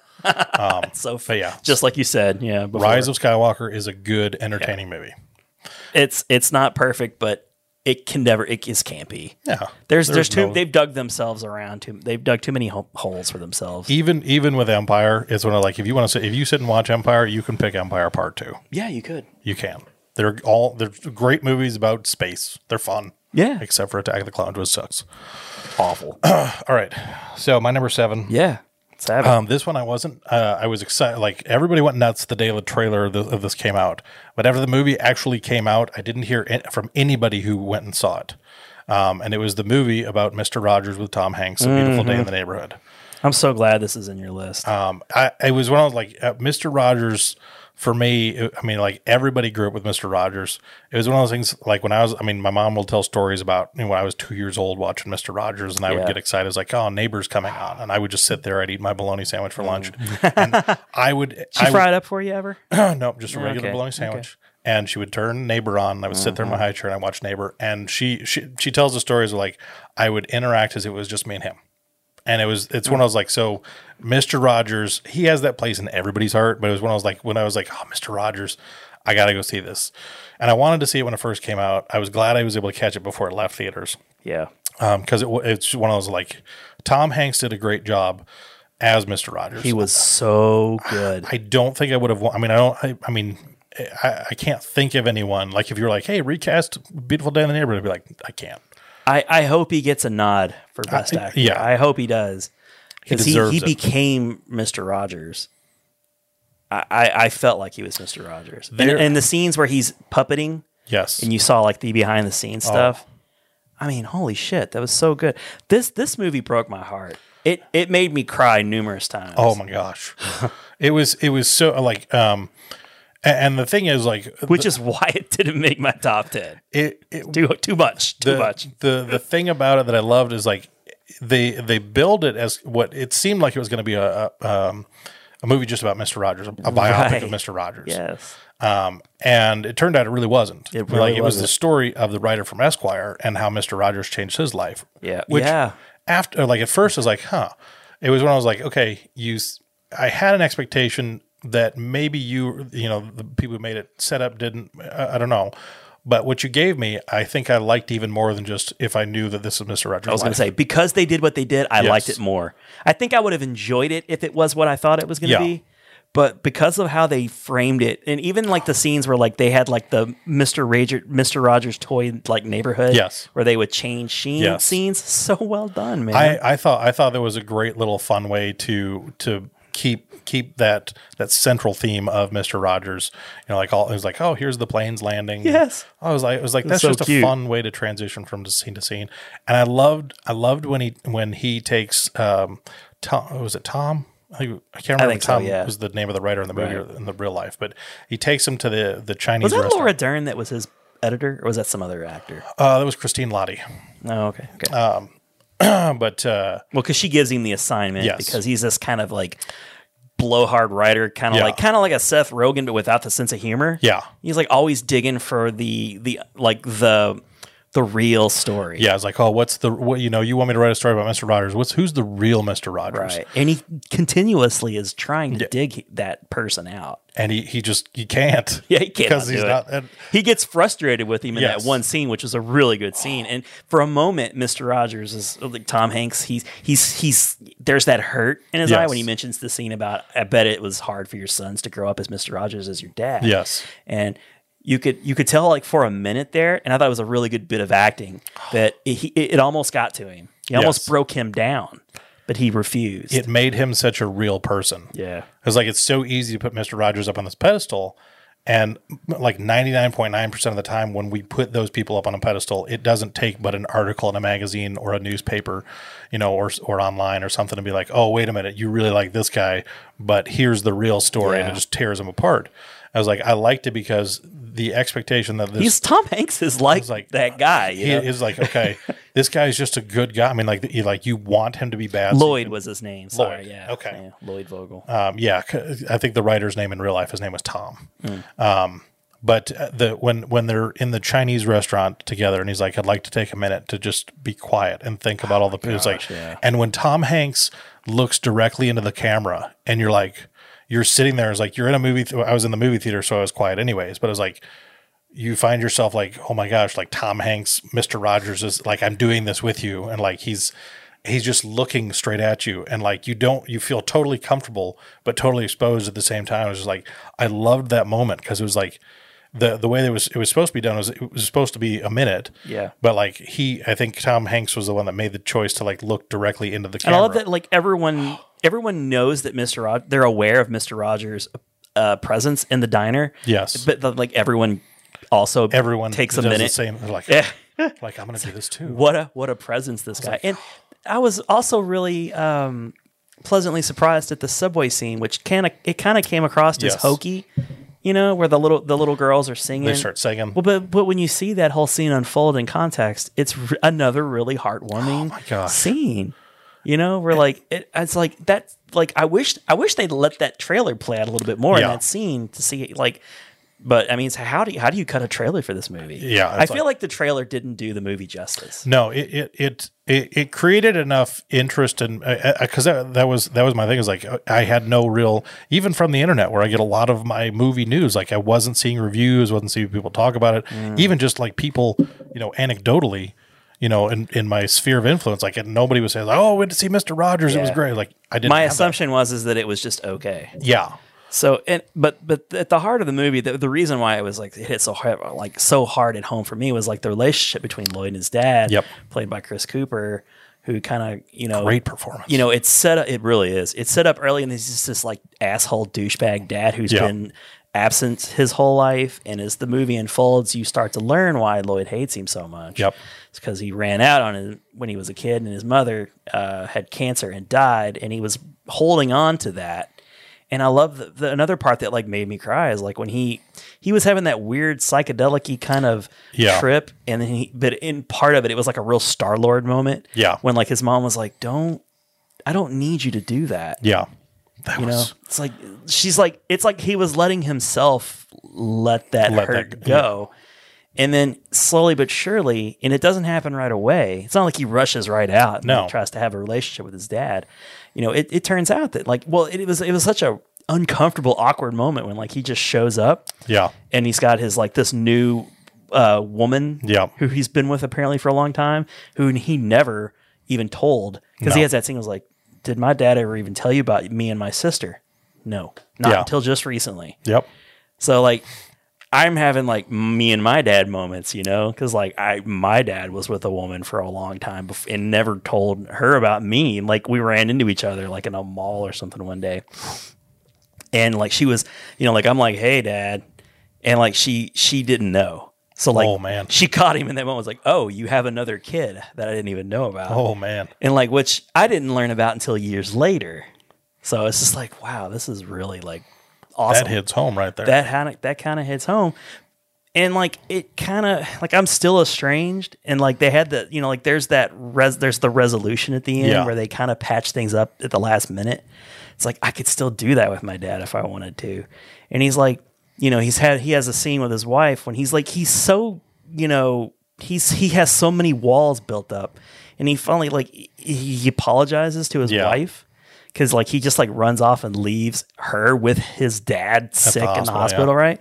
A: It's so fun.
B: yeah.
A: just like you said. Yeah, before.
B: Rise of Skywalker is a good, entertaining movie.
A: it's it's not perfect, but it can never. It is campy.
B: Yeah,
A: There's there's, too.
B: no-
A: They've dug themselves around. Too. They've dug too many ho- holes for themselves.
B: even even with Empire, it's one of like if you want to sit, if you sit and watch Empire, you can pick Empire Part Two.
A: yeah, you could.
B: You can. They're all they're great movies about space. They're fun.
A: Yeah.
B: except for Attack of the Clones, which sucks. Awful. all right, so my number seven.
A: Yeah, it's happening.
B: Um, this one I wasn't. Uh, I was excited. Like everybody went nuts the day the trailer of this, of this came out. But after the movie actually came out, I didn't hear it from anybody who went and saw it. Um, and it was the movie about Mister Rogers with Tom Hanks, A Beautiful Day in the
A: Mm-hmm.
B: Neighborhood.
A: I'm so glad this is in your list.
B: Um, I it was when I was like uh, Mister Rogers. For me, it- I mean, like everybody grew up with Mister Rogers. It was one of those things. Like when I was, I mean, my mom will tell stories about you know, when I was two years old watching Mister Rogers, and I would
A: Yeah.
B: get excited. It's like, oh, neighbors coming on, and I would just sit there. I'd eat my bologna sandwich for lunch, and I would.
A: Mm. she
B: I would-
A: fried up for you ever?
B: no, just a regular
A: okay, Mm-hmm.
B: bologna sandwich. And she would turn neighbor on. And I would sit there in my high chair and I watch neighbor. And she she she tells the stories of like I would interact as if it was just me and him. And it was it's when I was like so Mr. Rogers he has that place in everybody's heart. But it was when I was like when I was like oh Mr. Rogers I gotta go see this. And I wanted to see it when it first came out. I was glad I was able to catch it before it left theaters
A: yeah.
B: because it wa- it's one of those like Tom Hanks did a great job as Mr. Rogers.
A: He was so good.
B: I don't think I would have. wa- I mean, I don't. I, I mean, I, I can't think of anyone. Like, if you're like, hey, recast "Beautiful Day in the Neighborhood," I'd be like, I can't.
A: I, I hope he gets a nod for best actor.
B: yeah.
A: I hope he does. Because he,
B: deserves
A: he
B: it.
A: became Mr. Rogers. I, I, I felt like he was Mr. Rogers. And,
B: There-
A: and the scenes where he's puppeting
B: Yes,
A: and you saw like the behind the
B: Oh.
A: scenes stuff. I mean, holy shit, that was so good. This this movie broke my heart. It it made me cry numerous times.
B: Oh my gosh, it was it was so like um, a- and, the thing is like
A: which is why it didn't make my top ten.
B: it, it
A: Too too much. Too
B: the,
A: much.
B: The the thing about it that I loved is like they they build it as what it seemed like it was going to be a, a um a movie just about Mister Rogers, a, a biopic
A: Right.
B: of Mister Rogers.
A: Yes.
B: Um, and it turned out it really wasn't.
A: It really
B: like it was
A: wasn't.
B: the story of the writer from Esquire and how Mister Rogers changed his life.
A: Yeah.
B: Which
A: Yeah.
B: after like at first I was like, huh. It was when I was like, okay, you. s- I had an expectation that maybe you, you know, the people who made it set up didn't. I, I don't know. But what you gave me, I think I liked even more than just if I knew that this is Mister Rogers.
A: I was going to say because they did what they did, I liked
B: Yes.
A: it more. I think I would have enjoyed it if it was what I thought it was going to
B: Yeah.
A: be. But because of how they framed it, and even like the scenes where like they had like the Mister Rager, Mister Rogers toy like neighborhood,
B: Yes.
A: where they would change sheen,
B: Yes.
A: scenes, so well done, man.
B: I, I thought I thought that was a great little fun way to to keep keep that that central theme of Mister Rogers. You know, like all it was like, oh, here's the planes landing.
A: Yes.
B: I was like, it was like that's
A: so
B: just
A: cute.
B: a fun way to transition from scene to scene. And I loved I loved when he when he takes um Tom was it Tom. I think- I can't remember.
A: think
B: if
A: so,
B: Tom
A: yeah.
B: was the name of the writer in the movie or in the real life, but he takes him to the the Chinese
A: was that
B: restaurant.
A: Laura Dern that was his editor, or was that some other actor?
B: Uh, that was Christine Lottie.
A: Oh, okay, okay.
B: But uh,
A: well, because she gives him the assignment
B: Yes.
A: because he's this kind of like blowhard writer, kind of
B: Yeah.
A: like kind of like a Seth Rogen, but without the sense of humor.
B: yeah,
A: He's like always digging for the the like the the real story.
B: Yeah, it's like, oh, what's the what you know? You want me to write a story about Mister Rogers? What's who's the real Mister Rogers?
A: Right. And he continuously is trying to dig that person out.
B: And he he just he can't.
A: Yeah, he can't
B: because
A: do
B: he's
A: it.
B: not. And,
A: he gets frustrated with him in
B: Yes.
A: that one scene, which was a really good scene. And for a moment, Mister Rogers is uh, like Tom Hanks. He's he's he's there's that hurt in his eye
B: Yes.
A: when he mentions the scene about. I bet it was hard for your sons to grow up as Mister Rogers as your dad.
B: Yes.
A: and you could you could tell like for a minute there, and I thought it was a really good bit of acting that it, he, it, it almost got to him. He almost
B: Yes.
A: broke him down, but he refused.
B: it made him such a real person.
A: yeah,
B: It's like it's so easy to put Mister Rogers up on this pedestal, And like 99.9% of the time, when we put those people up on a pedestal, it doesn't take but an article in a magazine or a newspaper, you know, or, or online or something to be like, oh, wait a minute, you really like this guy, but here's the real story. And
A: Yeah.
B: it just tears them apart. I was like, I liked it because the expectation that this
A: He's Tom Hanks is like,
B: like,
A: that guy. You
B: he
A: know?
B: is like, okay, this guy's just a good guy. I mean, like, you, like you want him to be bad. so
A: Lloyd was his name. Sorry,
B: Lloyd,
A: yeah.
B: okay.
A: yeah, Lloyd Vogel.
B: um, yeah, c- I think the writer's name in real life, his name was Tom. Um, but uh, the when when they're in the Chinese restaurant together, and he's like, "I'd like to take a minute to just be quiet and think about all the." it's like,
A: yeah.
B: and when Tom Hanks looks directly into the camera, and you're like, you're sitting there, it's like you're in a movie. Th- I was in the movie theater, so I was quiet, anyways. But it was like. You find yourself like, oh my gosh, like Tom Hanks, Mr. Rogers is like, I'm doing this with you, and like he's he's just looking straight at you and like you don't you feel totally comfortable but totally exposed at the same time it was just like i loved that moment because it was like the the way that it was it was supposed to be done was it was supposed to be a minute
A: Yeah.
B: but like he i think tom hanks was the one that made the choice to like look directly into the
A: and
B: camera
A: I love that like everyone everyone knows that Mr. Rod- they're aware of Mr. Rogers' uh, presence in the diner.
B: Yes.
A: but the, like everyone also
B: everyone
A: takes a
B: does
A: minute.
B: the same they're like
A: Yeah.
B: like i'm gonna do this too
A: what a what a presence this guy and i was also really um pleasantly surprised at the subway scene which kind of it kind of came across as
B: Yes.
A: hokey you know where the little the little girls are singing
B: they start singing
A: well, but but when you see that whole scene unfold in context, it's r- another really heartwarming
B: Oh gosh.
A: scene. You know, we're like it, it's like that. Like I wish I wish they'd let that trailer play out a little bit more in
B: Yeah.
A: that scene to see it, like. But I mean, so how do you, how do you cut a trailer for this movie?
B: Yeah,
A: I
B: it's Mm,
A: feel like the trailer didn't do the movie justice.
B: No, it it it it, it created enough interest and because that, that was that was my thing is like uh, I had no real even from the internet where I get a lot of my movie news like I wasn't seeing reviews, wasn't seeing people talk about it,
A: Mm.
B: even just like people you know anecdotally. You know, in, in my sphere of influence, like and nobody was saying, like, "Oh, I went to see Mister Rogers. It was
A: Yeah.
B: great." Like I didn't.
A: My
B: have that.
A: assumption was is that it was just okay.
B: yeah,
A: So, and but but at the heart of the movie, the, the reason why it was like it hit so hard, like so hard at home for me was like the relationship between Lloyd and his dad,
B: Yep.
A: played by Chris Cooper, who kind of you know
B: great performance.
A: you know, it's set up. It really is. It's set up early, and he's just this like asshole douchebag dad who's
B: Yeah.
A: been absent his whole life. And as the movie unfolds, you start to learn why Lloyd hates him so much.
B: Yep.
A: it's because he ran out on him when he was a kid, and his mother uh, had cancer and died, and he was holding on to that. And I love the, the another part that like made me cry is like when he he was having that weird psychedelic kind of
B: Yeah.
A: trip, and then he but in part of it it was like a real Star Lord moment.
B: Yeah.
A: when like his mom was like, "Don't I don't need you to do that.
B: yeah, that
A: You know,
B: was
A: it's like she's like it's like he was letting himself let that
B: Let
A: hurt
B: that
A: go. And then slowly but surely, and it doesn't happen right away. It's not like he rushes right out and
B: No.
A: like, tries to have a relationship with his dad. You know, it, it turns out that like, well, it, it was it was such a uncomfortable, awkward moment when like he just shows up
B: yeah,
A: and he's got his like this new uh, woman
B: Yeah.
A: who he's been with apparently for a long time who he never even told because he
B: No.
A: has that scene was like did my dad ever even tell you about me and my sister no not
B: Yeah.
A: until just recently
B: yep,
A: so like i'm having like me and my dad moments you know because like i my dad was with a woman for a long time bef- and never told her about me And, like we ran into each other like in a mall or something one day and like she was you know like i'm like hey dad and like she she didn't know so like
B: Oh, man.
A: she caught him in that moment was like oh you have another kid that i didn't even know about
B: oh man,
A: and like which i didn't learn about until years later so it's just like wow this is really like awesome
B: that hits home right there.
A: that kind of that kind of hits home and like it kind of like i'm still estranged and like they had the you know like there's that res there's the resolution at the end
B: Yeah.
A: where they kind of patch things up at the last minute it's like i could still do that with my dad if i wanted to and he's like you know he's had he has a scene with his wife when he's like he's so you know he's he has so many walls built up and he finally like he- he apologizes to his
B: Yeah.
A: wife because like he just like runs off and leaves her with his dad sick in the
B: hospital, yeah.
A: hospital right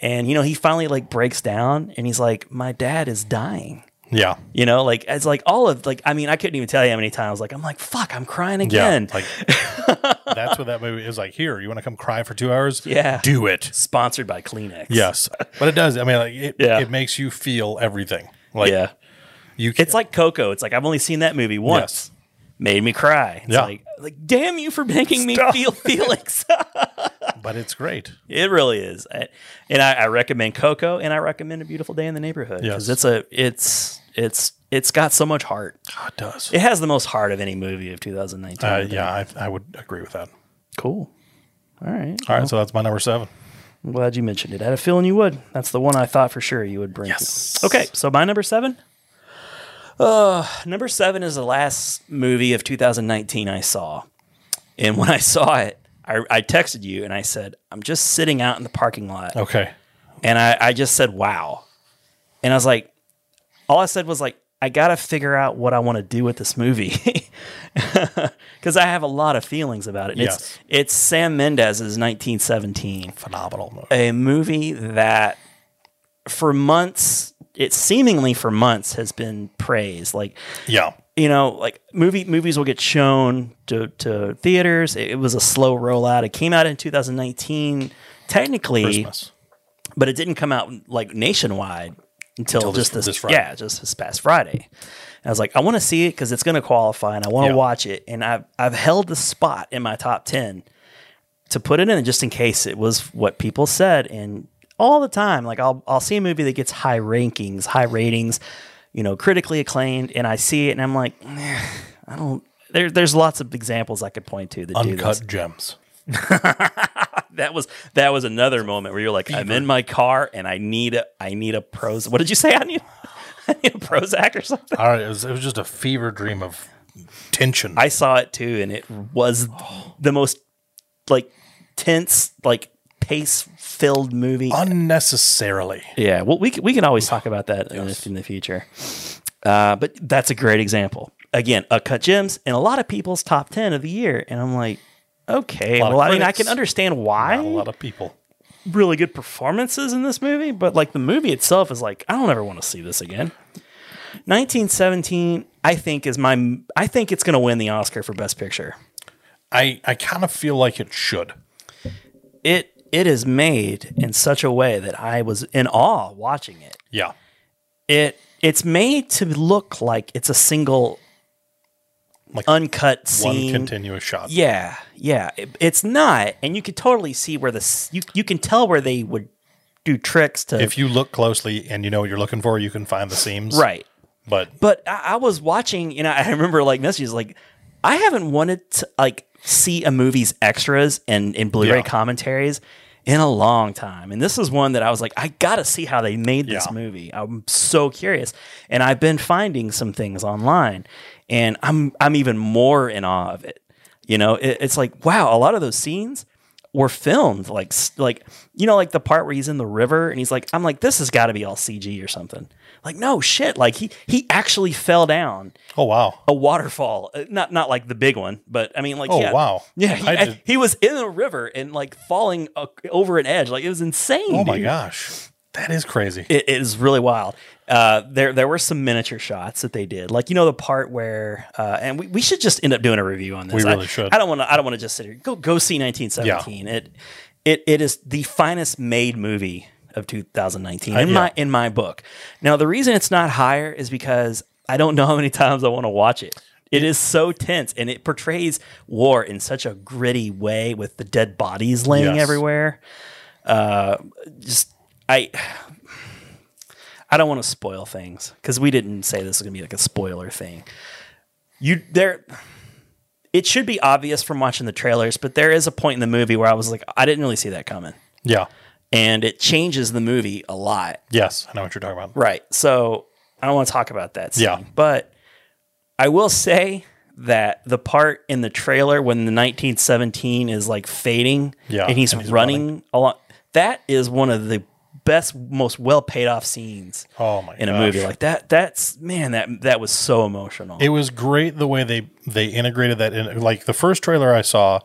A: and you know he finally like breaks down and he's like my dad is dying
B: yeah,
A: you know like it's like all of like i mean i couldn't even tell you how many times like i'm like fuck i'm crying
B: yeah,
A: again
B: like that's what that movie is like. Here, you want to come cry for two hours?
A: Yeah.
B: do it.
A: sponsored by kleenex
B: Yes, but it does. I mean, like it,
A: Yeah.
B: it makes you feel everything. Like
A: yeah
B: you, can,
A: it's like coco it's like i've only seen that movie once made me cry it's
B: Yeah.
A: like like damn you for making me feel feelings
B: but it's great.
A: It really is, I, and I, I recommend Coco, and I recommend A Beautiful Day in the Neighborhood because it's
B: Yes.
A: a it's it's it's got so much heart.
B: God, Oh, it does.
A: It has the most heart of any movie of 2019. I
B: Uh,
A: think.
B: yeah, I, I would agree with that.
A: cool. All right,
B: All right, so that's my number seven.
A: I'm glad you mentioned it. I had a feeling you would. That's the one I thought for sure you would bring.
B: Yes.
A: Okay, so my number seven. Uh, number seven is the last movie of 2019 I saw, and when I saw it, I, I texted you and I said, "I'm just sitting out in the parking lot."
B: Okay.
A: and I, I just said wow and i was like all i said was like i gotta figure out what i want to do with this movie because i have a lot of feelings about it And
B: Yes.
A: it's, it's sam mendes's 1917
B: Phenomenal movie.
A: a movie that for months it seemingly for months has been praised like
B: Yeah.
A: you know, like movie movies will get shown to, to theaters. It, it was a slow rollout. It came out in 2019, technically,
B: Christmas.
A: but it didn't come out like nationwide until,
B: Until this-
A: just this,
B: this Friday.
A: yeah, just this past Friday. And I was like, I want to see it because it's going to qualify, and I want to
B: Yeah.
A: watch it. And I've I've held the spot in my top ten to put it in just in case it was what people said. And all the time, like I'll I'll see a movie that gets high rankings, high ratings, you know, critically acclaimed, and I see it, and I'm like, I don't. There, there's lots of examples I could point to that do this
B: Uncut gems.
A: that was that was another moment where you're like, I'm in my car and I need a I need a pros. What did you say? I need, I need a Prozac or something.
B: All right, it was, it was just a fever dream of tension.
A: I saw it too, and it was the most like tense, like pace filled movie.
B: Unnecessarily.
A: yeah, well, we c- we can always talk about that in, the, in the future. Uh, but that's a great example. Again, a cut gems in a lot of people's top ten of the year, and I'm like, okay,
B: lot of
A: well, I mean, I
B: critics.
A: can understand why.
B: Not a lot of people.
A: really good performances in this movie, but like the movie itself is like I don't ever want to see this again. 1917, I think is my I think it's going to win the Oscar for Best Picture.
B: I, I kind of feel like it should.
A: It it is made in such a way that I was in awe watching it.
B: Yeah.
A: It it's made to look like it's a single
B: Like
A: uncut
B: one
A: scene.
B: continuous shot.
A: Yeah, yeah, It- it's not, and you can totally see where this you you can tell where they would do tricks to
B: If you look closely and you know what you're looking for, you can find the seams.
A: right.
B: But
A: but I, I was watching and I, I remember like messages like I haven't wanted to like see a movie's extras and in Blu-ray
B: Yeah.
A: commentaries in a long time. And this is one that I was like, I gotta see how they made this
B: Yeah.
A: movie. I'm so curious. And I've been finding some things online and I'm I'm even more in awe of it. You know, it, it's like, wow, a lot of those scenes were filmed like s- like you know like the part where he's in the river and he's like I'm like this has got to be all CG or something. Like no shit, like he he actually fell down
B: oh wow.
A: a waterfall. Uh, Not not like the big one, but I mean like
B: Oh
A: yeah.
B: wow.
A: Yeah, he,
B: I
A: I-
B: did-
A: he was in a river and like falling uh, over an edge. Like it was insane.
B: oh my
A: dude.
B: gosh. That is crazy.
A: It, it is really wild. Uh, there there were some miniature shots that they did, like you know the part where, uh, and we, we should just end up doing a review on this.
B: We really
A: I,
B: should.
A: I don't want to. I don't want to just sit here. Go go see 1917. It it it is the finest made movie of 2019 in
B: yeah.
A: my in my book. Now the reason it's not higher is because I don't know how many times I want to watch it. It is so tense, and it portrays war in such a gritty way with the dead bodies laying
B: Yes.
A: everywhere. Uh, just I. I don't want to spoil things because we didn't say this is going to be like a spoiler thing. You there, it should be obvious from watching the trailers, but there is a point in the movie where I was like, I didn't really see that coming,
B: yeah.
A: and it changes the movie a lot.
B: Yes. I know what you're talking about.
A: Right. So I don't want to talk about that. scene.
B: Yeah.
A: But I will say that the part in the trailer when the 1917 is like fading
B: Yeah,
A: and he's,
B: and he's
A: running, along, that is one of the best, most well paid off scenes
B: Oh my
A: in a
B: gosh.
A: movie like that. That's, man, that that was so emotional.
B: It was great the way they they integrated that in. Like the first trailer I saw,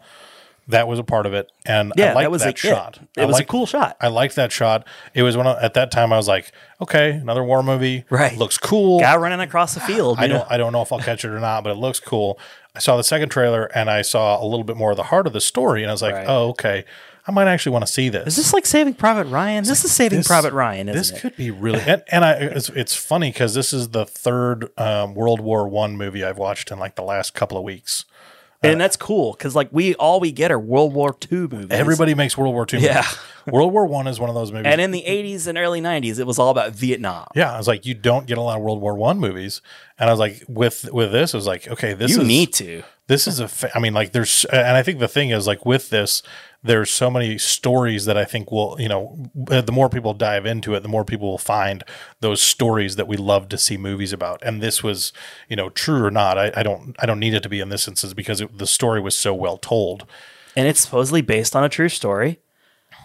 B: that was a part of it, and
A: Yeah,
B: I
A: that
B: liked that,
A: was like it.
B: shot.
A: It
B: I
A: was a
B: liked-
A: cool shot.
B: I liked that shot. It was when I, at that time I was like, okay, another war movie,
A: Right.
B: Looks cool.
A: Guy running across the field.
B: I
A: you know?
B: don't I don't know if I'll catch it or not, but it looks cool. I saw the second trailer and I saw a little bit more of the heart of the story, and I was like,
A: Right.
B: oh okay, I might actually want to see this.
A: Is this like Saving Private Ryan? This is Saving
B: This-
A: Private Ryan, isn't
B: this
A: it?
B: could be really and, and I it's, it's funny because this is the third um, World War One movie I've watched in like the last couple of weeks.
A: and that's cool because like we all we get are World War II movies.
B: Everybody makes World War II.
A: Yeah.
B: movies. World War One is one of those movies.
A: and in the '80s and early '90s, it was all about Vietnam.
B: yeah, I was like, you don't get a lot of World War One movies, and I was like, with with this, I was like, okay, this
A: you
B: is
A: need to.
B: this is a fa- i mean like there's and i think the thing is like with this there's so many stories that i think will you know uh, the more people dive into it the more people will find those stories that we love to see movies about and this was you know true or not i, I don't i don't need it to be in this instance because it, the story was so well told
A: and it's supposedly based on a true story.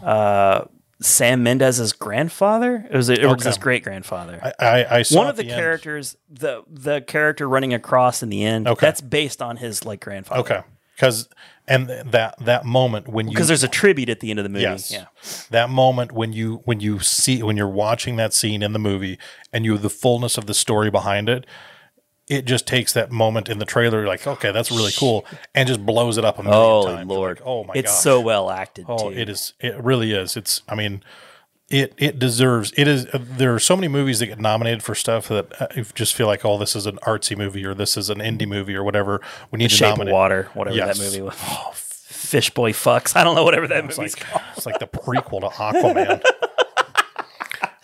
A: Uh, Sam Mendes's grandfather, it was it was his
B: Okay.
A: great grandfather.
B: i i, I saw
A: One
B: at
A: of the,
B: end-
A: characters, the the character running across in the end,
B: Okay.
A: that's based on his like grandfather.
B: okay because and that that moment when you
A: because there's a tribute at the end of the movie.
B: Yes.
A: Yeah,
B: That moment when you when you see when you're watching that scene in the movie and you have the fullness of the story behind it, it just takes that moment in the trailer, you're like, okay, that's really cool, and just blows it up a million
A: Holy
B: times.
A: lord!
B: Like, oh my god.
A: it's so well acted.
B: Oh,
A: too.
B: it is. It really is. It's. I mean, it it deserves. It is. There are so many movies that get nominated for stuff that I just feel like, oh, this is an artsy movie or this is an indie movie or whatever. We need to
A: Shape
B: nominate.
A: of Water, whatever
B: Yes.
A: that movie was. Oh, Fish Boy fucks. I don't know whatever that movie's
B: It's like,
A: called.
B: it's like the prequel to Aquaman.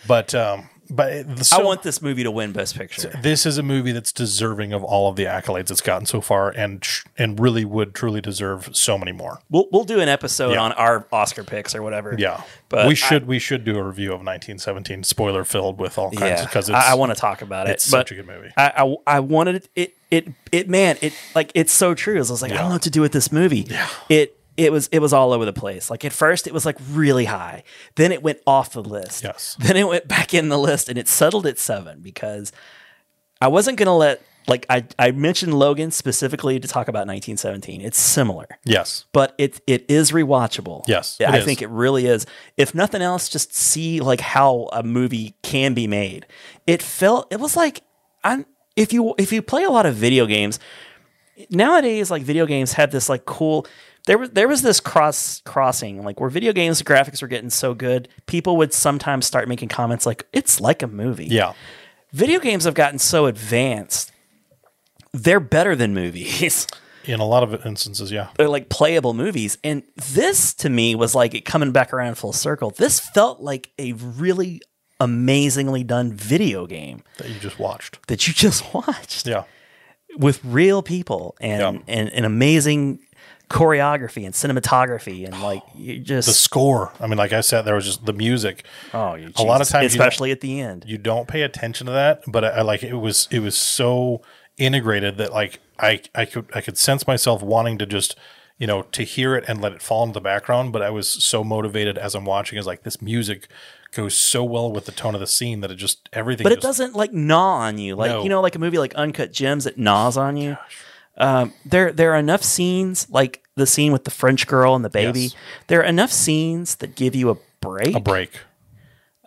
B: but um, but it- so
A: I want this movie to win Best Picture.
B: this is a movie that's deserving of all of the accolades it's gotten so far, and tr- and really would truly deserve so many more.
A: We'll we'll do an episode
B: Yeah.
A: on our Oscar picks or whatever.
B: Yeah,
A: but
B: we
A: I-
B: should we should do a review of 1917, spoiler filled with all kinds
A: yeah,
B: because
A: I, I want to talk about it.
B: it's
A: but
B: such a good movie.
A: I, I I wanted it, it it it man it like it's so true. I was like I don't know what to do with this movie. It it was it was all over the place. Like at first it was like really high, then it went off the list.
B: Yes.
A: Then it went back in the list and it settled at seven because I wasn't gonna let like I I mentioned Logan specifically to talk about 1917. It's similar.
B: yes.
A: But it it is rewatchable.
B: Yes,
A: Yeah,
B: it
A: I
B: is.
A: think it really is. If nothing else, just see like how a movie can be made. It felt it was like I'm if you if you play a lot of video games nowadays, like video games have this like cool. There was there was this cross crossing like where video games graphics were getting so good, people would sometimes start making comments like it's like a movie
B: Yeah.
A: video games have gotten so advanced they're better than movies
B: In a lot of instances, yeah.
A: they're like playable movies and this to me was like it coming back around full circle this felt like a really amazingly done video game
B: That you just watched.
A: that you just watched
B: Yeah.
A: with real people and,
B: Yeah.
A: and and amazing choreography and cinematography and like you just
B: The score. I mean, like I said, there was just the music.
A: oh
B: a lot of
A: Jesus.
B: times you don't-
A: especially at the end
B: you don't pay attention to that but I, I like it was it was so integrated that like i i could i could sense myself wanting to just you know to hear it and let it fall into the background but i was so motivated as i'm watching is like this music goes so well with the tone of the scene that it just everything
A: but it
B: just-
A: doesn't like gnaw on you like
B: No.
A: you know like a movie like uncut gems it gnaws on you um, there there are enough scenes like the scene with the french girl and the baby
B: Yes.
A: there are enough scenes that give you a break,
B: a break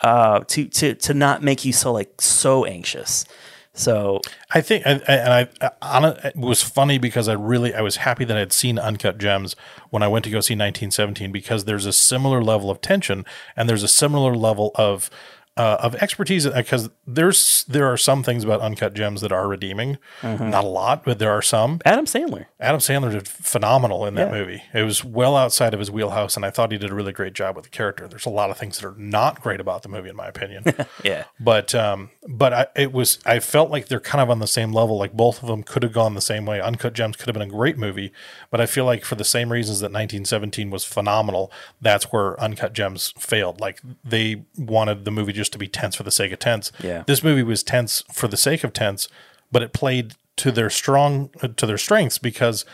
A: Uh, to to to not make you so like so anxious so
B: I think, and and I, I hon- it was funny because I really, I was happy that I'd seen Uncut Gems when I went to go see 1917 because there's a similar level of tension and there's a similar level of uh, of expertise because there's there are some things about Uncut Gems that are redeeming, not a lot, but there are some.
A: adam sandler
B: Adam Sandler did phenomenal in that
A: Yeah.
B: movie. It was well outside of his wheelhouse, and I thought he did a really great job with the character. There's a lot of things that are not great about the movie, in my opinion.
A: yeah
B: but um but I, it was i felt like they're kind of on the same level like both of them could have gone the same way uncut gems could have been a great movie but i feel like for the same reasons that 1917 was phenomenal that's where uncut gems failed like they wanted the movie just to be tense for the sake of tense
A: Yeah.
B: this movie was tense for the sake of tense but it played to their strong uh, to their strengths because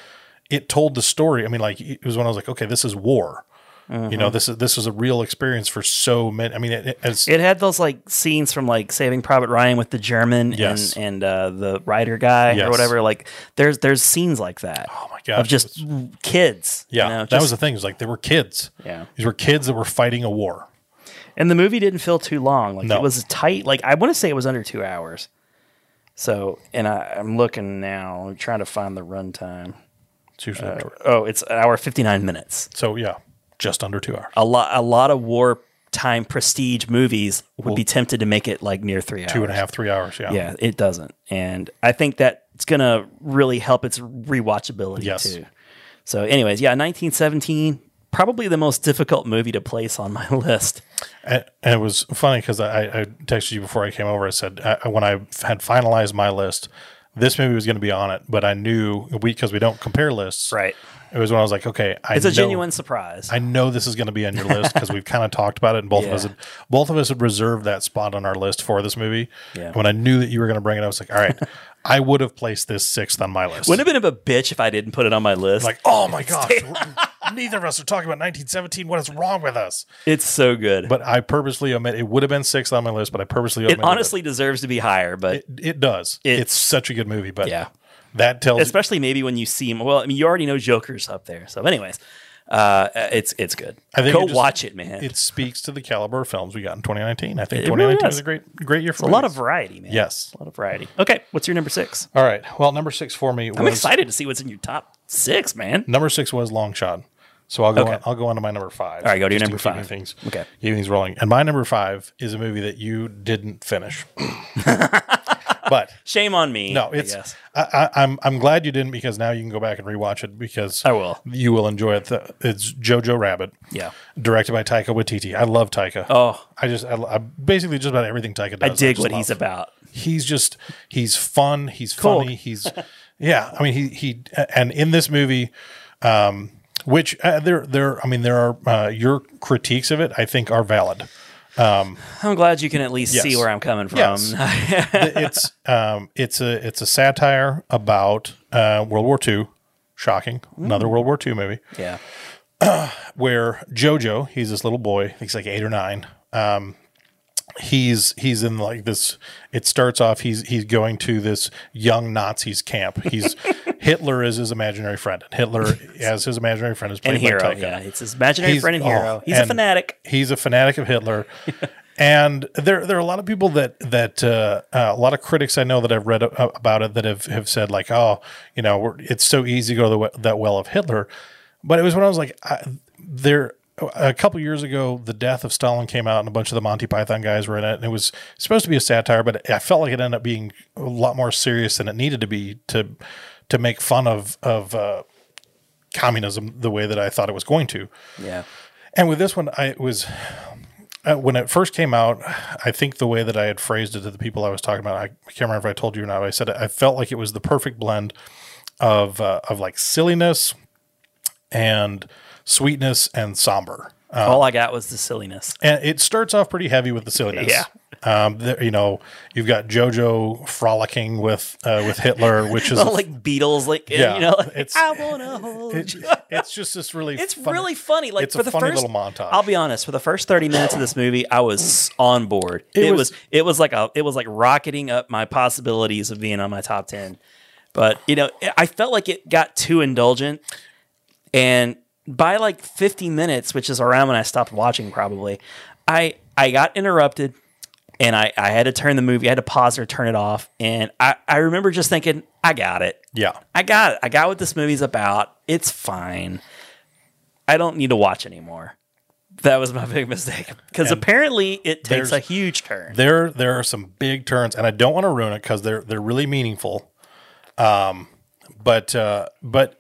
B: it told the story i mean like it was when i was like okay this is war You
A: Mm-hmm.
B: know, this is this is a real experience for so many. I mean, it, it's,
A: it had those like scenes from like Saving Private Ryan with the German
B: Yes.
A: and and uh, the writer guy
B: Yes.
A: or whatever. Like there's there's scenes like that oh
B: my gosh,
A: of just kids. you
B: Yeah,
A: know,
B: that
A: just-
B: was the thing. It was like they were kids.
A: Yeah.
B: these were kids that were fighting a war.
A: And the movie didn't feel too long. Like
B: No.
A: it was tight. Like I want to say it was under two hours. So, and I, I'm looking now, I'm trying to find the runtime.
B: It's usually up to-
A: Oh, it's an hour fifty nine minutes.
B: so yeah, just under two hours,
A: A lot, a lot of war time prestige movies would be tempted to make it like near three hours.
B: two and a half, three hours. Yeah,
A: Yeah, it doesn't, and I think that it's gonna really help its rewatchability
B: Yes.
A: too. So, anyways, yeah, 1917, probably the most difficult movie to place on my list.
B: And and it was funny because I, I texted you before I came over. I said I, when I had finalized my list, this movie was going to be on it, but I knew we because we don't compare lists.
A: Right.
B: It was when I was like, okay, I
A: It's a
B: know-
A: genuine surprise.
B: I know this is going to be on your list because we've kind of talked about it, and both of us
A: Yeah.
B: had, both of us had reserved that spot on our list for this movie.
A: Yeah.
B: When I knew that you were going to bring it, I was like, all right, I would have placed this sixth on my list.
A: Wouldn't have been a bitch if I didn't put it on my list.
B: like, oh my gosh, neither of us are talking about 1917. What is wrong with us?
A: it's so good.
B: But I purposely omit. It would have been sixth on my list, but I purposely
A: it
B: omitted
A: honestly deserves to be higher, but
B: It, it does.
A: It-
B: it's such a good movie, but
A: Yeah.
B: that tells
A: especially maybe when you see him. Well, I mean, you already know Joker's up there. So, anyways, uh, it's it's good.
B: I think
A: Go
B: it just-
A: watch it, man.
B: it speaks to the caliber of films we got in 2019. I think
A: It really
B: 2019
A: does.
B: was a great great year for
A: a lot of
B: movies.
A: variety, man.
B: yes.
A: a lot of variety. Okay, what's your number six?
B: All right. Well, number six for me.
A: I'm
B: was,
A: excited to see what's in your top six, man.
B: Number six was Long Shot. So I'll go.
A: Okay.
B: On, I'll go on to my number five.
A: All right, go to your
B: just
A: number
B: keep
A: five.
B: Things,
A: Okay.
B: keep things rolling. And my number five is a movie that you didn't finish, but
A: Shame on me.
B: No,
A: I
B: it's.
A: guess.
B: I I, I'm I'm glad you didn't because now you can go back and rewatch it because
A: I will.
B: You will enjoy it. The- It's Jojo Rabbit.
A: Yeah.
B: Directed by Taika Waititi. I love Taika.
A: Oh.
B: I just I, I basically just about everything Taika
A: I
B: does.
A: dig
B: just
A: what
B: love.
A: he's about.
B: He's just he's fun. He's
A: Cool.
B: funny. He's yeah. I mean he he and in this movie. Um, which uh, there, there. I mean, there are uh, your critiques of it. I think are valid.
A: I'm glad you can at least see
B: Yes.
A: where I'm coming from.
B: Yes. it's um, it's a it's a satire about uh, World War II. Shocking, another World War II movie
A: yeah.
B: where Jojo, he's this little boy, I think he's like eight or nine. Um, he's he's in like this. It starts off he's he's going to this young Nazis camp. He's Hitler is his imaginary friend. and Hitler as his imaginary friend is played
A: And hero.
B: by Taika.
A: Yeah. It's his imaginary friend and
B: oh,
A: hero. He's a
B: and
A: fanatic.
B: He's a fanatic of Hitler. and there there are a lot of people that that uh, uh, a lot of critics I know that I've read a- about it that have have said like, oh, you know, we're, it's so easy to go the we- that well of Hitler. But it was when I was like, I, there. A couple years ago, the death of Stalin came out, and a bunch of the Monty Python guys were in it. And it was supposed to be a satire, but I felt like it ended up being a lot more serious than it needed to be to to make fun of of uh, communism the way that I thought it was going to.
A: Yeah.
B: And with this one, I it was uh, when it first came out. I think the way that I had phrased it to the people I was talking about, I can't remember if I told you or not. but I said I felt like it was the perfect blend of uh, of like silliness and sweetness and somber. Uh,
A: All I got was the silliness.
B: and it starts off pretty heavy with the silliness.
A: Yeah.
B: Um, there, you know, you've got JoJo frolicking with uh, with Hitler, which is
A: like Beatles, like
B: Yeah,
A: you know, like,
B: it's-
A: I wanna hold
B: it-
A: you.
B: it's just this really
A: It's really funny. Like
B: it's
A: for
B: a
A: the
B: funny
A: first,
B: little montage.
A: I'll be honest. For the first thirty minutes of this movie, I was on board. It, was,
B: was-
A: it was like a it was like rocketing up my possibilities of being on my top ten. But you know, I- I felt like it got too indulgent, and by like fifty minutes, which is around when I stopped watching, probably, I I got interrupted, and I I had to turn the movie. I had to pause or turn it off, and I I remember just thinking, I got it.
B: yeah.
A: I got it. I got what this movie's about. It's fine. I don't need to watch anymore. That was my big mistake because apparently it takes
B: there's-
A: a huge turn.
B: There, there are some big turns, and I don't want to ruin it because they're they're really meaningful. Um, but uh, but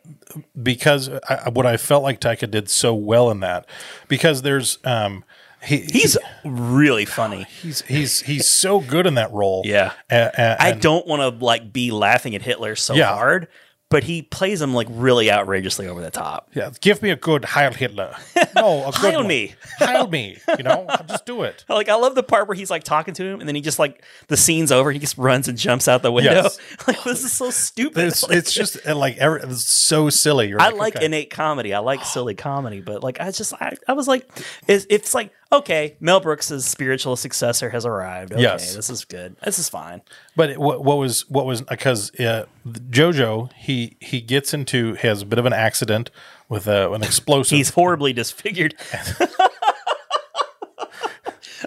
B: because I, what I felt like Taika did so well in that, because there's um, he,
A: He's really funny.
B: he's he's he's so good in that role.
A: Yeah.
B: A- a-
A: I
B: and-
A: don't want to like be laughing at Hitler so
B: Yeah.
A: hard, but he plays him like really outrageously over the top.
B: yeah, give me a good Heil Hitler. No, a good
A: Heil
B: one.
A: me.
B: Heil me. You know, just do it.
A: Like I love the part where he's like talking to him, and then he just like the scene's over. He just runs and jumps out the window.
B: Yes.
A: like this is so stupid.
B: It's, it's just uh, like every, it's so silly. You're
A: I like
B: okay.
A: innate comedy. I like silly comedy, but like I just I, I was like, it's, it's like okay, Mel Brooks' spiritual successor has arrived. Okay,
B: Yes.
A: this is good. This is fine.
B: But it- what, what was what was because uh, JoJo he he gets into he has a bit of an accident with uh, an explosive.
A: He's horribly disfigured.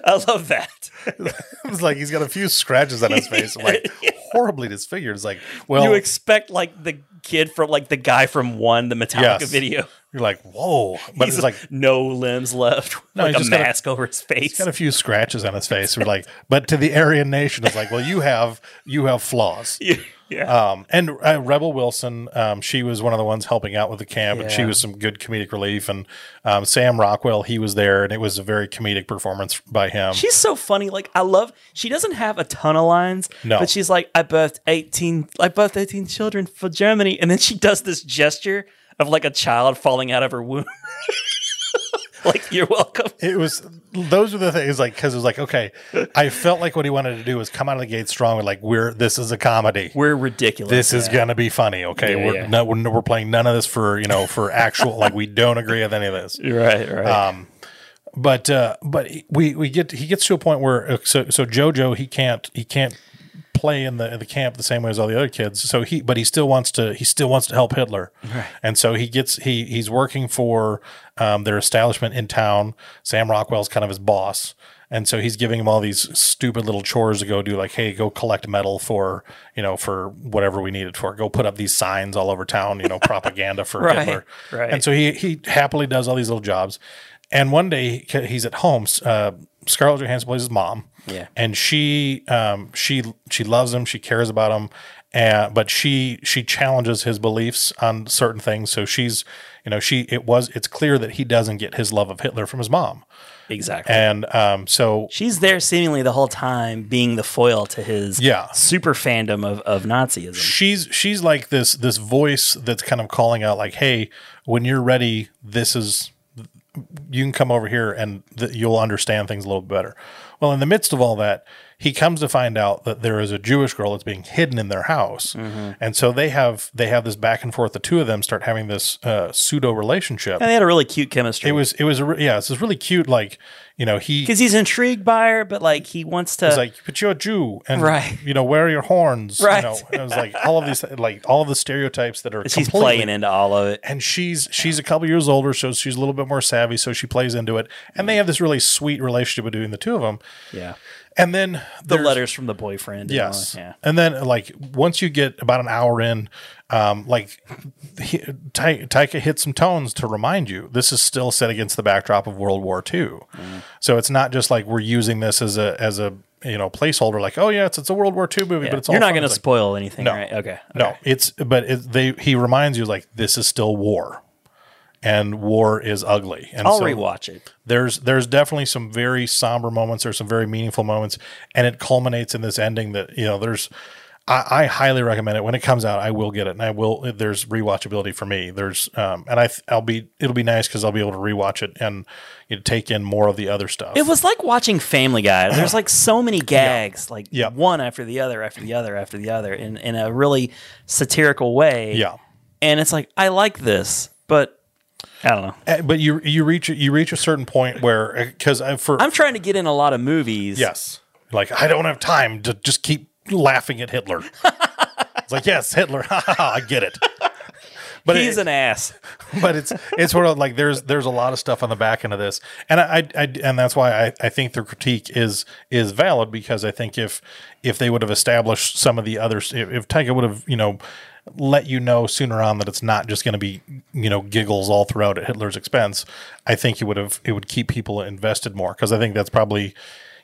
A: I love that.
B: it's like he's got a few scratches on his face, like horribly disfigured. It's like well,
A: you expect like the kid from like the guy from one the Metallica
B: Yes.
A: video.
B: you're like whoa, but
A: He's
B: it's like
A: no limbs left,
B: No,
A: like
B: he's
A: a
B: just got a-
A: mask over his face.
B: he's got a few scratches on his face. We're like, but to the Aryan nation, it's like well, you have you have flaws.
A: You- Yeah.
B: Um, and uh, Rebel Wilson, um, she was one of the ones helping out with the camp, and she
A: Yeah.
B: was some good comedic relief. And um, Sam Rockwell, he was there, and it was a very comedic performance by him.
A: She's so funny. Like I love. She doesn't have a ton of lines.
B: No.
A: But she's like, I birthed eighteen. I birthed eighteen children for Germany, and then she does this gesture of like a child falling out of her womb. like you're welcome.
B: it was those were the things like because it was like okay, I felt like what he wanted to do was come out of the gate strong with like we're this is a comedy.
A: We're ridiculous.
B: this is gonna be funny, okay?
A: Yeah,
B: we're,
A: yeah.
B: No, we're we're playing none of this for you know for actual like we don't agree with any of this.
A: right. Right.
B: Um, but uh, but he- we we get he gets to a point where uh, so so Jojo he can't he can't play in the in the camp the same way as all the other kids. So he but he still wants to he still wants to help Hitler. Right. And so he gets he he's working for um, their establishment in town. Sam Rockwell's kind of his boss. And so he's giving him all these stupid little chores to go do, like, hey, go collect metal for, you know, for whatever we need it for. Go put up these signs all over town, you know, propaganda for
A: Right,
B: Hitler.
A: right.
B: And so he he happily does all these little jobs. And one day he- he's at home. Uh, Scarlett Johansson plays his mom.
A: Yeah.
B: And she um she she loves him. She cares about him. And but she she challenges his beliefs on certain things. So she's you know she it was it's clear that he doesn't get his love of Hitler from his mom.
A: exactly.
B: And um so
A: She's there seemingly the whole time being the foil to his
B: Yeah.
A: super fandom of, of Nazism.
B: she's she's like this this voice that's kind of calling out like hey when you're ready this is you can come over here and th- you'll understand things a little better well in the midst of all that he comes to find out that there is a jewish girl that's being hidden in their house
A: Mm-hmm.
B: and so they have they have this back and forth the two of them start having this uh, pseudo relationship
A: And they had a really cute chemistry.
B: it was it was a re- yeah it's this really cute like you know he
A: because he's intrigued by her, but like he wants to.
B: was like, but you're a Jew, and
A: Right.
B: you know, wear your horns,
A: Right.
B: You know, and it was like all of these, like all of the stereotypes that are.
A: she's
B: completely-
A: playing into all of it.
B: and she's she's a couple years older, so she's a little bit more savvy, so she plays into it, and they have this really sweet relationship between the two of them.
A: Yeah.
B: And then
A: The
B: letter.
A: letters from the boyfriend. and all
B: Yes.
A: that, Yeah.
B: And then like once you get about an hour in, um, like he, Ty, Taika hits some tones to remind you this is still set against the backdrop of World War II.
A: Mm-hmm.
B: So it's not just like we're using this as a as a you know placeholder. Like oh yeah, it's it's a World War II movie,
A: Yeah.
B: but it's all
A: You're not
B: fun.
A: going to
B: It's like,
A: spoil anything,
B: No.
A: right? Okay.
B: No, it's but it, they he reminds you like this is still war, and war is ugly. And
A: I'll
B: so-
A: rewatch it.
B: there's there's definitely some very somber moments or some very meaningful moments and it culminates in this ending that you know there's I, I highly recommend it when it comes out I will get it and I will there's rewatchability for me there's um and I th- I'll be it'll be nice because I'll be able to rewatch it and you know, take in more of the other stuff
A: It was like watching Family Guy. There's like so many gags, like
B: Yeah.
A: one after the other, after the other, after the other, in, in a really satirical way.
B: yeah
A: And it's like, I like this, but I don't know.
B: Uh, but you you reach you reach a certain point where because I for
A: I'm trying to get in a lot of movies.
B: yes like I don't have time to just keep laughing at Hitler it's like yes Hitler I get it but
A: He's
B: it-
A: an ass.
B: but it's it's sort of like there's there's a lot of stuff on the back end of this, and I, I, I and that's why I, I think their critique is is valid because I think if if they would have established some of the others, if, if Taika would have you know let you know sooner on that it's not just going to be you know giggles all throughout at Hitler's expense, I think it would have it would keep people invested more because I think that's probably.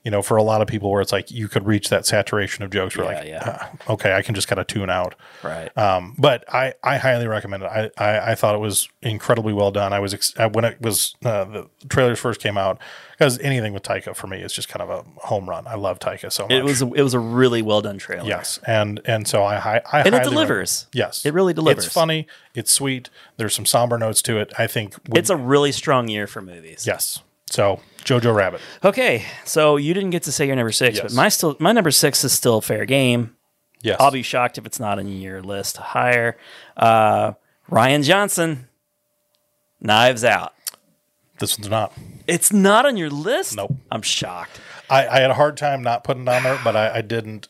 B: You know, for a lot of people, where it's like you could reach that saturation of jokes, where
A: Yeah,
B: like,
A: yeah.
B: "Uh, okay, I can just kind of tune out.
A: Right.
B: Um, but I, I highly recommend it. I, I, I thought it was incredibly well done. I was ex- I, when it was uh, the trailers first came out because anything with Taika for me is just kind of a home run. I love Taika so much.
A: It was a, it was a really well done trailer.
B: yes, and and so I hi- I
A: And it
B: highly
A: delivers.
B: rec- yes,
A: It really delivers.
B: It's funny. It's sweet. There's some somber notes to it. I think would-
A: It's a really strong year for movies.
B: yes. So Jojo Rabbit.
A: Okay, so you didn't get to say your number six,
B: Yes.
A: but my still my number six is still fair game.
B: Yes,
A: I'll be shocked if it's not in your list higher. Uh, Ryan Johnson, Knives Out.
B: this one's not.
A: It's not on your list.
B: Nope.
A: I'm shocked.
B: I, I had a hard time not putting it on there, but I, I didn't.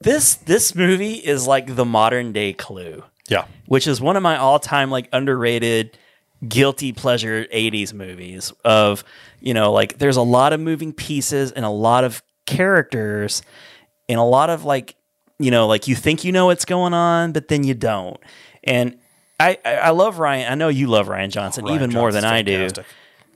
A: This this movie is like the modern day Clue,
B: Yeah,
A: which is one of my all time like underrated guilty pleasure 80s movies of you know like there's a lot of moving pieces and a lot of characters and a lot of like you know like you think you know what's going on but then you don't and i i, I love ryan i know you love ryan johnson even more than
B: Johnson's
A: i do
B: fantastic.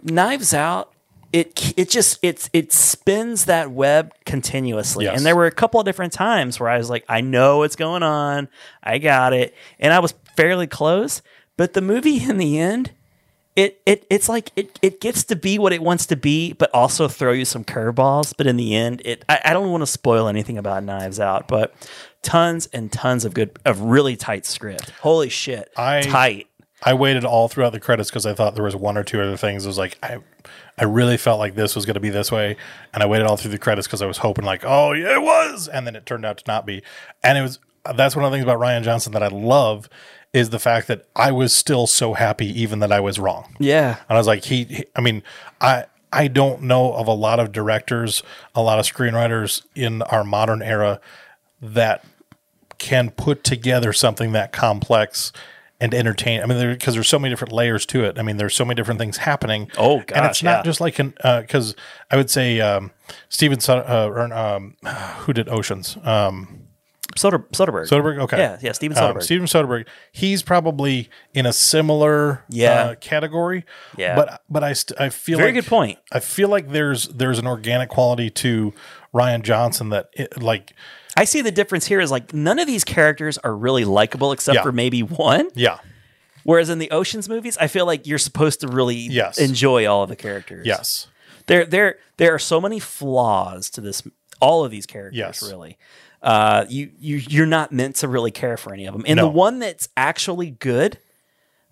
A: knives out it it just it's it spins that web continuously.
B: Yes.
A: And there were a couple of different times where I was like, I know what's going on, I got it, and I was fairly close. But the movie in the end, it it it's like it it gets to be what it wants to be, but also throw you some curveballs. But in the end, it I, I don't want to spoil anything about Knives Out, but tons and tons of good of really tight script. Holy shit,
B: I-
A: tight.
B: I waited all throughout the credits because I thought there was one or two other things. It was like I, I really felt like this was going to be this way, and I waited all through the credits because I was hoping like, oh yeah, it was, and then it turned out to not be. And it was that's one of the things about Ryan Johnson that I love is the fact that I was still so happy even that I was wrong.
A: Yeah,
B: And I was like, he, he- I mean, I, I don't know of a lot of directors, a lot of screenwriters in our modern era that can put together something that complex and entertain. I mean, because there's so many different layers to it. I mean, there's so many different things happening.
A: Oh,
B: and it's
A: gosh,
B: not
A: yeah.
B: just like an because I would say um, Steven Son- uh, or, um, who did Oceans. Um,
A: Soder, Soderbergh.
B: Soderbergh. Okay. Um,
A: Yeah, yeah, Steven Soderbergh.
B: Steven Soderbergh. He's probably in a similar
A: Yeah.
B: uh, category.
A: Yeah.
B: But but I st- I feel
A: Very
B: like-
A: good point.
B: I feel like there's there's an organic quality to Ryan Johnson that it, like
A: I see the difference here is like none of these characters are really likable except
B: Yeah.
A: for maybe one.
B: yeah
A: Whereas in the Ocean's movies, I feel like you're supposed to really
B: Yes.
A: enjoy all of the characters.
B: yes
A: There there there are so many flaws to this all of these characters
B: Yes.
A: really. Uh you you you're not meant to really care for any of them. And
B: No.
A: the one that's actually good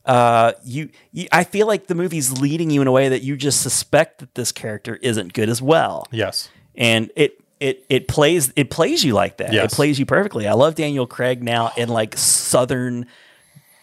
A: uh you, you I feel like the movie's leading you in a way that you just suspect that this character isn't good as well
B: yes
A: and it it it plays it plays you like that.
B: Yes.
A: It plays you perfectly. I love Daniel Craig now in like southern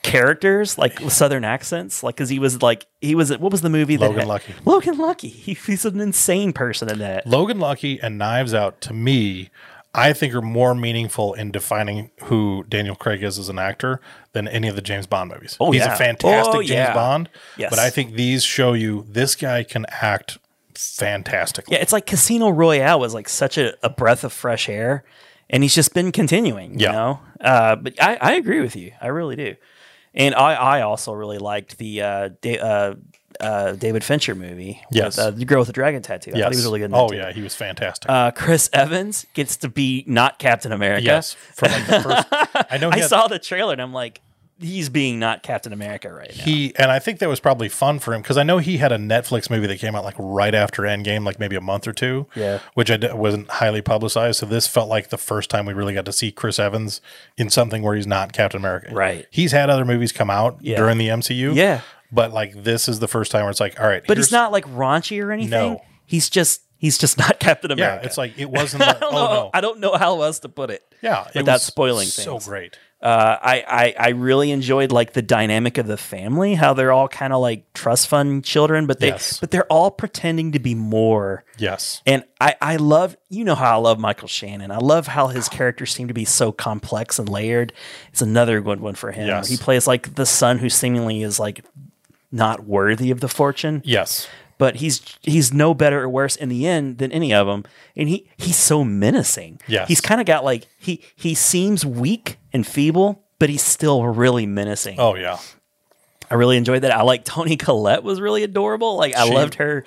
A: characters, like with southern accents, like because he was like he was what was the movie that
B: Logan
A: had-
B: Lucky.
A: Logan Lucky. He, he's an insane person in that.
B: Logan Lucky and Knives Out to me. I think are more meaningful in defining who Daniel Craig is as an actor than any of the James Bond movies.
A: Oh,
B: he's
A: yeah.
B: a fantastic
A: Oh,
B: James
A: yeah.
B: Bond.
A: Yes.
B: But I think these show you this guy can act fantastically.
A: Yeah, it's like Casino Royale was like such a, a breath of fresh air, and he's just been continuing. You
B: Yeah.
A: know, uh, but I, I agree with you. I really do. And I, I also really liked the uh, da- uh, uh, David Fincher movie.
B: Yes.
A: with, uh, the girl with the dragon tattoo. I thought he was really good. In that
B: oh
A: too.
B: yeah, he was fantastic.
A: Uh, Chris Evans gets to be not Captain America.
B: yes, from like the first. I know he
A: I
B: had-
A: saw the trailer and I'm like, he's being not Captain America right now.
B: he, and I think that was probably fun for him because I know he had a Netflix movie that came out like right after Endgame, like maybe a month or two.
A: Yeah.
B: which I d- wasn't highly publicized. So this felt like the first time we really got to see Chris Evans in something where he's not Captain America.
A: Right.
B: He's had other movies come out
A: Yeah.
B: during the MCU.
A: Yeah.
B: But like this is the first time where it's like, all right,
A: but he's
B: here's-
A: not like raunchy or anything.
B: No.
A: He's just he's just not Captain
B: Yeah,
A: America.
B: it's like it wasn't. Like,
A: I don't
B: oh
A: know.
B: no,
A: I don't know how else to put it.
B: yeah, it
A: without
B: was
A: spoiling
B: So
A: things.
B: great.
A: Uh, I, I I really enjoyed like the dynamic of the family, how they're all kind of like trust fund children, but they
B: Yes.
A: but they're all pretending to be more
B: Yes.
A: And I, I love, you know how I love Michael Shannon. I love how his characters seem to be so complex and layered. It's another good one for him.
B: Yes.
A: He plays like the son who seemingly is like not worthy of the fortune,
B: Yes.
A: but he's he's no better or worse in the end than any of them. And he he's so menacing.
B: Yes.
A: he's kind of got like he he seems weak and feeble, but he's still really menacing.
B: Oh yeah.
A: I really enjoyed that. I like Tony Collette was really adorable. Like I
B: She-
A: loved her,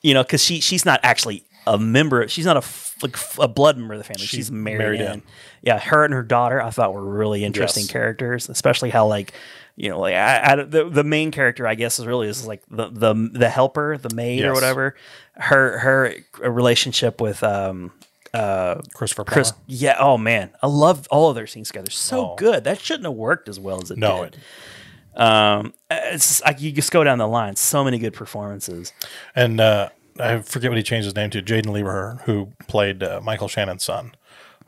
A: you know, because she she's not actually a member. She's not a f- like f- a blood member of the family. She's, married,
B: married
A: in.
B: in.
A: Yeah, her and her daughter I thought were really interesting
B: Yes.
A: characters, especially how like you know like I, I don't- the the main character I guess is really is like the the the helper, the maid or
B: Yes.
A: whatever. Her her relationship with um uh
B: Christopher Plummer.
A: Chris yeah oh man I love all of their scenes together so
B: Uh-huh. Oh.
A: good that shouldn't have worked as well as it
B: no,
A: did.
B: it,
A: Um, it's just, like you just go down the line. So many good performances.
B: and uh, I forget what he changed his name to. Jaden Lieber, who played uh, Michael Shannon's son,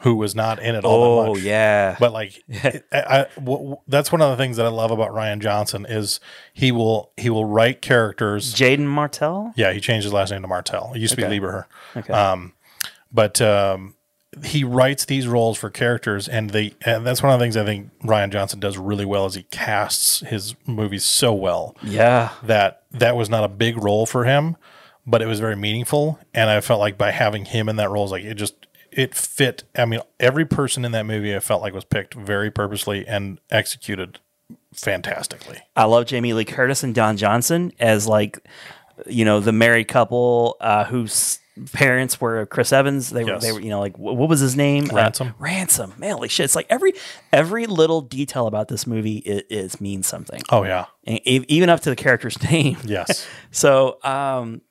B: who was not in it all that much.
A: Oh, yeah,
B: Oh, But like, it- I, I- w- w- that's one of the things that I love about Ryan Johnson is he will he will write characters.
A: Jaden Martell.
B: Yeah, he changed his last name to Martell. It used to be Lieber.
A: Okay.
B: but um, he writes these roles for characters, and they and that's one of the things I think Ryan Johnson does really well is he casts his movies so well
A: yeah,
B: that that was not a big role for him, but it was very meaningful. And I felt like by having him in that role, it's like it just it fit. I mean, every person in that movie I felt like was picked very purposely and executed fantastically.
A: I love Jamie Lee Curtis and Don Johnson as like you know the married couple uh, whose parents were Chris Evans. They were
B: Yes.
A: they were you know like wh- what was his name? Uh,
B: Ransom.
A: ransom. Man, holy shit! It's like every every little detail about this movie it is means something,
B: Oh yeah.
A: and e- even up to the character's name.
B: Yes.
A: So um,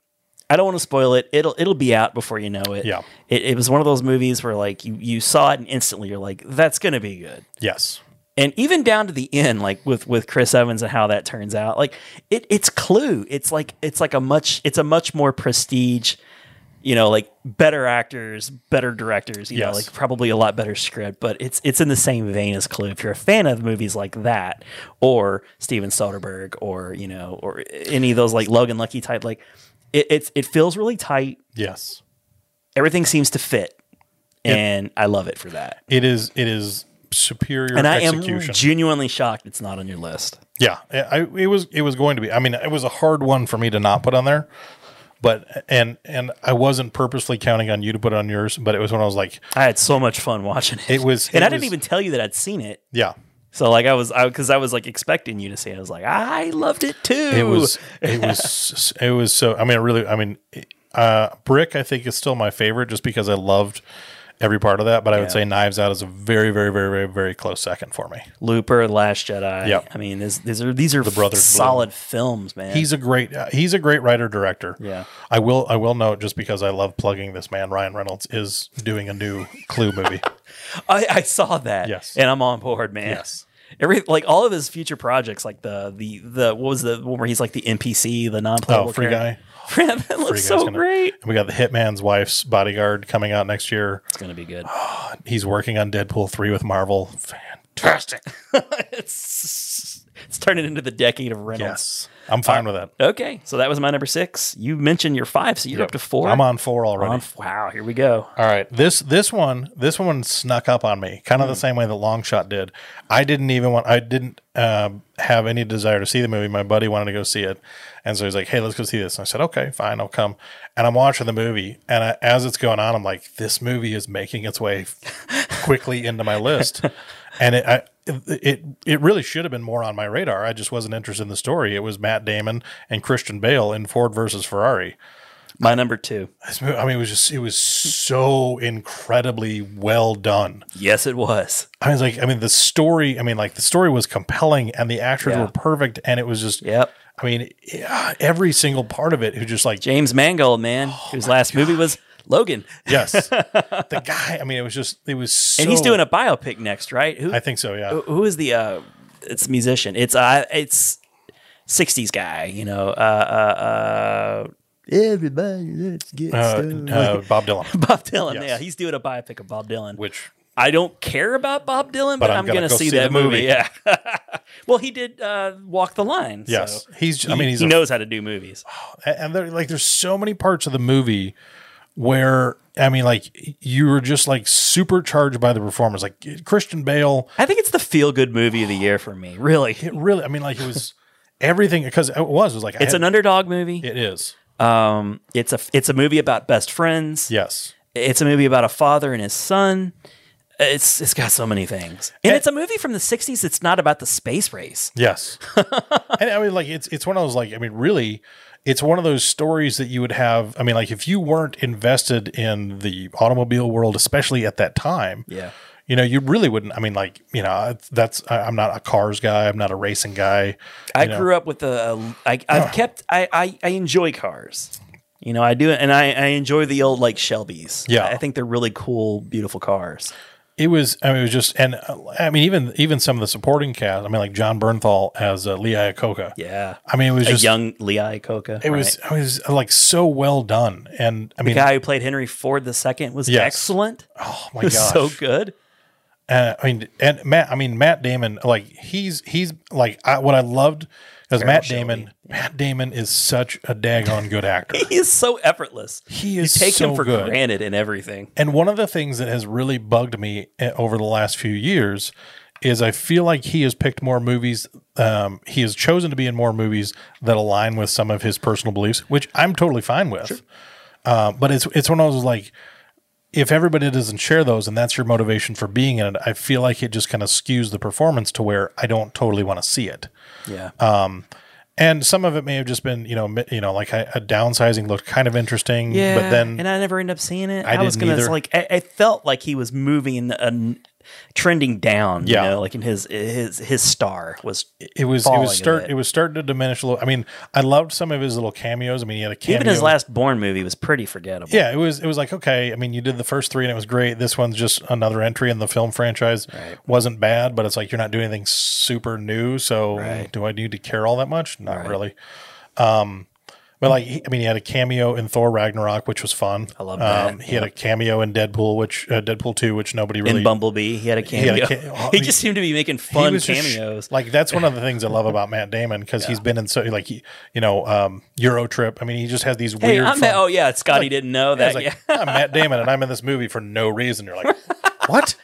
A: I don't want to spoil it. It'll it'll be out before you know it.
B: Yeah.
A: It, it was one of those movies where like you you saw it and instantly you're like that's gonna be good.
B: yes.
A: And even down to the end, like with with Chris Evans and how that turns out, like it it's Clue. It's like it's like a much it's a much more prestige. You know, like better actors, better directors. You know,
B: Yes.
A: like probably a lot better script, but it's it's in the same vein as Clue. If you're a fan of movies like that, or Steven Soderbergh, or you know, or any of those like Logan Lucky type, like it it's, it feels really tight.
B: Yes.
A: Everything seems to fit, and I love it for that.
B: It is. It is superior
A: And I am
B: execution.
A: genuinely shocked it's not on your list.
B: yeah. I, I- it was. It was going to be. I mean, it was a hard one for me to not put on there. But and and I wasn't purposely counting on you to put it on yours. But it was when I was like,
A: I had so much fun watching it.
B: It was-
A: and
B: it
A: I didn't
B: was-
A: even tell you that I'd seen it.
B: yeah.
A: So like I was, I because I was like expecting you to see it. I was like, I loved it too.
B: It was. It was. it was so. I mean, I really. I mean, uh, Brick. I think is still my favorite, just because I loved every part of that. But I would say Knives Out is a very, very, very, very, very close second for me.
A: Looper, Last Jedi.
B: Yep.
A: I mean, this, these are these are the
B: Brother
A: solid films, man.
B: He's a great uh, he's a great writer director.
A: Yeah.
B: I will I will note just because I love plugging this man Ryan Reynolds is doing a new Clue movie.
A: I, I saw that.
B: Yes.
A: and I'm on board, man.
B: Yes.
A: Every like all of his future projects, like the the the what was the one where he's like the NPC, the non playable
B: Oh, Free Guy.
A: that
B: Free
A: looks
B: Guy's
A: so
B: gonna-
A: great.
B: And we got the Hitman's Wife's Bodyguard coming out next year.
A: It's gonna be good.
B: He's working on Deadpool 3 with Marvel. Fantastic.
A: it's it's turning into the decade of Reynolds.
B: Yes. I'm
A: Uh,
B: fine with that.
A: Okay, so that was my number six. You mentioned your five, so you're up to four.
B: I'm on 4 already.
A: On- wow, here we go.
B: All right. This this one this one snuck up on me, kind of the same way that Long Shot did. I didn't even want. I didn't um, have any desire to see the movie. My buddy wanted to go see it, and so he's like, "Hey, let's go see this." And I said, "Okay, fine, I'll come." And I'm watching the movie, and I, as it's going on, I'm like, "This movie is making its way quickly into my list," and it. I, it it really should have been more on my radar. I just wasn't interested in the story. It was Matt Damon and Christian Bale in Ford versus Ferrari.
A: My number two.
B: This movie, I mean, it was just, it was so incredibly well done.
A: Yes, it was.
B: I was like, I mean, the story, I mean, like the story was compelling and the actors
A: Yeah.
B: were perfect. And it was just,
A: Yep.
B: I mean, yeah, every single part of it, who just like,
A: James Mangold, man,
B: Oh
A: whose last movie was Logan,
B: yes, the guy, I mean, it was just, it was so,
A: and he's doing a biopic next, right? Who?
B: I think so. Yeah.
A: who is the? uh It's a musician. It's uh, it's '60s guy. You know, uh, uh, uh everybody, let's get
B: Uh, uh, Bob Dylan,
A: Bob Dylan.
B: yes.
A: Yeah, he's doing a biopic of Bob Dylan.
B: which
A: I don't care about Bob Dylan, but,
B: I'm
A: I'm
B: gonna
A: gonna,
B: go
A: see,
B: see
A: that
B: the
A: movie.
B: movie.
A: Yeah. well, he did uh, Walk the Line.
B: Yes.
A: so
B: He's- I
A: he-
B: mean, he's
A: he
B: a-
A: knows how to do movies.
B: and- and there, like there's so many parts of the movie where I mean, like you were just like supercharged by the performers, like Christian Bale.
A: I think it's the feel good movie of the year for me. Really,
B: It really, I mean, like it was everything because it was it was like I
A: it's
B: had-
A: an underdog movie.
B: It is.
A: Um, it's a it's a movie about best friends.
B: Yes.
A: It's a movie about a father and his son. It's it's got so many things, and
B: Eh.
A: it's a movie from the '60s. It's not about the space race.
B: Yes. and I mean, like it's it's one of those like I mean, really, it's one of those stories that you would have. I mean, like if you weren't invested in the automobile world, especially at that time.
A: Yeah.
B: You know, you really wouldn't. I mean, like you know, it's- that's I, I'm not a cars guy. I'm not a racing guy.
A: I grew up with a. I,
B: Ah.
A: I've kept. I, I I enjoy cars. You know, I do, and I I enjoy the old like Shelbys.
B: Yeah.
A: I think they're really cool, beautiful cars.
B: It was. I mean, it was just. And uh, I mean, even even some of the supporting cast. I mean, like John Bernthal as uh, Lee Iacocca.
A: Yeah,
B: I mean, it was
A: a
B: just.
A: young Lee Iacocca.
B: it was. It was uh, like so well done. And I
A: the
B: mean,
A: guy who played Henry Ford II was
B: Yes.
A: excellent.
B: oh my
A: He was
B: gosh.
A: so good.
B: Uh, I mean, and Matt. I mean, Matt Damon. Like he's he's like I, what I loved because Matt
A: Shelby.
B: Damon. Matt Damon is such a daggone good actor.
A: He is so effortless.
B: He
A: You
B: is
A: take him
B: so
A: for
B: good.
A: granted in everything.
B: and one of the things that has really bugged me eh, over the last few years is I feel like he has picked more movies. Um, he has chosen to be in more movies that align with some of his personal beliefs, which I'm totally fine with. Uh, but it's it's one of those like. If everybody doesn't share those and that's your motivation for being in it, I feel like it just kind of skews the performance to where I don't totally want to see it
A: Yeah.
B: And some of it may have just been, you know, mi- you know, like a, a downsizing looked kind of interesting, but then
A: and I never end up seeing it.
B: I
A: I, was
B: didn't
A: gonna it's
B: either.
A: like I, I felt like he was moving and trending down.
B: Yeah.
A: you know, like in his his his star was
B: it was it
A: falling a
B: was start
A: bit.
B: it was starting to diminish a little. I mean, I loved some of his little cameos. I mean, he had a cameo.
A: even his last Born movie was pretty forgettable.
B: Yeah, it was it was like okay. I mean, you did the first three and it was great. This one's just another entry in the film franchise. Wasn't bad, but it's like you're not doing anything super new. So do I need to care all that much? Not really. Um, but like, he- I mean, he had a cameo in Thor Ragnarok, which was fun. I
A: love that.
B: Um, he had a cameo in Deadpool, which uh, Deadpool two, which nobody really.
A: in Bumblebee, he had a cameo.
B: had
A: He,
B: a ca-
A: he just seemed to be making fun
B: was just-
A: cameos.
B: like that's one of the things I love about Matt Damon because he's been in so like he, you know um, Euro Trip. I mean, he just has these
A: hey,
B: weird.
A: I'm
B: fun-
A: oh yeah, Scotty didn't know
B: I was
A: that.
B: like,
A: yeah,
B: I'm Matt Damon and I'm in this movie for no reason. You're like, what?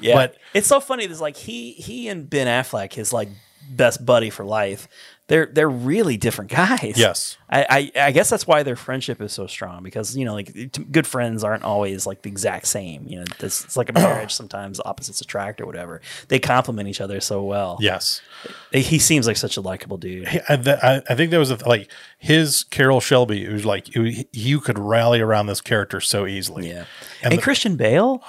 A: yeah.
B: but-
A: it's so funny. There's like he he and Ben Affleck, his like best buddy for life. They're they're really different guys.
B: Yes.
A: I, I I guess that's why their friendship is so strong because you know like t- good friends aren't always like the exact same. You know, this, it's like a marriage. Sometimes opposites attract or whatever. They complement each other so well.
B: Yes.
A: he seems like such a likable dude.
B: I, I, I think there was a, like his Carol Shelby. It was like you- you could rally around this character so easily.
A: Yeah.
B: And
A: And,
B: the-
A: Christian Bale,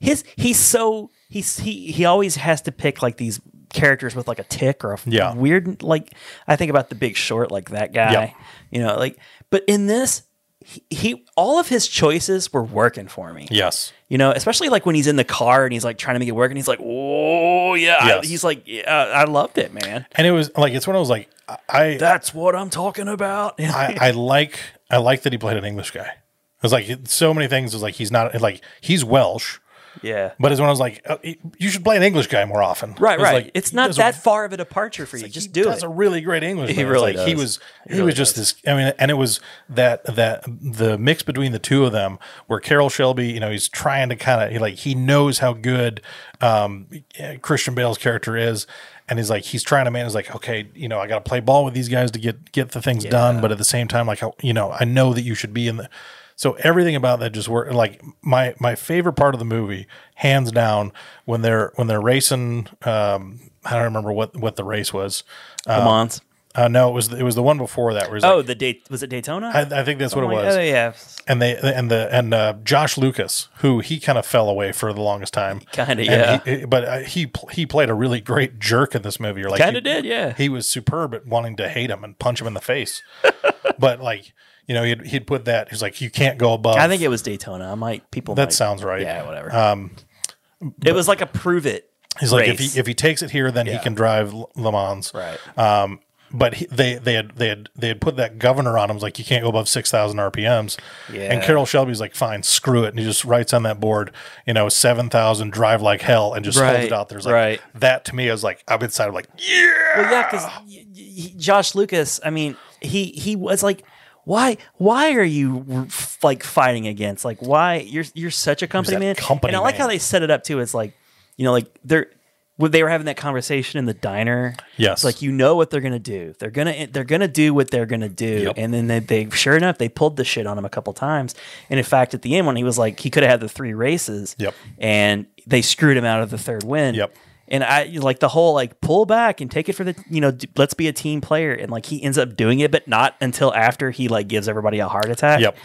A: his he's so he's he he always has to pick like these characters with like a tick or a
B: Yeah.
A: weird like I think about the big short like that guy.
B: Yep.
A: You know, like but in this he, he all of his choices were working for me.
B: Yes.
A: You know, especially like when he's in the car and he's like trying to make it work and he's like, "Oh, yeah." I-
B: Yes.
A: he's like, yeah, "I loved it, man.
B: And it was like it's one of those like I
A: That's what I'm talking about."
B: I, I like I like that he played an English guy. It was like it- so many things. Is like he's not like he's Welsh,
A: yeah.
B: but it's when I was like oh, you should play an English guy more often.
A: Right,
B: It was
A: right.
B: like,
A: it's
B: he
A: not
B: does a
A: that far of a departure for you.
B: Like,
A: Just
B: he
A: do
B: does
A: it.
B: a really great English.
A: He
B: man. It's
A: really
B: like, He
A: does.
B: was he,
A: really
B: was just this. I mean, and it was that that the mix between the two of them, where Carol Shelby, you know, he's trying to kind of he, like he knows how good um, Christian Bale's character is, and he's like he's trying to manage like okay, you know, I got to play ball with these guys to get get the things done, but at the same time, like I- you know, I know that you should be in the. So everything about that just worked. Like my my favorite part of the movie, hands down, when they're when they're racing. Um, I don't remember what what the race was.
A: Come on.
B: Uh, no, it was it was the one before that. Where he's
A: Oh,
B: like-
A: the date was it Daytona?
B: I, I think that's what it
A: I'm like,
B: was.
A: Oh yeah,
B: And they and the and uh, Josh Lucas, who he kind of fell away for the longest time,
A: Kinda,
B: And
A: yeah.
B: he- but uh, he pl- he played a really great jerk in this movie. You're like,
A: Kinda
B: he-
A: did, yeah.
B: He was superb at wanting to hate him and punch him in the face, but like you know, he'd he'd put that. He's like, you can't go above.
A: I think it was Daytona. I might people.
B: Oh. that
A: might,
B: sounds right.
A: Yeah, whatever. Um, it was like a prove it.
B: He's like,
A: race.
B: if he if he takes it here, then he can drive L- Le Mans.
A: Right.
B: Um, but he, they they had they had they had put that governor on him. It's like you can't go above six thousand RPMs.
A: Yeah.
B: And Carol Shelby's like, fine, screw it, and he just writes on that board, you know, seven thousand, drive like hell, and just holds it
A: Right,
B: out there. It's like,
A: right.
B: That to me is like I'm inside. I'm like, yeah,
A: Well, yeah, because Josh Lucas. I mean, he he was like. Why? Why are you like fighting against? Like, why you're you're such a company
B: that
A: man?
B: company
A: and I like
B: man.
A: how they set it up too. It's like, you know, like they're when they were having that conversation in the diner.
B: Yes.
A: it's like you know what they're gonna do. They're gonna eh, they're gonna do what they're gonna do. And then they, they sure enough they pulled the shit on him a couple times. And in fact, at the end when he was like he could have had the three races.
B: Yep.
A: And they screwed him out of the third win.
B: Yep.
A: And I like the whole like pull back and take it for the you know d- let's be a team player and like he ends up doing it but not until after he like gives everybody a heart attack.
B: Yep.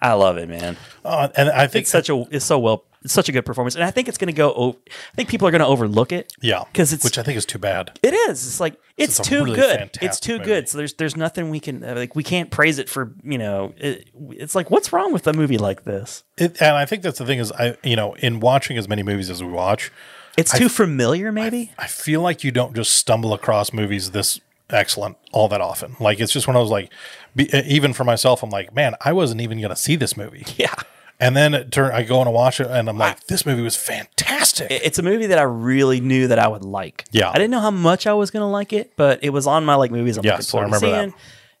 A: I love it, man.
B: Uh, and I think
A: It's such a it's so well it's such a good performance and I think it's going to go o- I think people are going to overlook it.
B: yeah,
A: Cuz it's
B: which I think is too bad.
A: it is. It's like it's,
B: it's a
A: too
B: really
A: good.
B: fantastic
A: It's too
B: movie.
A: good. So there's there's nothing we can uh, like we can't praise it for, you know, it, it's like what's wrong with a movie like this?
B: It, and I think that's the thing is I you know in watching as many movies as we watch,
A: It's too familiar maybe?
B: I feel like you don't just stumble across movies this excellent all that often. Like it's just one of those like, be, even for myself, I'm like, man, I wasn't even gonna see this movie.
A: yeah.
B: And then it turn, I go and watch it, and I'm like, this movie was fantastic.
A: It- It's a movie that I really knew that I would like.
B: Yeah.
A: I didn't know how much I was going to like it, but it was on my like movies I'm
B: Yes,
A: looking forward
B: I
A: to
B: remember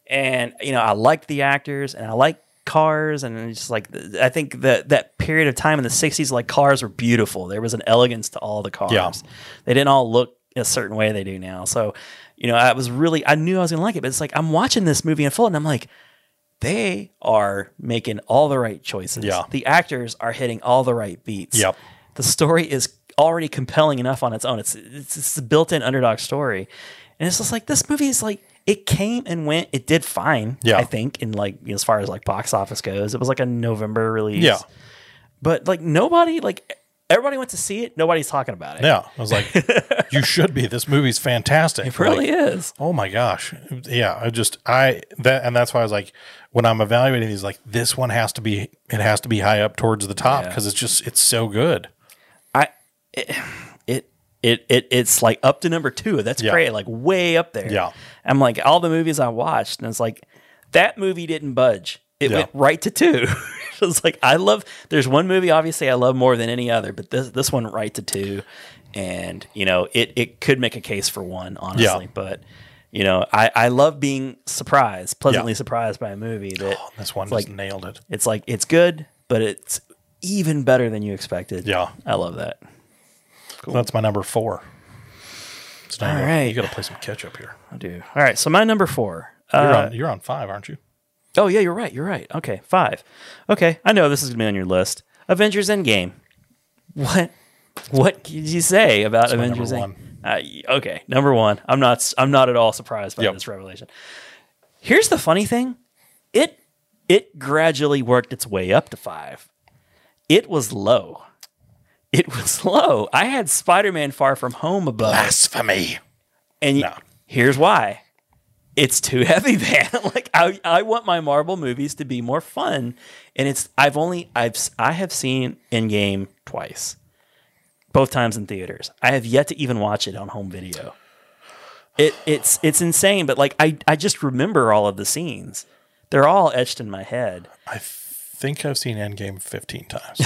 A: seeing. And you know, I liked the actors and I like cars and it's just like th- I think that that period of time in the 60s like cars were beautiful. There was an elegance to all the cars.
B: Yeah.
A: They didn't all look a certain way they do now. So, you know, I was really I knew I was going to like it, but it's like I'm watching this movie in full and I'm like they are making all the right choices.
B: Yeah.
A: The actors are hitting all the right beats.
B: Yep.
A: The story is already compelling enough on its own. It's it's, it's a built-in underdog story, and it's just like this movie is like It came and went. It did fine.
B: Yeah.
A: I think in like you know, as far as like box office goes, it was like a November release.
B: Yeah.
A: but like nobody like everybody went to see it. Nobody's talking about it.
B: Yeah, I was like, you should be. This movie's fantastic.
A: it really
B: Like,
A: is.
B: Oh my gosh. Yeah, I just I that and that's why I was like when I'm evaluating these like this one has to be it has to be high up towards the top
A: Yeah.
B: cuz it's just it's so good.
A: I it it it it's like up to number two. That's
B: Yeah.
A: great, like way up there.
B: Yeah.
A: I'm like all the movies I watched, and it's like that movie didn't budge. It
B: Yeah.
A: went right to two. it's like I love. There's one movie obviously I love more than any other, but this this one right to two, and you know it it could make a case for one honestly,
B: Yeah.
A: but. You know, I, I love being surprised, pleasantly
B: Yeah. Oh,
A: surprised by a movie that
B: This one
A: it's like
B: just nailed it.
A: it's like it's good, but it's even better than you expected.
B: Yeah.
A: I love that.
B: That's my number 4. It's not
A: All
B: your-
A: right.
B: You got to play some catch up here.
A: I do. All right. So my number four.
B: You're
A: Uh,
B: on you're on 5, aren't you?
A: oh yeah, you're right. You're right. Okay, five. Okay, I know this is gonna be on your list. Avengers Endgame. What? What could you say about
B: my
A: Avengers?
B: number
A: Endgame? Uh, y- okay, number one. I'm not. s- I'm not at all surprised by
B: Yep.
A: this revelation. Here's the funny thing. It it gradually worked its way up to five. It was low. It was low. I had Spider-Man Far From Home above.
B: Blasphemy.
A: And y-
B: No.
A: here's why. It's too heavy, man. like I, I want my Marvel movies to be more fun, and it's I've only I've s- I have seen Endgame twice, both times in theaters. I have yet to even watch it on home video. It it's it's insane, but like I I just remember all of the scenes. They're all etched in my head,
B: I think I've seen Endgame 15 times.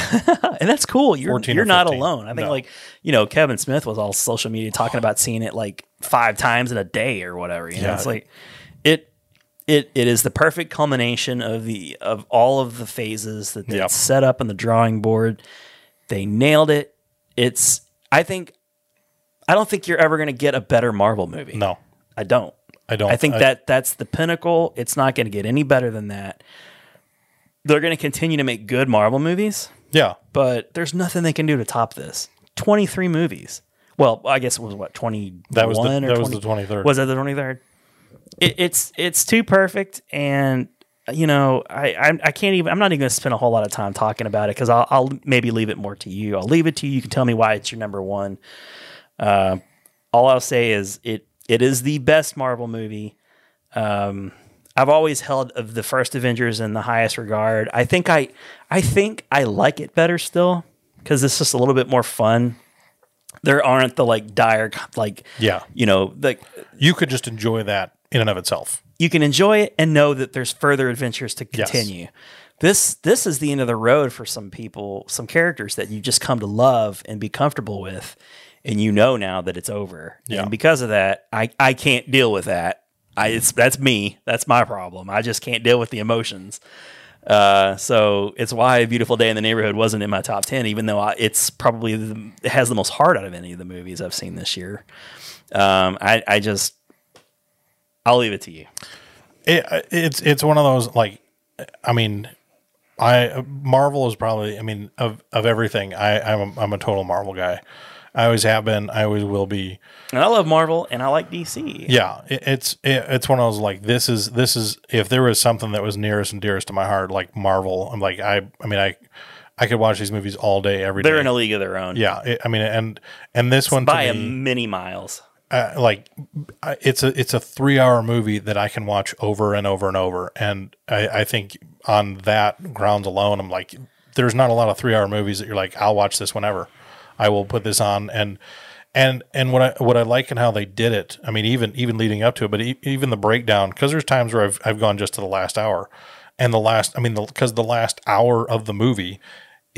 A: and that's cool. You're
B: 14 or
A: you're not
B: 15.
A: alone. I think
B: No.
A: like you know Kevin Smith was all social media talking about seeing it like five times in a day or whatever. You know,
B: Yeah.
A: it's like it it it is the perfect culmination of the of all of the phases that they
B: Yep.
A: set up on the drawing board. They nailed it. It's I think I don't think you're ever going to get a better Marvel movie.
B: no.
A: I don't.
B: I don't.
A: I think
B: I-
A: that that's the pinnacle. It's not going to get any better than that. They're going to continue to make good Marvel movies
B: Yeah.
A: but there's nothing they can do to top this. 23 movies. Well, I guess it was what 21
B: That was the-
A: or
B: that was the 23rd.
A: Was that the 23rd? It, it's it's too perfect and you know, I I'm, I can't even I'm not even going to spend a whole lot of time talking about it cuz I'll, I'll maybe leave it more to you. I'll leave it to you. You can tell me why it's your number 1. Uh, all I'll say is it it is the best Marvel movie. Um, I've always held of the first Avengers in the highest regard. I think I I think I like it better still because it's just a little bit more fun. There aren't the like dire like
B: Yeah.
A: you know like
B: You could just enjoy that in and of itself.
A: you can enjoy it and know that there's further adventures to
B: Yes.
A: continue. This this is the end of the road for some people, some characters that you just come to love and be comfortable with, and you know now that it's over.
B: Yeah.
A: And because of that, I I can't deal with that. I it's that's me. That's my problem. I just can't deal with the emotions. Uh, so it's why a beautiful day in the neighborhood wasn't in my top ten, even though I, it's probably the, it has the most heart out of any of the movies I've seen this year. Um, I I just I'll leave it to you.
B: it, it's it's one of those like I mean I Marvel is probably I mean of of everything I I'm a, I'm a total Marvel guy. I always have been. I always will be.
A: And I love Marvel and I like DC.
B: Yeah, it, it's it, it's one of those like this is this is if there was something that was nearest and dearest to my heart like Marvel. I'm like I I mean I I could watch these movies all day every day.
A: They're in a league of their own.
B: yeah, it- I mean and and this one to
A: By a
B: me-
A: many miles.
B: uh, like I- it's a it's a three hour movie that I can watch over and over and over, and I, I think on that grounds alone, I'm like, there's not a lot of three hour movies that you're like, I'll watch this whenever, I will put this on, and and and what I what I like and how they did it, I mean, even even leading up to it, but e- even the breakdown, because there's times where I've I've gone just to the last hour, and the last, I mean, because the last hour of the movie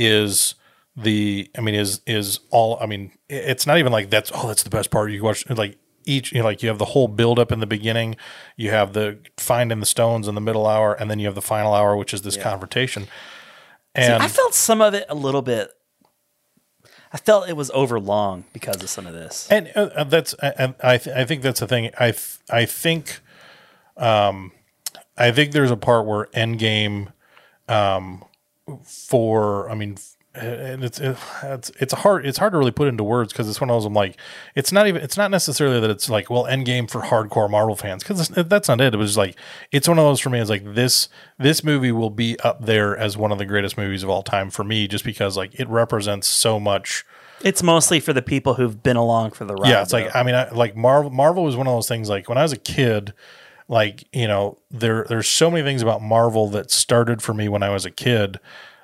B: is the i mean is is all i mean i- it's not even like that's oh that's the best part you watch like each you know, like you have the whole build up in the beginning you have the finding the stones in the middle hour and then you have the final hour which is this confrontation and
A: I felt some of it a little bit. I felt it was overlong because of some of this.
B: and uh, uh, that's and I th- I think that's the thing I th- I think um I think there's a part where Endgame um for I mean f- and it's it's it's hard it's hard to really put into words because it's one of those I'm like it's not even it's not necessarily that it's like well Endgame for hardcore Marvel fans because that's not it it was just like it's one of those for me it's like this this movie will be up there as one of the greatest movies of all time for me just because like it represents so much
A: It's mostly for the people who've been along for the ride.
B: yeah it's
A: though.
B: like I mean I, like Marvel Marvel was one of those things like when I was a kid like you know there there's so many things about Marvel that started for me when I was a kid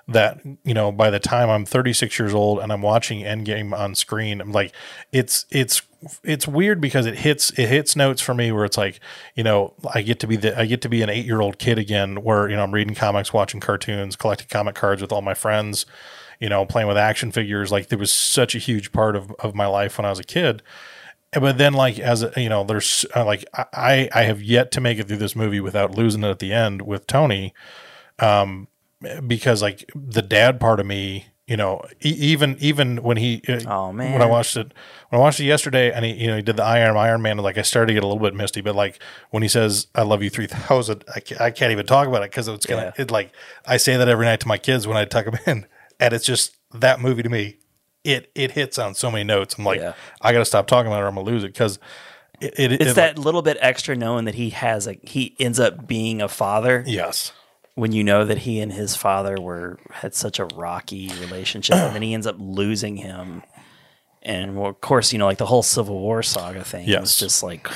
B: that you know by the time I'm 36 years old and I'm watching Endgame on screen I'm like it's it's it's weird because it hits it hits notes for me where it's like you know I get to be the I get to be an 8-year-old kid again where you know I'm reading comics watching cartoons collecting comic cards with all my friends you know playing with action figures like there was such a huge part of of my life when I was a kid but then like as a- you know there's uh, like i i have yet to make it through this movie without losing it at the end with tony um because like the dad part of me you know e- even even when he uh,
A: Oh, man.
B: when i watched it when i watched it yesterday and he you know he did the iron iron man like i started to get a little bit misty but like when he says i love you 3000 i can't, I can't even talk about it because it's gonna
A: Yeah.
B: it like i say that every night to my kids when i tuck them in and it's just that movie to me it it hits on so many notes i'm like
A: Yeah.
B: I got to stop talking about it or I'm going to lose it because it, it,
A: it's
B: it-
A: that little bit extra knowing that he has a he ends up being a father
B: yes.
A: when you know that he and his father were had such a rocky relationship and then he ends up losing him and well, of course you know like the whole civil war saga thing
B: Yes.
A: was just like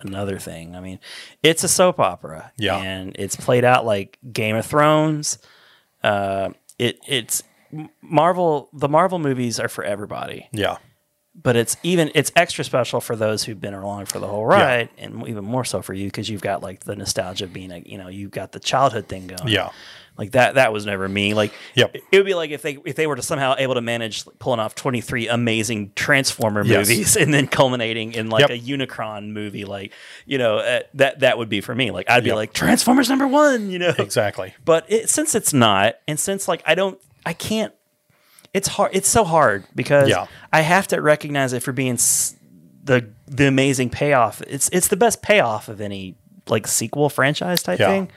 A: another thing i mean it's a soap opera
B: Yeah.
A: and it's played out like game of thrones uh it it's marvel the marvel movies are for everybody
B: Yeah.
A: but it's even it's extra special for those who've been along for the whole ride and even more so for you because you've got like the nostalgia of being a you know you've got the childhood thing going
B: Yeah.
A: like that that was never me like
B: Yep.
A: it would be like if they if they were to somehow able to manage pulling off 23 amazing transformer
B: Yes.
A: movies and then culminating in like
B: Yep.
A: a unicron movie like you know uh, that that would be for me like i'd be
B: Yep.
A: like transformers number one you know
B: Exactly.
A: but it, since it's not and since like i don't i can't it's hard it's so hard because
B: Yeah.
A: i have to recognize it for being s- the the amazing payoff it's it's the best payoff of any like sequel franchise type
B: Yeah.
A: thing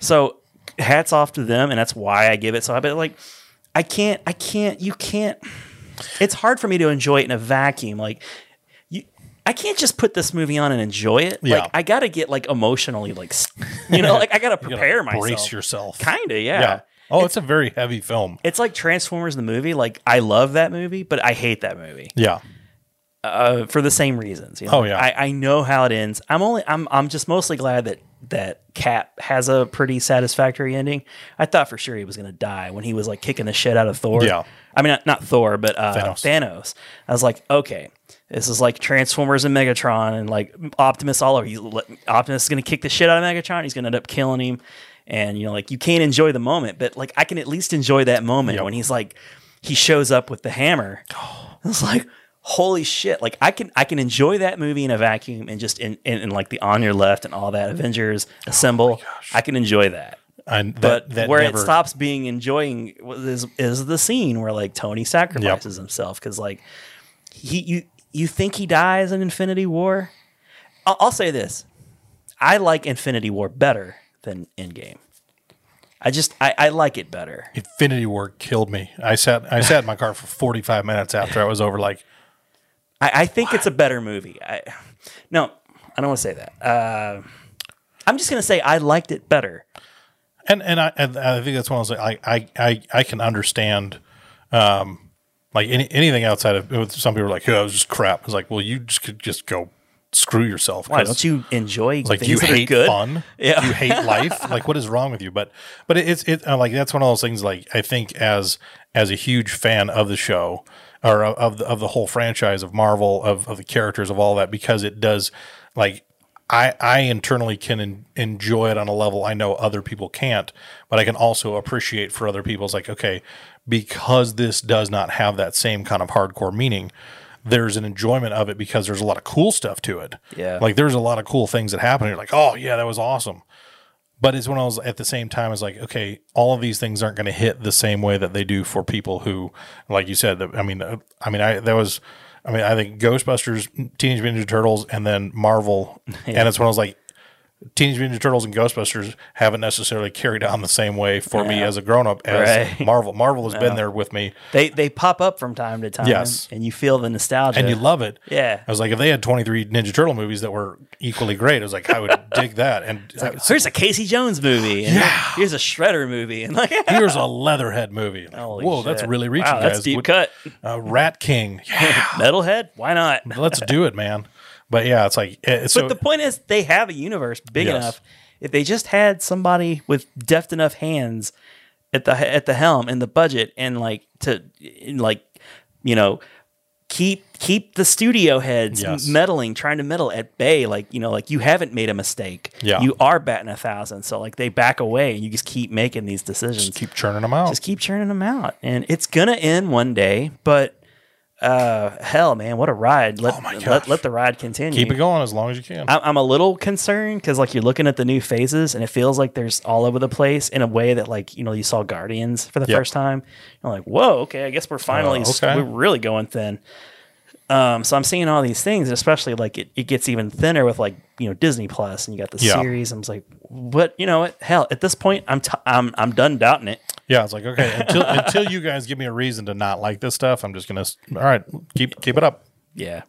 A: so hats off to them and that's why i give it so i but like i can't i can't you can't it's hard for me to enjoy it in a vacuum like you I can't just put this movie on and enjoy it.
B: Yeah.
A: Like I gotta get like emotionally, like s- you know, like I gotta
B: You gotta
A: prepare myself.
B: Brace yourself.
A: Kind of, yeah.
B: Yeah. Oh, it's, a very heavy film.
A: It's like Transformers the movie. Like I love that movie, but I hate that movie
B: Yeah.
A: uh, for the same reasons. you know?
B: Oh, yeah.
A: I, I know how it ends. I'm only I'm I'm just mostly glad that that Cap has a pretty satisfactory ending. I thought for sure he was gonna die when he was like kicking the shit out of Thor.
B: Yeah.
A: I mean not, not Thor, but uh,
B: Thanos.
A: Thanos. I was like, okay. This is like Transformers and Megatron and like Optimus all over. You let- Optimus is gonna kick the shit out of Megatron. He's gonna end up killing him, and you know like you can't enjoy the moment, but like I can at least enjoy that moment when he's like he shows up with the hammer. I was like, holy shit! Like I can I can enjoy that movie in a vacuum and just in, in, in like the on your left and all that Avengers Assemble. I can enjoy that.
B: And that,
A: But
B: that
A: where
B: never-
A: it stops being enjoying is is the scene where like Tony sacrifices himself because like he you you think he dies in Infinity War. I'll, I'll say this: I like Infinity War better than Endgame. I just I, I like it better.
B: Infinity War killed me. I sat I sat in my car for 45 minutes after I was over like
A: I, I think it's a better movie. I no, I don't want to say that. Uh, I'm just gonna say I liked it better.
B: and and I and I think that's one of those I I I I can understand um like any, anything outside of some people are like yeah it was just crap it's like well you just could just go screw yourself
A: Why
B: 'cause-
A: don't you enjoy
B: like
A: things
B: you
A: that
B: hate
A: are good?
B: fun
A: Yeah.
B: you hate life like what is wrong with you but but it's it uh, like that's one of those things like i think as as a huge fan of the show or of- of the, of the whole franchise of marvel of, of the characters of all that because it does like i i internally can en- enjoy it on a level i know other people can't but i can also appreciate for other people it's like okay because this does not have that same kind of hardcore meaning there's an enjoyment of it because there's a lot of cool stuff to it
A: Yeah.
B: like there's a lot of cool things that happen. You're like, oh yeah, that was awesome. But it's when I was at the same time, it's like, okay, all of these things aren't going to hit the same way that they do for people who, like you said, I mean, uh, I mean, I that was, I mean, I think Ghostbusters, Teenage Mutant Ninja Turtles, and then Marvel, and it's when I was like, Teenage Mutant Ninja Turtles and Ghostbusters haven't necessarily carried on the same way for me as a grown up as
A: Right.
B: Marvel. Marvel has been there with me,
A: They they pop up from time to time.
B: Yes.
A: and you feel the nostalgia.
B: and you love it.
A: Yeah.
B: I was like, if they had twenty three Ninja Turtle movies that were equally great, I was like, I would dig that. And uh, like,
A: Here's a Casey Jones movie. And Here's a Shredder movie. And like,
B: here's a Leatherhead movie. Like,
A: holy
B: whoa,
A: shit.
B: that's really reaching,
A: Wow, that's
B: guys.
A: deep
B: Would-
A: cut.
B: Uh, Rat King. Yeah,
A: Metalhead. Why not?
B: let's do it, man. But yeah, it's like eh, so.
A: but the point is, they have a universe big
B: Yes.
A: enough. If they just had somebody with deft enough hands at the at the helm and the budget and like to and, like you know keep keep the studio heads
B: Yes.
A: meddling, trying to meddle at bay. Like you know, like you haven't made a mistake.
B: Yeah.
A: you are batting a thousand. So like they back away, and you just keep making these decisions.
B: keep churning them out.
A: just keep churning them out, and it's gonna end one day. But uh, hell, man, what a ride! Let
B: Oh my
A: let,
B: gosh.
A: let the ride continue.
B: keep it going as long as you can.
A: I'm, I'm a little concerned because like you're looking at the new phases and it feels like there's all over the place in a way that like you know you saw Guardians for the
B: Yep.
A: first time. You're like, whoa, okay, I guess we're finally
B: Uh, okay.
A: we're really going thin. Um, so I'm seeing all these things, especially like it, it gets even thinner with like you know Disney Plus and you got the
B: Yeah.
A: series. I'm just like, what you know what? Hell, at this point, I'm t- I'm I'm done doubting it.
B: Yeah, it's like okay, until until you guys give me a reason to not like this stuff, I'm just gonna s- all right, keep keep it up.
A: Yeah.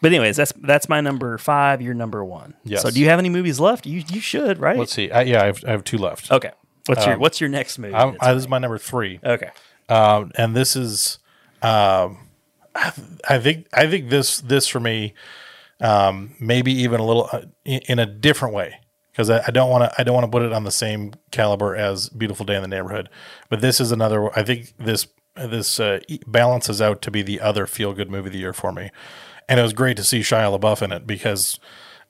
A: But anyways, that's that's my number five. Your number one.
B: Yes.
A: So do you have any movies left? You you should right.
B: Let's see. I, yeah, I have, I have two left.
A: okay. What's your what's your next movie?
B: um, I'm,
A: that's-
B: I, this is my number three,
A: okay.
B: um, and this is, um, I, I think I think this this for me, um, maybe even a little uh, in, in a different way because I, I don't want to I don't want to put it on the same caliber as Beautiful Day in the Neighborhood, but this is another. I think this this uh, e- balances out to be the other feel good movie of the year for me, and it was great to see Shia LaBeouf in it because.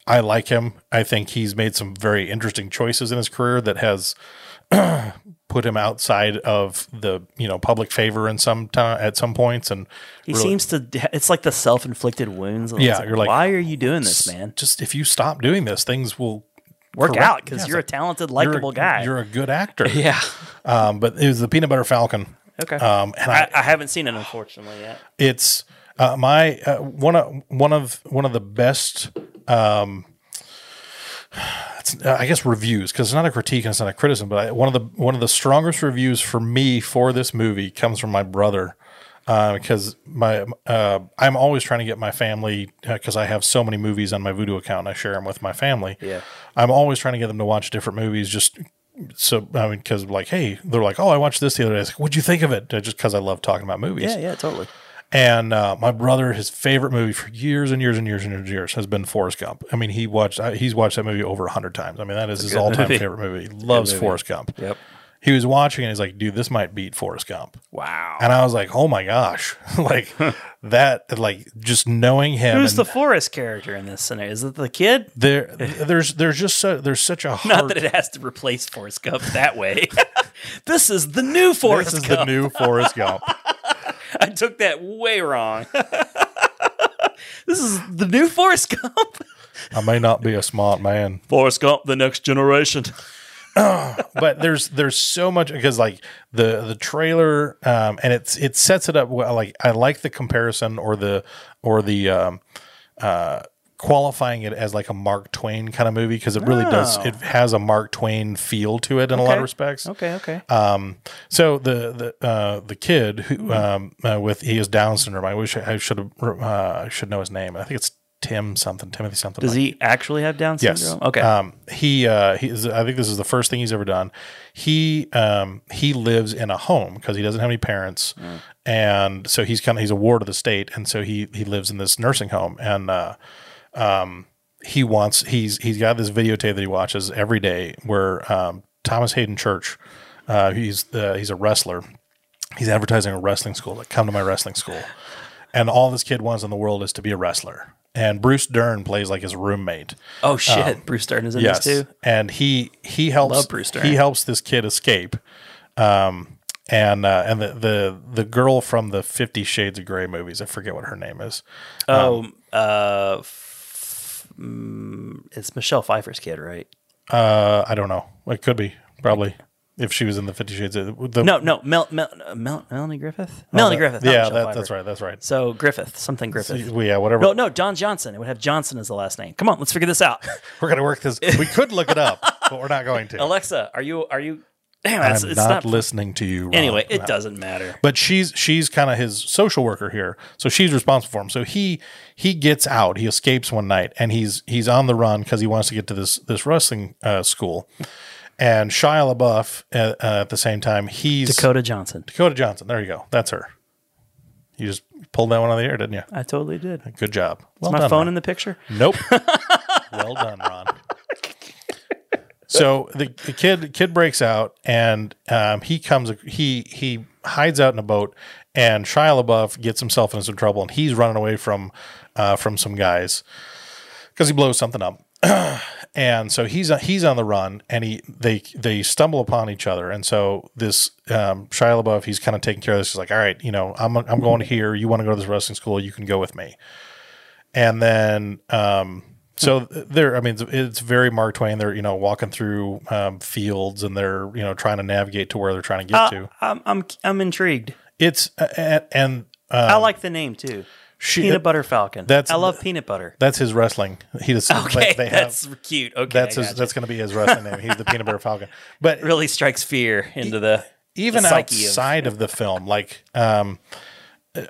B: I like him. I think he's made some very interesting choices in his career that has put him outside of the you know public favor in some time at some points and
A: He
B: really-
A: seems to. It's like the self-inflicted wounds. It's
B: Yeah, you're like,
A: why are you doing this, man?
B: just if you stop doing this things will
A: Work
B: correct-
A: out because
B: Yeah,
A: you're a
B: it's like,
A: talented,
B: you're a-
A: likable guy.
B: you're a good actor
A: yeah.
B: um but it was the peanut butter falcon
A: Okay.
B: um and
A: I,
B: i
A: I haven't seen it unfortunately yet.
B: it's uh, my uh, one of one of one of the best um it's, uh, I guess reviews because it's not a critique and it's not a criticism, but I, one of the one of the strongest reviews for me for this movie comes from my brother because my uh, I'm always trying to get my family because I have so many movies on my Vudu account and I share them with my family.
A: Yeah.
B: I'm always trying to get them to watch different movies just so I mean because like hey they're like oh I watched this the other day It's like, what'd you think of it just because I love talking about movies
A: Yeah, yeah, totally.
B: and uh, my brother, his favorite movie for years and years and years and years has been Forrest Gump. I mean, he watched uh, he's watched that movie over a hundred times. I mean, that is his all time
A: movie.
B: favorite movie. He loves
A: movie.
B: Forrest Gump.
A: Yep.
B: He was watching and he's like, "Dude, this might beat Forrest Gump."
A: Wow.
B: And I was like, "Oh my gosh!" like that, like just knowing him.
A: Who's
B: and
A: the Forrest character in this scenario? Is it the kid?
B: there, there's there's just so, there's such a
A: Not
B: hard,
A: that it has to replace Forrest Gump that way. this is the new Forrest
B: this is the
A: Gump.
B: new Forrest Gump.
A: I took that way wrong. this is the new Forrest Gump.
B: I may not be a smart man,
A: Forrest Gump, the next generation.
B: but there's there's so much because like the the trailer um and it's it sets it up well like i like the comparison or the or the um uh qualifying it as like a mark twain kind of movie because it really does it has a mark twain feel to it in a
A: Oh.
B: lot
A: Okay.
B: of respects
A: Okay, okay.
B: um, so the the uh, the kid
A: Mm-hmm.
B: who um, uh, with he has Down syndrome. I wish I, I should have uh, I should know his name. I think it's Tim something. Timothy something.
A: Does
B: like
A: he actually have Down syndrome?
B: Yes.
A: Okay.
B: Um, he, uh, he is, I think this is the first thing he's ever done. He, um, he lives in a home cause he doesn't have any parents.
A: Mm.
B: And so he's kind of, he's a ward of the state. And so he, he lives in this nursing home and, uh, um, he wants, he's, he's got this videotape that he watches every day where, um, Thomas Hayden church, uh, he's, uh, he's a wrestler. He's advertising a wrestling school. Like, come to my wrestling school and all this kid wants in the world is to be a wrestler. And Bruce Dern plays like his roommate.
A: Oh shit, Bruce Dern is in
B: uh, Yes,
A: this too.
B: and he he helps
A: Love Bruce Dern.
B: he helps this kid escape. Um, and uh, and the, the the girl from the Fifty Shades of Grey movies, I forget what her name is. Um,
A: Oh, uh, f- mm, it's Michelle Pfeiffer's kid, right?
B: Uh, I don't know. It could be probably. if she was in the Fifty Shades. Of, the,
A: No, no, Mel, Mel, uh, Mel, Melanie Griffith. Melanie
B: Oh, that-
A: Griffith. not
B: Yeah,
A: Michelle
B: that,
A: Pfeiffer.
B: that's right. That's right.
A: So Griffith, something Griffith.
B: So, yeah, whatever.
A: No, no, John Johnson. It would have Johnson as the last name. Come on, let's figure this out.
B: We're gonna work this. We could look it up, but we're not going to.
A: Alexa, are you? Are you? Damn,
B: I'm
A: it's, it's
B: not
A: not.
B: listening to you. Rob.
A: anyway, it
B: No.
A: doesn't matter.
B: But she's she's kind of his social worker here, so she's responsible for him. So he he gets out, he escapes one night, and he's he's on the run because he wants to get to this this wrestling uh, school. And Shia LaBeouf uh, uh, at the same time, he's
A: Dakota Johnson.
B: Dakota Johnson. There you go. That's her. You just pulled that one out of the air, didn't you?
A: I totally did. Is
B: Good job. Well
A: my
B: done,
A: phone
B: Ron.
A: in the picture?
B: Nope. well done, Ron. So the, the kid kid breaks out and um, he comes he he hides out in a boat and Shia LaBeouf gets himself into some trouble and he's running away from uh, from some guys because he blows something up and so he's uh, he's on the run and he they they stumble upon each other and so this um, Shia LaBeouf he's kind of taking care of this he's like all right you know I'm I'm going here you want to go to this wrestling school you can go with me and then um so
A: Hmm.
B: they're i mean it's, it's very mark twain they're you know walking through um, fields and they're you know trying to navigate to where they're trying to
A: Uh,
B: get to
A: I'm, I'm, I'm intrigued.
B: it's uh, and, and uh,
A: I like the name too.
B: she,
A: peanut butter falcon.
B: that's-
A: I love peanut butter.
B: that's his wrestling he just
A: Okay,
B: they, they have
A: that's cute. Okay,
B: that's
A: I
B: his,
A: gotcha.
B: that's going to be his wrestling name he's the peanut butter falcon but
A: really strikes fear into the
B: even
A: the psyche of-
B: outside of, the film, like um,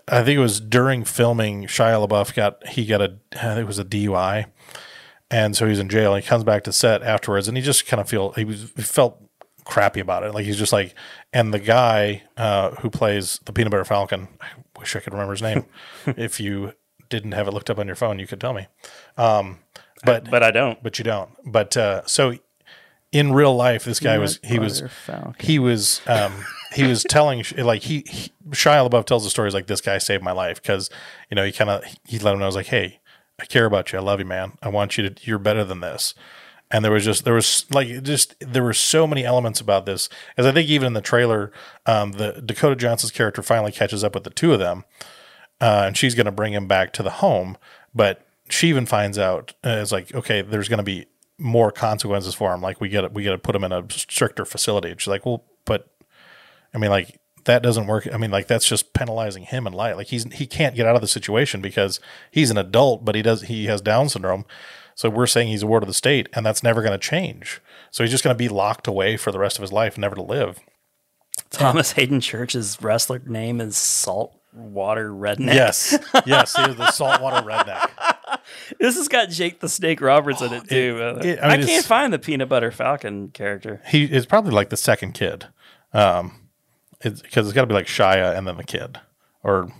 B: I think it was during filming, Shia LaBeouf got he got a I think it was a DUI, and so he's in jail. And he comes back to set afterwards, and he just kind of feel he, was, he felt crappy about it. Like he's just like, and the guy uh, who plays the Peanut Butter Falcon, I wish I could remember his name. if you didn't have it looked up on your phone, you could tell me. Um, but
A: But I don't.
B: but you don't. But uh, so in real life, this guy was he was
A: Butter Falcon.
B: he was um, he was telling Sh- like he, he Shia LaBeouf tells the stories like this guy saved my life because you know he kind of he let him know I was like hey I care about you I love you man I want you to you're better than this and there was just there was like just there were so many elements about this as I think even in the trailer um, the Dakota Johnson's character finally catches up with the two of them uh, and she's going to bring him back to the home. But she even finds out uh, it's like, okay, there's going to be more consequences for him. Like we get we got to put him in a stricter facility. And she's like, well, but I mean, like that doesn't work. I mean, like that's just penalizing him and light. Like he's he can't get out of the situation because he's an adult, but he does he has Down syndrome. So we're saying he's a ward of the state, and that's never going to change. So he's just going to be locked away for the rest of his life, never to live.
A: Thomas Hayden Church's wrestler name is Saltwater Redneck.
B: Yes, yes, he is the saltwater redneck.
A: This has got Jake the Snake Roberts in it too. uh,
B: Oh, it- I
A: I,
B: mean, it's-
A: can't find the peanut butter falcon character.
B: he is probably like the second kid, um, it's because it's got to be like Shia and then the kid, or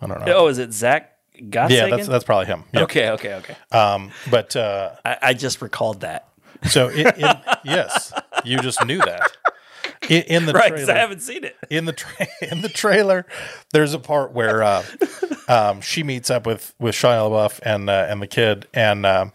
B: I don't know.
A: Oh, is it Zach Gottsagen?
B: yeah, that's that's probably him. Yeah.
A: okay, okay, okay.
B: Um, but uh,
A: I, I just recalled that.
B: so it, it, yes, you just knew that. In, in the
A: Right, 'cause
B: trailer,
A: I haven't seen it.
B: in the tra- in the trailer, there's a part where uh, um, she meets up with with Shia LaBeouf and uh, and the kid, and um,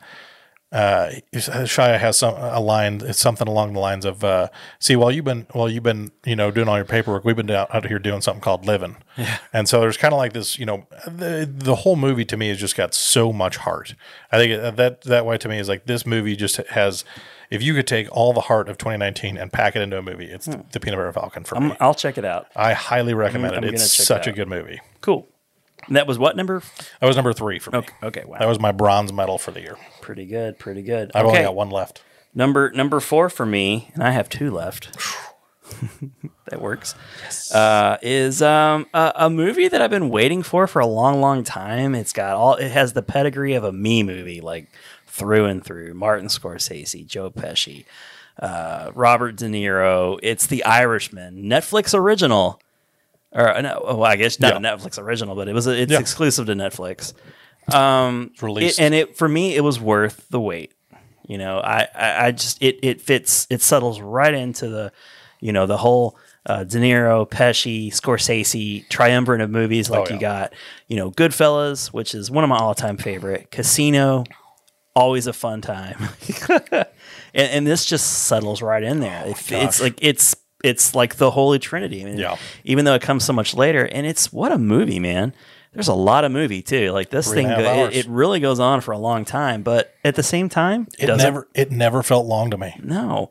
B: uh, Shia has some a line, it's something along the lines of, uh, "See, while you've been while you've been you know doing all your paperwork, we've been out, out here doing something called living." Yeah. And so there's kind of like this, you know, the, the whole movie to me has just got so much heart. I think that that way to me is like this movie just has. If you could take all the heart of 2019 and pack it into a movie, it's the Peanut Butter Falcon for me.
A: I'm, I'll check it out.
B: I highly recommend
A: I'm
B: it.
A: gonna
B: It's
A: check
B: such
A: that
B: a good movie.
A: Cool. And that was what number?
B: That was number three for me.
A: Okay, okay, wow.
B: That was my bronze medal for the year.
A: Pretty good, pretty good.
B: I've
A: okay.
B: only got one left.
A: Number number four for me, and I have two left. that works. Uh, is um, a, a movie that I've been waiting for for a long, long time. It's got all. It has the pedigree of a me movie, like through and through. Martin Scorsese, Joe Pesci, uh, Robert De Niro. It's The Irishman, Netflix original, or uh, no, well, I guess not
B: Yeah.
A: a Netflix original, but it was. It's
B: Yeah.
A: exclusive to Netflix.
B: It's released.
A: It- and it for me, it was worth the wait. You know, I, I, I just it it fits it settles right into the, you know, the whole uh, De Niro, Pesci, Scorsese triumvirate of movies. Like
B: Oh,
A: you
B: yeah.
A: got, you know, Goodfellas, which is one of my all time favorite. Casino, always a fun time. and, and this just settles right in there. It- it's
B: Oh, gosh.
A: like it's it's like the holy trinity. I mean,
B: Yeah.
A: even though it comes so much later, and it's what a movie, man. There's a lot of movie too. Like this
B: Three
A: thing,
B: and a
A: go-
B: half
A: it,
B: hours.
A: it really goes on for a long time, but at the same time,
B: it
A: doesn't.
B: never it never felt long to me.
A: No,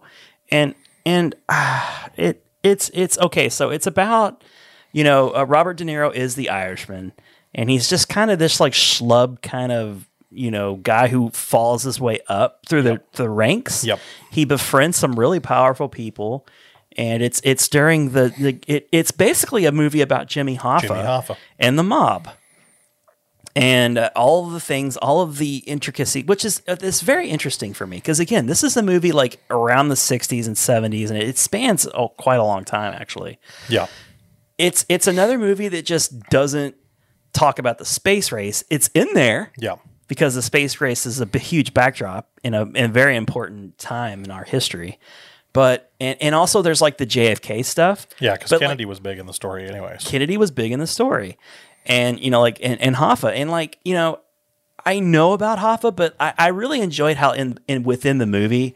A: and and ah, it it's it's okay. So it's about you know uh, Robert De Niro is the Irishman, and he's just kind of this like schlub kind of you know guy who falls his way up through the the ranks.
B: Yep.
A: he befriends some really powerful people. And it's it's during the, the it, it's basically a movie about Jimmy Hoffa,
B: Jimmy Hoffa.
A: and the mob and uh, all of the things, all of the intricacy, which is uh, it's very interesting for me because again, this is a movie like around the '60s and '70s, and it spans oh, quite a long time actually.
B: Yeah.
A: It's it's another movie that just doesn't talk about the space race. It's in there,
B: Yeah.
A: because the space race is a b- huge backdrop in a, in a very important time in our history. But and, and also there's like the JFK stuff.
B: Yeah. Because
A: But, like,
B: Kennedy was big in the story, anyways.
A: Kennedy was big in the story, and you know, like and, and Hoffa, and like you know, I know about Hoffa, but I, I really enjoyed how in in within the movie,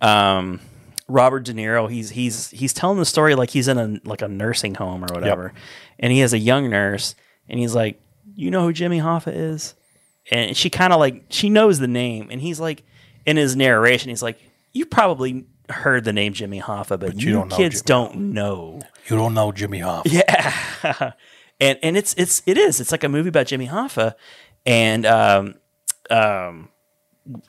A: um, Robert De Niro he's he's he's telling the story like he's in a like a nursing home or whatever, and he has a young nurse, and he's like, you know who Jimmy Hoffa is, and she kind of like she knows the name, and he's like, in his narration, he's like, you probably. Heard the name Jimmy Hoffa, but, you,
B: you don't know
A: kids
B: Jimmy
A: don't know.
B: You don't know Jimmy Hoffa.
A: Yeah, and and it's it's it is it's like a movie about Jimmy Hoffa and um, um,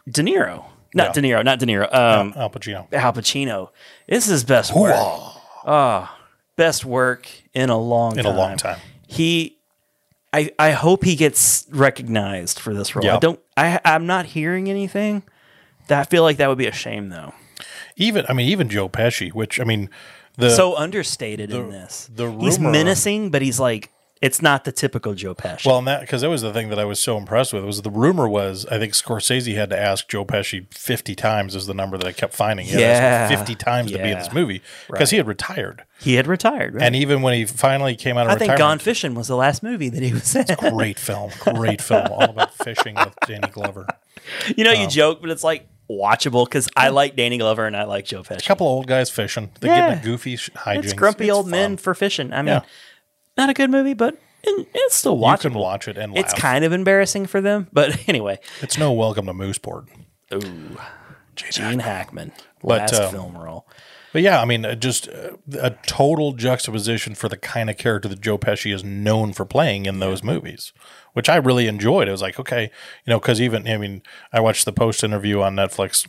A: De Niro, not
B: Yeah.
A: De Niro, not De Niro, um,
B: Al Pacino.
A: Al Pacino. This is his best work. Oh, best work in a long
B: In a
A: time.
B: long time.
A: He. I, I hope he gets recognized for this role.
B: Yeah.
A: I don't. I I'm not hearing anything. That I feel like that would be a shame though.
B: Even I mean, even Joe Pesci, which I mean, the
A: so understated in this.
B: the
A: he's
B: rumor-
A: menacing, but he's like it's not the typical Joe Pesci.
B: Well, and that because that was the thing that I was so impressed with was the rumor was I think Scorsese had to ask Joe Pesci fifty times is the number that I kept finding. He had to ask him
A: Yeah.
B: fifty times to be in
A: Yeah.
B: this movie because he had retired,
A: he had retired, right?
B: and even when he finally came out of
A: I think Gone
B: retirement,
A: Fishing was the last movie that he was in.
B: great film, great film, all about fishing with Danny Glover. A
A: you know, you
B: Oh.
A: joke, but it's like watchable because I like Danny Glover and I like Joe Pesci.
B: couple of old guys fishing, they
A: Yeah.
B: get in a goofy sh- hijinks.
A: it's grumpy old
B: fun.
A: men for fishing. I mean,
B: Yeah.
A: not a good movie, but it- it's still
B: You
A: watchable.
B: can watch it and laugh.
A: It's kind of embarrassing for them, but anyway.
B: It's no welcome to Mooseport.
A: Gene Hackman,
B: But,
A: last
B: um,
A: film role.
B: But yeah, I mean, uh, just uh, a total juxtaposition for the kind of character that Joe Pesci is known for playing in those movies, which I really enjoyed. It was like, okay, you know, because even I mean, I watched the post interview on Netflix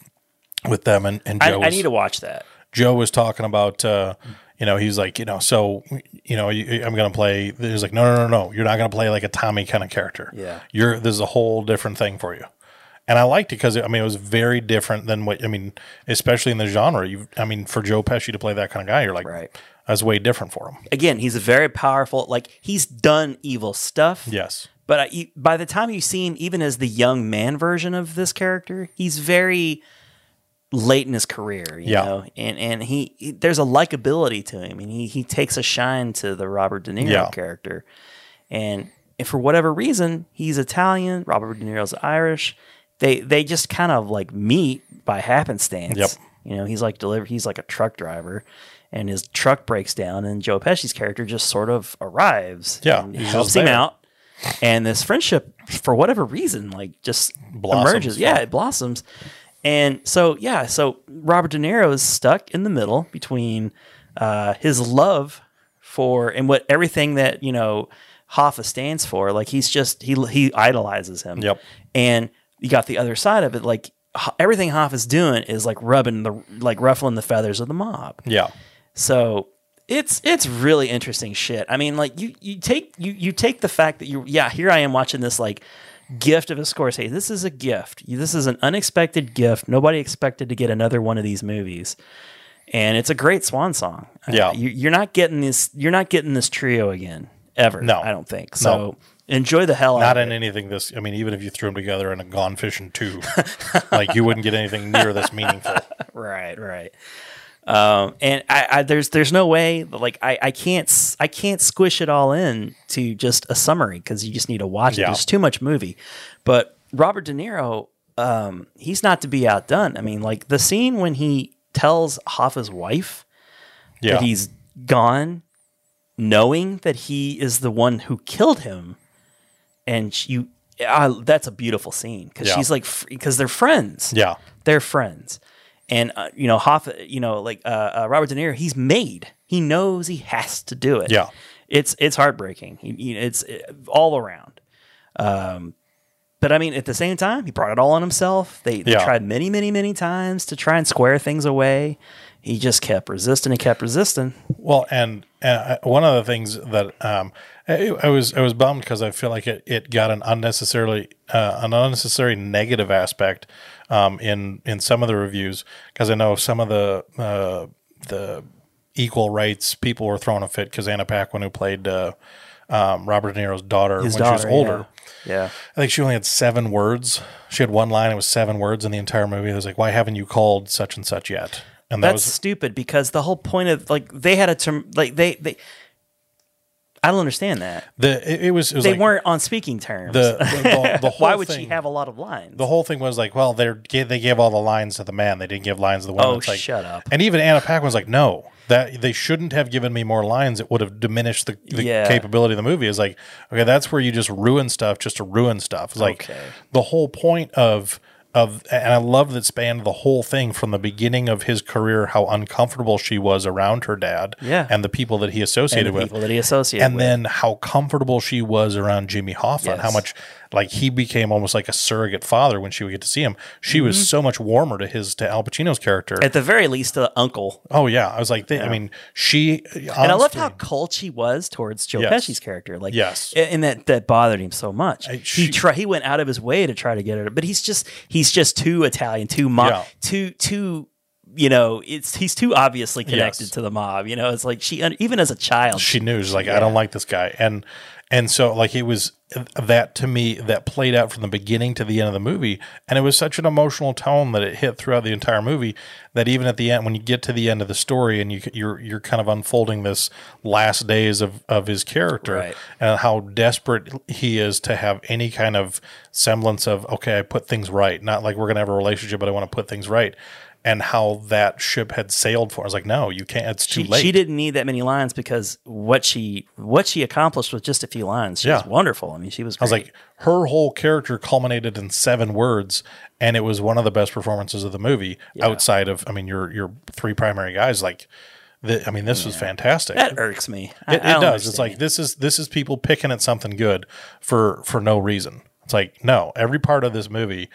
B: with them, and, and
A: I,
B: Joe
A: I
B: was,
A: need to watch that.
B: Joe was talking about, uh, you know, he's like, you know, so, you know, you, I'm going to play. He's like, no, no, no, no, you're not going to play like a Tommy kind of character.
A: Yeah.
B: you're this is a whole different thing for you. And I liked it because I mean it was very different than what I mean, especially in the genre. You, I mean, for Joe Pesci to play that kind of guy, you're like,
A: Right.
B: that's way different for him.
A: Again, he's a very powerful. Like he's done evil stuff.
B: Yes,
A: But I, you- by the time you see him, even as the young man version of this character, he's very late in his career, you
B: Yeah.
A: know, and and he, he- there's a likability to him, and he he takes a shine to the Robert De Niro
B: Yeah.
A: character, and if for whatever reason he's Italian, Robert De Niro's Irish, they they just kind of like meet by happenstance.
B: Yep.
A: You know, he's like deliver, he's like a truck driver. And his truck breaks down, and Joe Pesci's character just sort of arrives.
B: Yeah,
A: and
B: he's just
A: helps him
B: there.
A: out, and this friendship for whatever reason like just
B: Blossoms,
A: emerges yeah
B: yeah.
A: it blossoms and so yeah so robert de niro is stuck in the middle between uh, his love for and what everything that you know hoffa stands for like he's just he he idolizes him
B: Yep.
A: and you got the other side of it like Ho- everything hoffa's doing is like rubbing the like ruffling the feathers of the mob
B: yeah,
A: so it's it's really interesting shit. I mean, like you you take you you take the fact that you yeah here I am watching this like gift of a Scorsese. This is a gift. You- This is an unexpected gift. Nobody expected to get another one of these movies, and it's a great swan song. Uh,
B: Yeah.
A: you, you're not getting this. You're not getting this trio again ever.
B: No.
A: I don't think so.
B: No.
A: Enjoy the hell
B: not
A: out of
B: in anything. This, I mean, even if you threw them together in a Gone Fishing two, like you wouldn't get anything near this meaningful.
A: Right, right. Um, and I, I there's there's no way that, like I, I can't s- I can't squish it all in to just a summary because you just need to watch it.
B: Yeah.
A: There's too much movie. But Robert De Niro, um, he's not to be outdone. I mean, like the scene when he tells Hoffa's wife
B: Yeah,
A: that he's gone, knowing that he is the one who killed him, and she- you. Uh, that's a beautiful scene because
B: Yeah.
A: she's like because they're friends
B: yeah,
A: they're friends. And uh, you know, Hoff, you know, like uh, uh, Robert De Niro, he's made. He knows he has to do it.
B: Yeah.
A: it's it's heartbreaking. You- you- It's uh, all around. Um, but I mean, at the same time, he brought it all on himself. They, they
B: Yeah.
A: tried many, many, many times to try and square things away. He just kept resisting and kept resisting.
B: Well, and, and I- one of the things that um, I, I was I was bummed because I feel like it, it got an unnecessarily uh, an unnecessary negative aspect um, in in some of the reviews because I know some of the uh, the equal rights people were throwing a fit because Anna Paquin, who played uh, um, Robert De Niro's daughter
A: His
B: when
A: daughter,
B: she was older.
A: yeah. yeah.
B: I think she only had seven words. She had one line. It was seven words in the entire movie. It was like, "Why haven't you called such and such yet?" And that
A: That's stupid because the whole point of like they had a term like they they I don't understand that
B: was the. It, it was. It was
A: they
B: like
A: weren't on speaking terms.
B: the the, the whole
A: Why would
B: thing,
A: she have a lot of lines?
B: the whole thing was like, well, they are they gave all the lines to the man. They didn't give lines to the woman.
A: Oh,
B: It's like,
A: shut up.
B: And even Anna Paquin was like, no, that they shouldn't have given me more lines. It would have diminished the, the
A: Yeah.
B: capability of the movie. Is like, okay, that's where you just ruin stuff just to ruin stuff. It's like
A: Okay.
B: the whole point of of and I love that spanned the whole thing from the beginning of his career, how uncomfortable she was around her dad,
A: Yeah.
B: and the people that he
A: and
B: associated
A: the
B: with
A: people that he associated
B: and
A: with.
B: then how comfortable she was around Jimmy Hoffa and how
A: Yes.
B: much like he became almost like a surrogate father when she would get to see him. She
A: Mm-hmm.
B: was so much warmer to his to Al Pacino's character.
A: At the very least, the uncle.
B: oh yeah, I was like, they, I mean, she
A: And I loved how cold she was towards Joe
B: Yes.
A: Pesci's character. Like,
B: Yes.
A: a- and that that bothered him so much.
B: I-
A: he
B: she-
A: try, he went out of his way to try to get her, but he's just he's just too Italian, too mob,
B: Yeah.
A: too too. You know, it's he's too obviously connected
B: Yes.
A: to the mob. You know, it's like she un- even as a child,
B: she knew she's like, I don't like this guy, and and so like it was that to me that played out from the beginning to the end of the movie, and it was such an emotional tone that it hit throughout the entire movie. That even at the end, when you get to the end of the story and you you're you're kind of unfolding this last days of of his character,
A: Right.
B: and how desperate he is to have any kind of semblance of okay, I put things right. Not like we're gonna have a relationship, but I want to put things right. And how that ship had sailed for. I was like, no, you can't. It's too
A: she,
B: late.
A: she didn't need that many lines because what she what she accomplished was just a few lines. She was
B: Yeah.
A: wonderful. I mean, she was. Great.
B: I was like, her whole character culminated in seven words, and it was one of the best performances of the movie. Outside of, I mean, your your three primary guys, like, the, I mean, this was fantastic.
A: that irks me. I-
B: it
A: I
B: it
A: don't
B: does. It's
A: understand.
B: like this is this is people picking at something good for for no reason. It's like no, every part of this movie.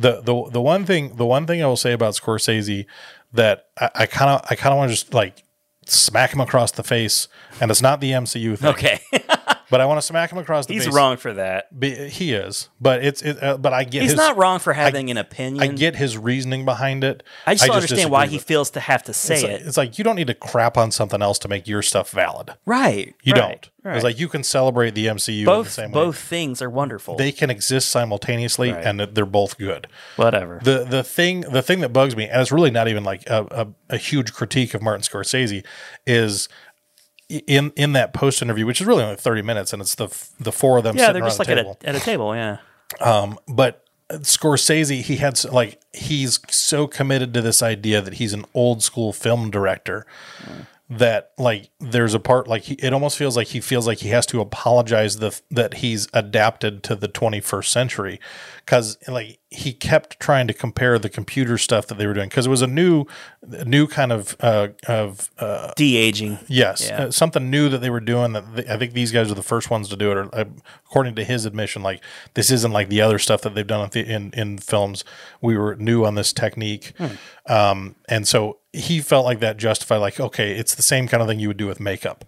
B: The the the one thing the one thing I will say about Scorsese that I kind of I kind of want to just like smack him across the face, and it's not the MCU thing,
A: okay,
B: but I want to smack him across the
A: he's
B: face.
A: wrong for that.
B: Be, he is, but it's it, uh, but I get
A: He's
B: his,
A: not wrong for having an opinion.
B: I get his reasoning behind it.
A: I just don't
B: disagree
A: understand why
B: with
A: he
B: it.
A: feels to have to say
B: It's like,
A: it.
B: it's like you don't need to crap on something else to make your stuff valid.
A: right.
B: You
A: right,
B: don't.
A: Right.
B: It's like you can celebrate the MCU in the
A: both
B: same
A: both
B: way.
A: things are wonderful.
B: They can exist simultaneously,
A: Right.
B: and they're both good.
A: Whatever.
B: The the thing the thing that bugs me, and it's really not even like a, a, a huge critique of Martin Scorsese, is in in that post interview, which is really only thirty minutes, and it's the f- the four of them.
A: yeah,
B: sitting
A: they're
B: around
A: just
B: the
A: like at
B: table.
A: a, at a table. Yeah.
B: but Scorsese, he had s- like he's so committed to this idea that he's an old school film director that like there's a part like he, it almost feels like he feels like he has to apologize the, that he's adapted to the 21st century because like he kept trying to compare the computer stuff that they were doing because it was a new new kind of uh, of
A: De aging.
B: Yes,
A: Yeah.
B: uh, something new that they were doing. That th- I think these guys are the first ones to do it. Or uh, according to his admission, like this isn't like the other stuff that they've done at the, in in films. We were new on this technique,
A: Hmm.
B: um, and so he felt like that justified. Like, okay, it's the same kind of thing you would do with makeup.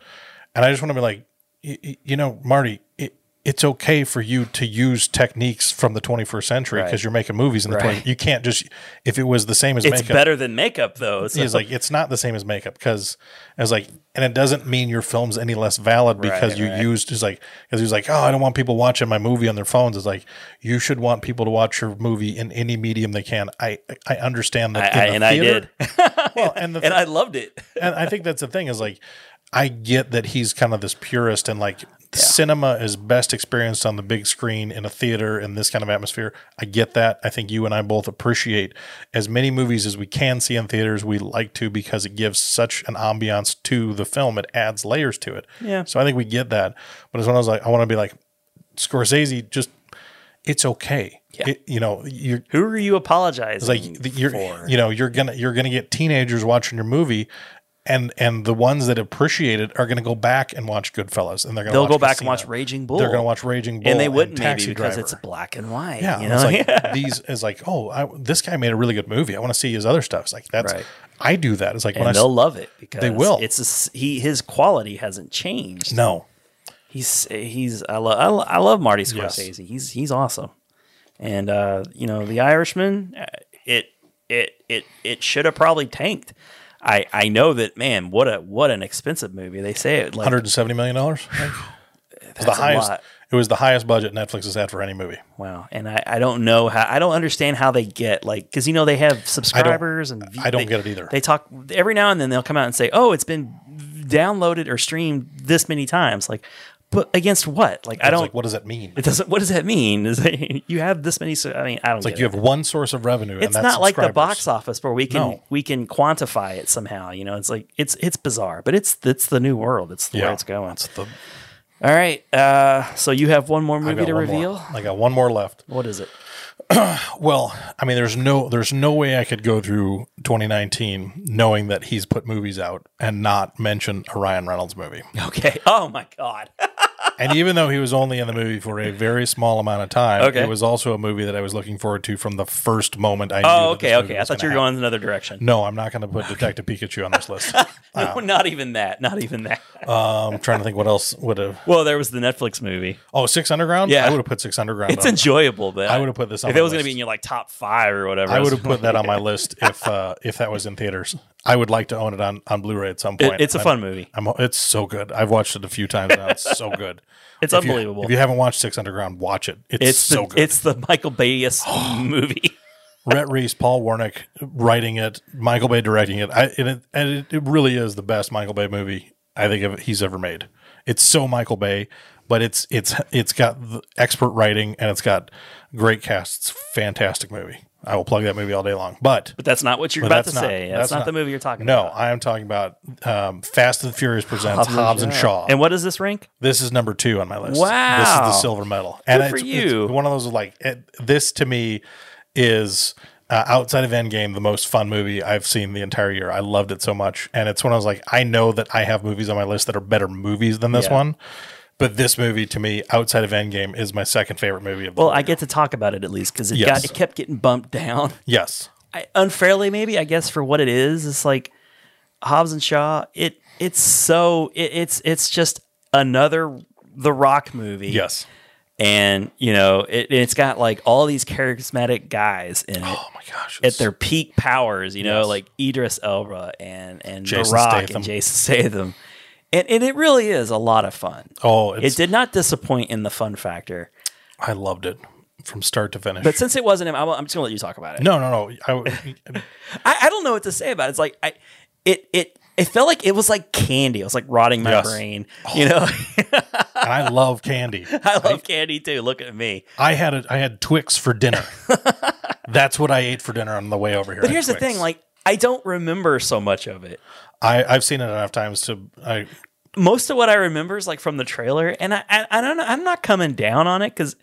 B: And I just want to be like, y- y- you know, Marty. It, it's okay for you to use techniques from the 21st century because
A: Right.
B: you're making movies in the
A: Right.
B: 20. You can't just if it was the same as
A: It's
B: makeup
A: better than makeup though. So.
B: is like it's not the same as makeup because I was like, and it doesn't mean your film's any less valid because
A: Right,
B: you
A: right.
B: used is like because he was like, oh, I don't want people watching my movie on their phones. It's like you should want people to watch your movie in any medium they can. I I understand
A: I,
B: that,
A: I,
B: in the
A: and I did,
B: theater- Well, and the
A: and I loved it.
B: and I think that's the thing is like I get that he's kind of this purist and like cinema is best experienced on the big screen in a theater in this kind of atmosphere. I get that. I think you and I both appreciate as many movies as we can see in theaters. We like to because it gives such an ambiance to the film. It adds layers to it.
A: Yeah.
B: So I think we get that. But as one I was like, I want to be like Scorsese. Just it's okay.
A: Yeah.
B: It- you know, you're
A: Who are you apologizing
B: it's like the- you're
A: for?
B: you know you're gonna you're gonna get teenagers watching your movie. And, and the ones that appreciate it are going to go back and watch Goodfellas, and they're going to
A: They'll go back and
B: Casino.
A: watch Raging Bull.
B: They're going to watch Raging Bull,
A: and they wouldn't maybe
B: Taxi
A: because
B: Driver.
A: it's black and white.
B: Yeah,
A: you
B: and it's
A: know?
B: like these is like, oh, I, this guy made a really good movie. I want to see his other stuff. It's like that's
A: Right.
B: I do that. It's like
A: and
B: when I
A: they'll
B: s-
A: love it because
B: will.
A: It's a s he his quality hasn't changed.
B: no,
A: He's he's I love I, lo- I love Marty
B: Yes.
A: Scorsese. He's he's awesome, and uh, you know The Irishman. uh, It it it it should have probably tanked. I I know that man. What a what an expensive movie. They say it like
B: hundred and seventy million dollars.
A: that's
B: The
A: a
B: highest.
A: lot.
B: It was the highest budget Netflix has had for any movie.
A: Wow, and I, I don't know how I don't understand how they get like because you know they have subscribers and view-
B: I don't
A: they-
B: get it either.
A: They talk every now and then they'll come out and say, "Oh, it's been downloaded or streamed this many times." Like, but against what? Like, I
B: It's
A: don't.
B: like, what does that mean?
A: it
B: It's
A: doesn't. What does that mean? Is it, you have this many? So, I mean, I don't.
B: like
A: get
B: you
A: it.
B: have one source of revenue. and
A: It's
B: that's
A: not like the box
B: subscribers.
A: office where we can
B: No.
A: we can quantify it somehow. You know, it's like it's it's bizarre, but it's it's the new world. It's where
B: Yeah.
A: it's going.
B: It's the-
A: All right, uh, so you have one more
B: I
A: movie
B: got
A: to
B: one more.
A: reveal.
B: I got one more left.
A: What is it?
B: Well, I mean, there's no there's no way I could go through 2019 knowing that he's put movies out and not mention a Ryan Reynolds movie.
A: Okay. Oh my god.
B: and even though he was only in the movie for a very small amount of time,
A: Okay.
B: it was also a movie that I was looking forward to from the first moment I knew.
A: Oh,
B: that this
A: okay,
B: movie
A: okay. I
B: was
A: thought you
B: gonna
A: were
B: happen.
A: going another direction.
B: No, I'm not going to put Detective Pikachu on this list.
A: No, not even that. Not even that.
B: I'm trying to think what else would have.
A: well, there was the Netflix movie.
B: Oh, Six Underground.
A: Yeah.
B: I would have put Six Underground.
A: It's
B: on.
A: enjoyable, but
B: I would've put this on
A: if
B: my
A: it was going to
B: list.
A: be in your like top five or whatever.
B: I
A: was-
B: would have put that on my list if uh, if that was in theaters. I would like to own it on, on Blu-ray at some
A: It-
B: point.
A: it's a
B: I'm-
A: fun movie.
B: I'm, it's so good. I've watched it a few times now. It's so good.
A: It's
B: If you-
A: unbelievable.
B: if you haven't watched Six Underground, watch it. It's,
A: It's
B: so
A: the,
B: good.
A: It's the Michael Bayus movie.
B: Rhett Reese, Paul Warnick writing it, Michael Bay directing it. I, and it, and it, it really is the best Michael Bay movie I think of, he's ever made. It's so Michael Bay, but it's it's it's got the expert writing and it's got great cast. It's a fantastic movie. I will plug that movie all day long. But
A: But that's not what you're
B: but
A: about
B: that's
A: to
B: not,
A: say. That's, not, the movie you're talking
B: no,
A: about.
B: I am talking about um, Fast and the Furious presents Hobbs, and Shaw.
A: And what does this rank?
B: This is number two on my list. This is
A: Wow.
B: the silver medal. And
A: for
B: it's,
A: you.
B: it's one of those like, it, this to me is uh, outside of Endgame, the most fun movie I've seen the entire year. I loved it so much. And it's when I was like, I know that I have movies on my list that are better movies than this
A: Yeah.
B: one. But this movie to me, outside of Endgame, is my second favorite movie of the
A: Well,
B: whole
A: I
B: year.
A: get to talk about it at least because it
B: Yes.
A: got it kept getting bumped down.
B: Yes.
A: I, unfairly maybe I guess for what it is. It's like Hobbs and Shaw. It it's so it, it's it's just another The Rock movie.
B: Yes.
A: and you know it, it's got like all these charismatic guys in it.
B: Oh my gosh.
A: At
B: it's-
A: their peak powers, you know,
B: Yes.
A: like Idris Elba and and The
B: Jason
A: Rock
B: Statham.
A: and Jason Statham, and, and it really is a lot of fun.
B: oh, it's,
A: It did not disappoint in the fun factor,
B: I loved it from start to finish.
A: but since it wasn't him, I'm, I'm just gonna let you talk about it.
B: no, no, no. I,
A: I, I don't know what to say about it. It's like I, it it it felt like it was like candy. It was like rotting my
B: Yes.
A: brain. You know,
B: and I love candy.
A: I love candy too. Look at me.
B: I had a, I had Twix for dinner. That's what I ate for dinner on the way over here.
A: But here's the thing, like I don't remember so much of it.
B: I I've seen it enough times to I
A: Most of what I remember is like from the trailer, and I I, I don't know. I'm not coming down on it because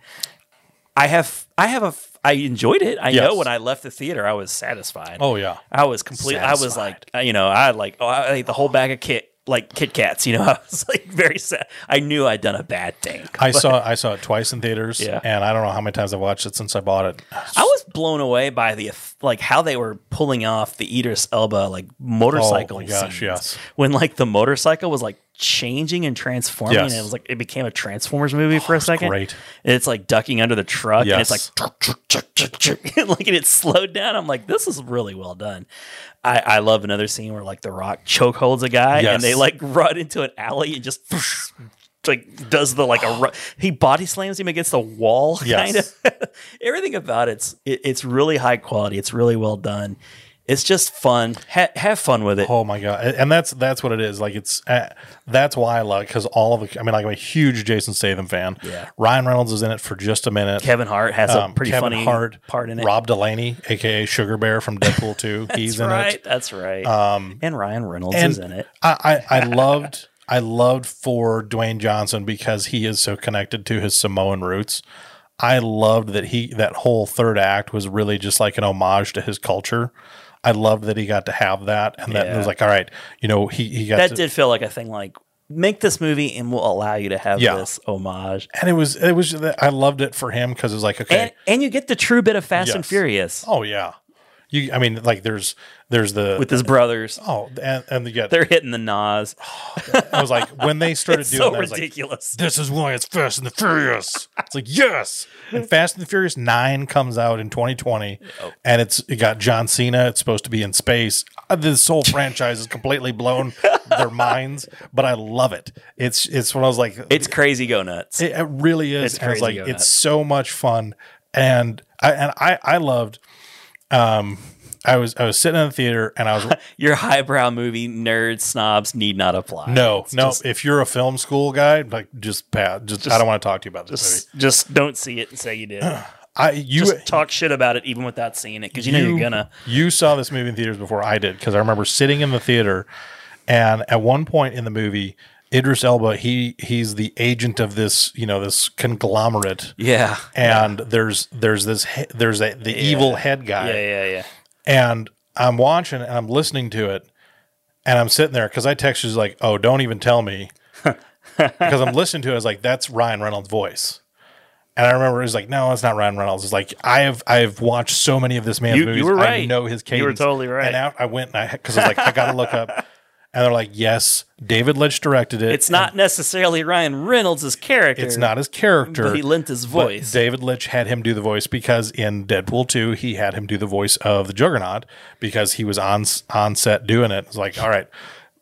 A: I have I have a f- I enjoyed it. I know
B: Yes.
A: when I left the theater, I was satisfied.
B: oh yeah
A: I was completely. I was like, you know, I like, oh, I ate the whole bag of kit like Kit Kats. You know, I was like very sad. I knew I'd done a bad thing.
B: I saw I saw it twice in theaters
A: Yeah.
B: and I don't know how many times I've watched it since I bought it.
A: I was blown away by the like how they were pulling off the Idris Elba like motorcycle.
B: Oh, my gosh,
A: scenes.
B: yes.
A: When like the motorcycle was like changing and transforming,
B: Yes. Oh,
A: and it was like it became a Transformers movie for a second.
B: great.
A: And it's like ducking under the truck, and it's like
B: Yes.
A: "Truck, truck, truck, truck, truck," and, like and it slowed down. I'm like, this is really well done. I, I love another scene where like the Rock choke holds a guy,
B: Yes.
A: and they like run into an alley and just. Like does the like a ru- he body slams him against the wall
B: Yes.
A: kind of everything about it's it, it's really high quality. It's really well done. It's just fun. Ha- have fun with it.
B: Oh my god! And that's that's what it is. Like it's uh, that's why I love because all of the. I mean, like I'm a huge Jason Statham fan.
A: Yeah.
B: Ryan Reynolds is in it for just a minute.
A: Kevin Hart has a
B: Um,
A: pretty
B: Kevin
A: funny
B: Hart,
A: part in it.
B: Rob Delaney, aka Sugar Bear from Deadpool 2. He's
A: that's
B: in
A: right.
B: it.
A: That's right. Um, and Ryan Reynolds is in it.
B: I, I, I loved I loved for Dwayne Johnson because he is so connected to his Samoan roots. I loved that he that whole third act was really just like an homage to his culture. I loved that he got to have that, and that it
A: Yeah.
B: was like, all right, you know, he he got
A: That
B: to,
A: did feel like a thing like make this movie and we'll allow you to have
B: Yeah.
A: this homage.
B: and it was it was I loved it for him because it was like okay,
A: And and you get the true bit of Fast and
B: Yes.
A: Furious
B: oh yeah, you I mean like there's there's the
A: with his brothers.
B: oh and and yeah,
A: They're hitting the Nas.
B: I was like when they started
A: It's
B: doing
A: so
B: that, I was like,
A: ridiculous.
B: this is why it's Fast and the Furious. it's like yes, and Fast and the Furious Nine comes out in 2020,
A: Oh.
B: and it's it got John Cena. It's supposed to be in space. Uh, This whole franchise is completely blown their minds, but I love it. It's it's when I was like,
A: it's crazy go nuts.
B: it, it really is.
A: It's
B: and it's like
A: crazy, Yoda.
B: it's so much fun, and I and I I loved. Um, I was I was sitting in the theater and I was
A: Your highbrow movie nerd snobs need not apply.
B: no no. if you're a film school guy, like just pat, just, I don't want to talk to you about this
A: Just, just don't see it and say you did.
B: movie. I you
A: Just talk shit about it even without seeing it because you know you're gonna.
B: You saw this movie in theaters before I did because I remember sitting in the theater, and at one point in the movie, Idris Elba he he's the agent of this you know this conglomerate,
A: Yeah.
B: and there's there's this he- there's a, the evil head guy,
A: Yeah, yeah, yeah.
B: and I'm watching and I'm listening to it, and I'm sitting there because I text you like, oh, don't even tell me, because I'm listening to it. I was like, that's Ryan Reynolds' voice. And I remember it was like, no, it's not Ryan Reynolds. It's like I have I have watched so many of this man's
A: You- you
B: movies.
A: were
B: I
A: right.
B: know his
A: You
B: cadence.
A: were totally right.
B: And out, I went and I because I was like, I gotta look up. And they're like, yes, David Lynch directed it.
A: It's not necessarily Ryan Reynolds' character.
B: It's not his character.
A: But he lent his
B: But
A: voice.
B: David Lynch had him do the voice because in Deadpool 2, he had him do the voice of the Juggernaut because he was on on set doing it. It's like, all right,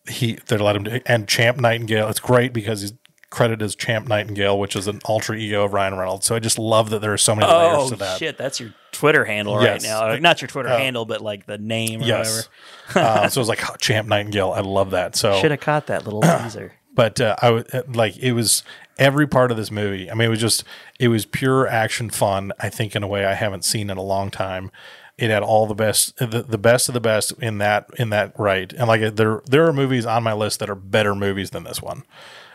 B: he they let him do and Champ Nightingale. It's great because he's credited as Champ Nightingale, which is an alter ego of Ryan Reynolds. So I just love that there are so many layers to
A: oh
B: that.
A: shit, that's your Twitter handle
B: Yes. Uh,
A: right now. Like, Not your Twitter handle, but like the name or
B: Yes. uh, so it was like oh, Champ Nightingale. I love that. So
A: whatever. Should have caught that little teaser.
B: but uh, I w- like it was every part of this movie. I mean, it was just it was pure action fun. I think in a way I haven't seen in a long time. It had all the best, uh, the, the best of the best in that in that right. And like there there are movies on my list that are better movies than this one.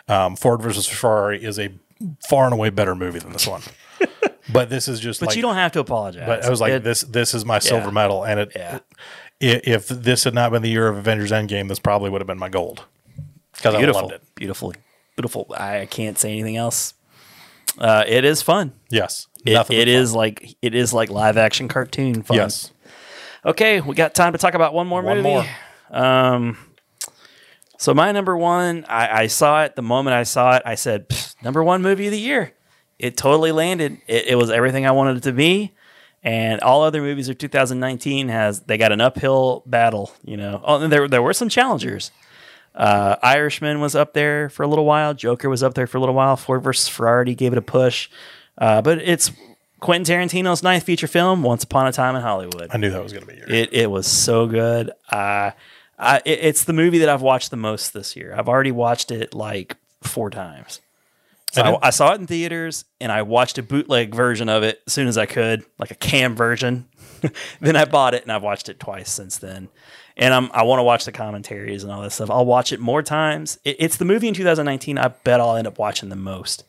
B: Um, Ford versus Ferrari is a far and away better movie than this one. but this is just
A: But
B: like,
A: you don't have to apologize.
B: but I was like,
A: It-
B: this this is my silver medal, and it,
A: Yeah.
B: i- if this had not been the year of Avengers Endgame, this probably would have been my gold because I
A: beautiful,
B: loved it.
A: beautiful, beautiful. I I can't say anything else. Uh, it is fun.
B: Yes,
A: It-
B: Nothing
A: it
B: but
A: is like it is like live action cartoon fun.
B: Yes.
A: Okay, we got time to talk about one more
B: One
A: movie.
B: more.
A: Um, so my number one, I, I saw it the moment I saw it. I said, "Pfft, number one movie of the year. It totally landed. It, it was everything I wanted it to be. And all other movies of 2019 has they got an uphill battle. You know, oh, and there there were some challengers. Uh, Irishman was up there for a little while. Joker was up there for a little while. Ford versus Ferrari gave it a push, uh, but it's Quentin Tarantino's ninth feature film, Once Upon a Time in Hollywood.
B: I knew that was going to be yours.
A: It it was so good. Uh, I it, it's the movie that I've watched the most this year. I've already watched it like four times. So
B: And it-
A: I, I saw it in theaters, and I watched a bootleg version of it as soon as I could, like a cam version. then I bought it, and I've watched it twice since then. And I'm, I want to watch the commentaries and all this stuff. I'll watch it more times. It, it's the movie in 2019. I bet I'll end up watching the most,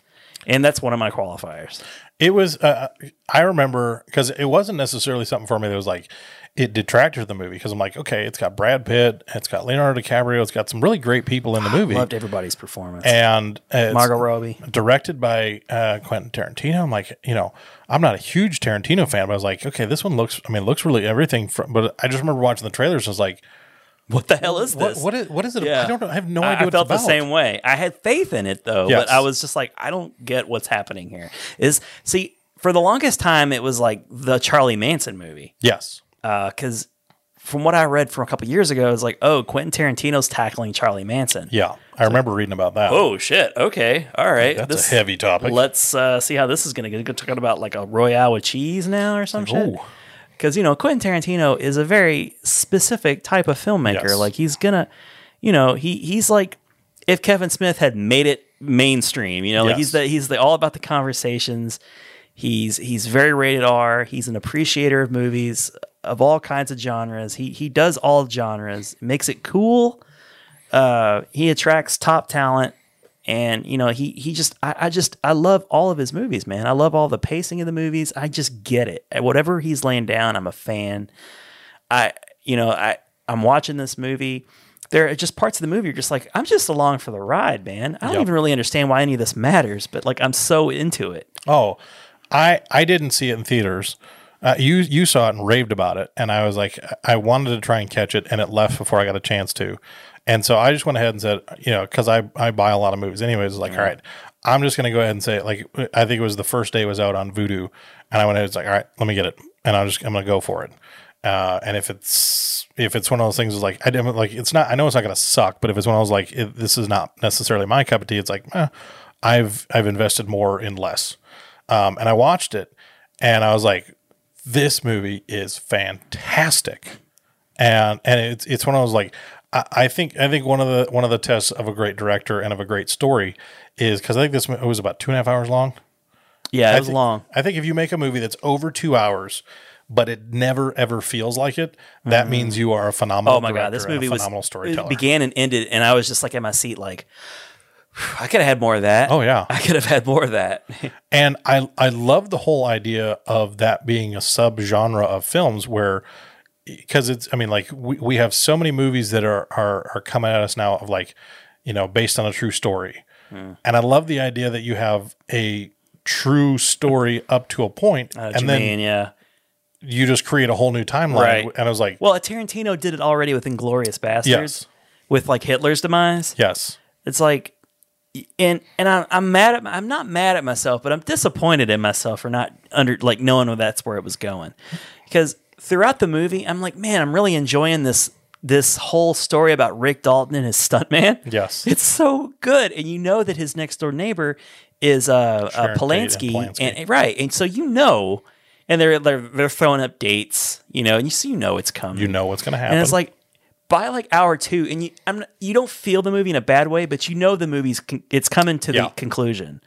A: and that's one of my qualifiers.
B: It was. Uh, I remember because it wasn't necessarily something for me that was like it detracted from the movie because I'm like, okay, it's got Brad Pitt, it's got Leonardo DiCaprio, it's got some really great people in the movie,
A: Loved everybody's performance.
B: and uh, it's
A: Margot Robbie.
B: directed by uh, Quentin Tarantino. I'm like, you know, I'm not a huge Tarantino fan, but I was like, okay, this one looks. I mean, it looks really everything. From, but I just remember watching the trailers. and I was like,
A: What the hell is
B: what
A: this?
B: what is, what is it?
A: Yeah.
B: I don't know. I have no
A: I,
B: idea.
A: I
B: what
A: felt
B: it's
A: the
B: about.
A: same way. I had faith in it though,
B: Yes.
A: but I was just like, I don't get what's happening here. Is see for the longest time it was like the Charlie Manson movie
B: Yes.
A: because from what I read from a couple years ago, it's like, oh, Quentin Tarantino's tackling Charlie Manson.
B: Yeah, I remember reading about that.
A: Oh shit. Okay. All right.
B: That's a heavy topic.
A: Let's uh, see how this is going to go. Talking about like a Royale with cheese now or some shit.
B: Ooh.
A: Because you know Quentin Tarantino is a very specific type of filmmaker.
B: Yes.
A: Like he's gonna, you know, he he's like if Kevin Smith had made it mainstream. You know, like he's
B: Yes.
A: the he's the all about the conversations. He's he's very rated R. He's an appreciator of movies of all kinds of genres. He he does all genres. Makes it cool. Uh, he attracts top talent And you know, he he just I, I just I love all of his movies, man. I love all the pacing of the movies. I just get it. And Whatever he's laying down, I'm a fan. I you know I I'm watching this movie. There are just parts of the movie you're just like I'm just along for the ride, man. I don't
B: Yep.
A: even really understand why any of this matters, but like I'm so into it.
B: Oh, I I didn't see it in theaters. Uh, you you saw it and raved about it, and I was like, I wanted to try and catch it, and it left before I got a chance to, and so I just went ahead and said, you know, because I I buy a lot of movies anyways. Like, all right, I'm just gonna go ahead and say, it. like, I think it was the first day it was out on Voodoo, and I went ahead and was like, all right, let me get it, and I'm just I'm gonna go for it. Uh, and if it's if it's one of those things is like I didn't like it's not I know it's not gonna suck, but if it's one of those like it, this is not necessarily my cup of tea, it's like eh, I've I've invested more in less um, and I watched it, and I was like, "This movie is fantastic," and and it's it's one of those like I, I think I think one of the one of the tests of a great director and of a great story is because I think this mo- it was about two and a half hours long.
A: Yeah, it
B: I
A: was
B: thi-
A: long.
B: I think if you make a movie that's over two hours, but it never ever feels like it, that means you are a phenomenal.
A: Mm. Oh my god, this
B: director and
A: movie
B: a
A: was
B: phenomenal
A: It
B: storyteller.
A: began and ended, and I was just like in my seat, like I could have had more of that.
B: Oh, yeah.
A: I could have had more of that. Uh,
B: And I I love the whole idea of that being a subgenre of films where because it's I mean like we, we have so many movies that are are are coming at us now of like you know based on a true story. And I love the idea that you have a true story up to a point,
A: I know what
B: and
A: you
B: then
A: mean, yeah.
B: you just create a whole new timeline.
A: Right.
B: And I was like,
A: Well, Tarantino did it already with Inglorious Bastards,
B: Yes.
A: with like Hitler's demise.
B: yes.
A: It's like, and and I'm, I'm mad at my- I'm not mad at myself, but I'm disappointed in myself for not under like knowing that's where it was going, because throughout the movie I'm like, man, I'm really enjoying this this whole story about Rick Dalton and his stuntman.
B: Yes.
A: it's so good, and you know that his next door neighbor is uh, uh
B: Sharon Tate and
A: Polanski,
B: Polanski.
A: and, and- right, and so you know. And they're, they're they're throwing up dates, you know, and you see, you know, it's coming.
B: You know what's going to happen.
A: And it's like by like hour two, and you I'm, not- you don't feel the movie in a bad way, but you know the movie's con- it's coming to
B: Yeah.
A: the conclusion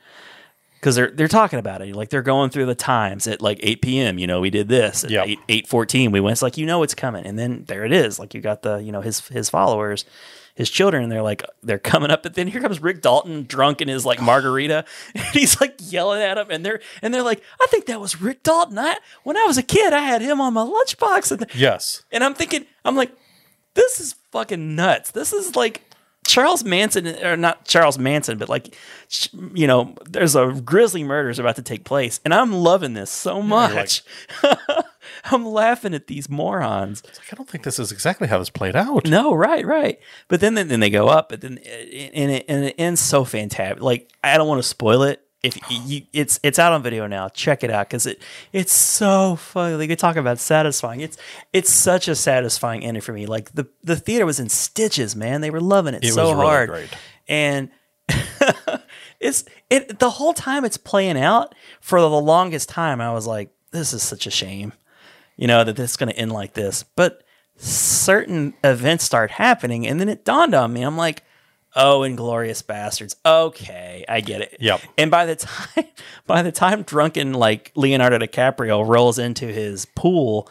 A: because they're they're talking about it. Like they're going through the times at like eight p.m. You know, we did this at
B: Yep.
A: eight eight fourteen. We went. It's like you know it's coming, and then there it is. Like you got the you know his his followers. His children, and they're like, they're coming up, but then here comes Rick Dalton, drunk in his like margarita, and he's like yelling at him, and they're and they're like, I think that was Rick Dalton. I when I was a kid, I had him on my lunchbox, and
B: yes.
A: and I'm thinking, I'm like, this is fucking nuts. This is like Charles Manson, or not Charles Manson, but like, sh- you know, there's a grisly murder is about to take place, and I'm loving this so much. I'm laughing at these morons.
B: It's like, I don't think this is exactly how this played out.
A: No, right, right. But then, then, then they go up, but then uh, and it and it ends so fantastic. Like I don't want to spoil it. If you, it's it's out on video now, check it out because it it's so funny. Like we talk about satisfying. It's it's such a satisfying ending for me. Like the the theater was in stitches, man. They were loving it,
B: It
A: so
B: was really
A: hard.
B: great.
A: And it's it the whole time it's playing out for the longest time. I was like, this is such a shame you know, that this is going to end like this. But certain events start happening, and then it dawned on me. I'm like, oh, inglorious bastards. Okay, I get it.
B: Yep.
A: And by the time, by the time drunken like Leonardo DiCaprio rolls into his pool,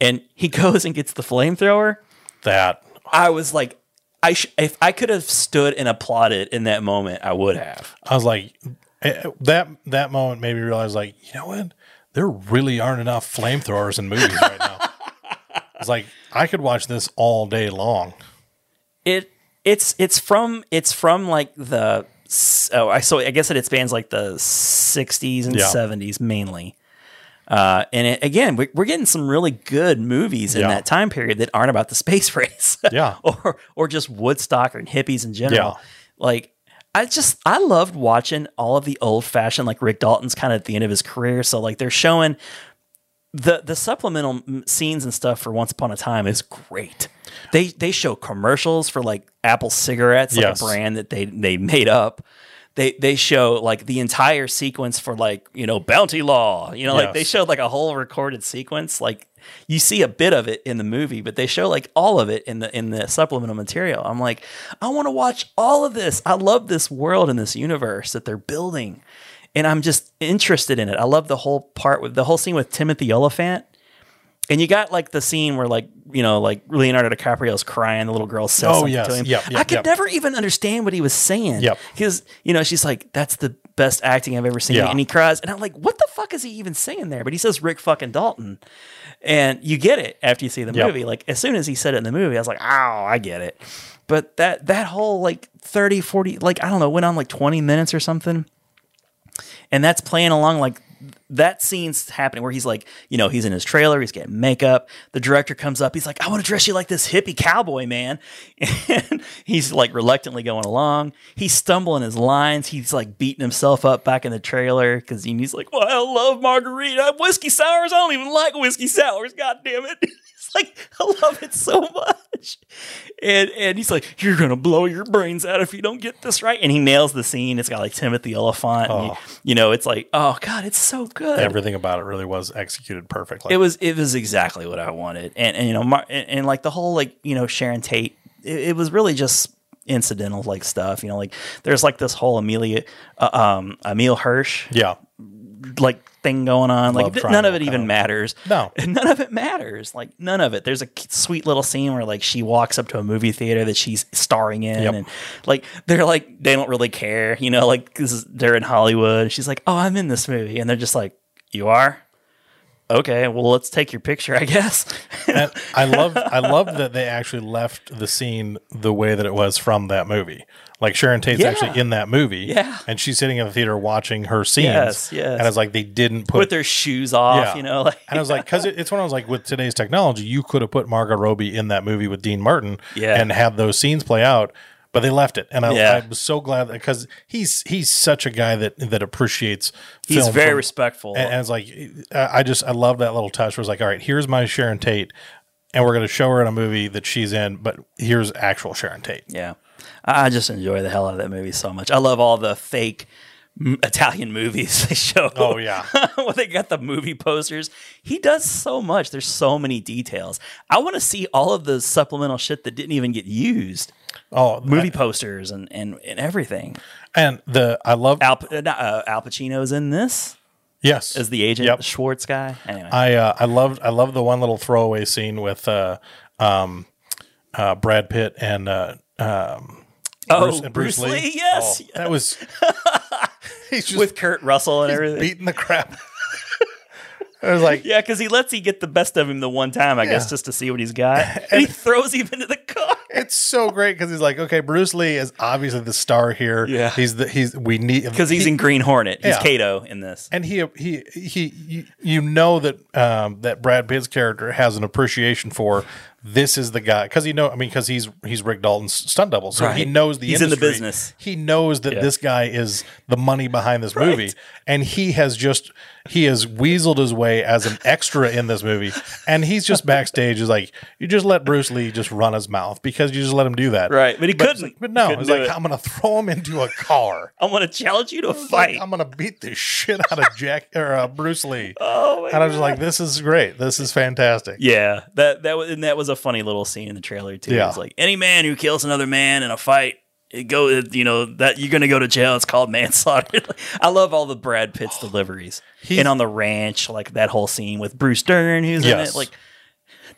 A: and he goes and gets the flamethrower,
B: That
A: I was like. I sh- if I could have stood and applauded in that moment, I would have.
B: I was like, eh, that that moment made me realize, like, you know what? There really aren't enough flamethrowers in movies right now. It's like I could watch this all day long.
A: it it's it's from it's from like the s- oh I so I guess it spans like the 60s and
B: Yeah.
A: 70s mainly. Uh, and it, again, we're, we're getting some really good movies in
B: Yeah.
A: that time period that aren't about the space race,
B: Yeah.
A: or or just Woodstock and hippies in general.
B: Yeah.
A: Like, I just I loved watching all of the old fashioned like Rick Dalton's kind of at the end of his career. So like they're showing the the supplemental m- scenes and stuff for Once Upon a Time is great. They they show commercials for like Apple cigarettes, like
B: Yes.
A: a brand that they they made up. They they show like the entire sequence for like you know Bounty Law. You know, like they
B: Yes.
A: showed like a whole recorded sequence. Like you see a bit of it in the movie, but they show like all of it in the in the supplemental material. I'm like, I want to watch all of this. I love this world and this universe that they're building, and I'm just interested in it. I love the whole part with the whole scene with Timothy Oliphant And you got like the scene where like you know like Leonardo DiCaprio's crying, the little girl says
B: Oh,
A: something
B: yes.
A: to him.
B: Yep, yep,
A: I could
B: yep.
A: never even understand what he was saying.
B: Yep.
A: because you know she's like, "That's the best acting I've ever seen,"
B: Yeah.
A: and he cries, and I'm like, "What the fuck is he even saying there?" But he says Rick fucking Dalton, and you get it after you see the
B: Yep.
A: movie. Like as soon as he said it in the movie, I was like, "Oh, I get it." But that that whole like 30, 40, like I don't know, went on like 20 minutes or something and that's playing along like that scene's happening where he's like, you know, he's in his trailer, he's getting makeup. The director comes up, he's like, I want to dress you like this hippie cowboy man. And he's like reluctantly going along. He's stumbling his lines. He's like beating himself up back in the trailer because he's like, Well, I love margarita. Whiskey sours. I don't even like whiskey sours. God damn it. It's like, I love it so much. And and he's like, You're gonna blow your brains out if you don't get this right. And he nails the scene. It's got like Timothy Elephant. and you, you know, it's like, oh God, it's so good.
B: Everything about it really was executed perfectly.
A: it was it was exactly what I wanted. And and you know, Mar- and, and like the whole like, you know, Sharon Tate, it, it was really just incidental like stuff. You know, like there's like this whole Amelia uh, um Emil Hirsch
B: yeah.
A: like thing going on. Like
B: Love
A: none of
B: triangle
A: it even
B: kind of-
A: matters.
B: No.
A: none of it matters. Like none of it. There's a c- sweet little scene where like she walks up to a movie theater that she's starring in,
B: Yep.
A: and like they're like they don't really care, you know, like because they're in Hollywood. She's like, oh, I'm in this movie, and they're just like, you are. Okay, well, let's take your picture, I guess.
B: And I love I love that they actually left the scene the way that it was from that movie. Like Sharon Tate's
A: Yeah.
B: actually in that movie.
A: Yeah.
B: And she's sitting in the theater watching her scenes.
A: Yes, yes.
B: And I was like, they didn't put
A: With their shoes off, you know, like
B: and I was like, because it, it's when I was like, with today's technology, you could have put Margot Robbie in that movie with Dean Martin,
A: Yeah.
B: and had those scenes play out, but they left it, and I,
A: Yeah.
B: I was so glad because he's he's such a guy that that appreciates.
A: he's
B: film
A: very
B: from-
A: respectful.
B: and, and it's like I I just I love that little touch. Where it's like, all right, here's my Sharon Tate, and we're going to show her in a movie that she's in, but here's actual Sharon Tate.
A: Yeah. I I just enjoy the hell out of that movie so much. I love all the fake m- Italian movies they show.
B: Oh, yeah.
A: well, they got the movie posters. He does so much. There's so many details. I want to see all of the supplemental shit that didn't even get used.
B: Oh,
A: Movie posters and, and, and everything.
B: and the I love
A: Al, uh, not, uh, Al Pacino's in this
B: yes
A: as the agent
B: Yep.
A: Schwartz guy. Anyway,
B: I uh, I loved I love the one little throwaway scene with uh, um, uh, Brad Pitt and uh, um,
A: oh,
B: Bruce, and Bruce, Lee.
A: yes,
B: Oh, that was he's just
A: with Kurt Russell and everything.
B: beating the crap. I was like,
A: Yeah, because he lets he get the best of him the one time, I guess, just to see what he's got. And he throws him into the car.
B: it's so great because he's like, okay, Bruce Lee is obviously the star here.
A: Yeah.
B: he's the he's we need
A: Because he's
B: he-
A: in Green Hornet. He's
B: Yeah.
A: Kato in this.
B: and he he he you, you know that um, that Brad Pitt's character has an appreciation for this is the guy because he know I mean because he's he's Rick Dalton's stunt double so he
A: Right.
B: knows the
A: He's in the
B: industry.
A: business.
B: he knows that
A: Yeah.
B: this guy is the money behind this movie and he has just he has weaseled his way as an extra in this movie and he's just backstage is like you just let Bruce Lee just run his mouth because you just let him do that
A: Right, but he
B: it's
A: couldn't.
B: like- but
A: He
B: no
A: couldn't
B: it's
A: do
B: like
A: it.
B: I'm gonna throw him into a car.
A: I'm going to challenge you to a
B: Like,
A: fight.
B: I'm gonna beat the shit out of Jack or uh, Bruce Lee.
A: oh, my
B: and I was just like, this is great. This is fantastic.
A: Yeah, that that was and that was a funny little scene in the trailer too.
B: Yeah.
A: It's like any man who kills another man in a fight, it go it- you know that you're gonna go to jail. It's called manslaughter. I love all the Brad Pitt's deliveries
B: Oh, He's-
A: and on the ranch, like that whole scene with Bruce Dern, who's in
B: Yes.
A: it. Like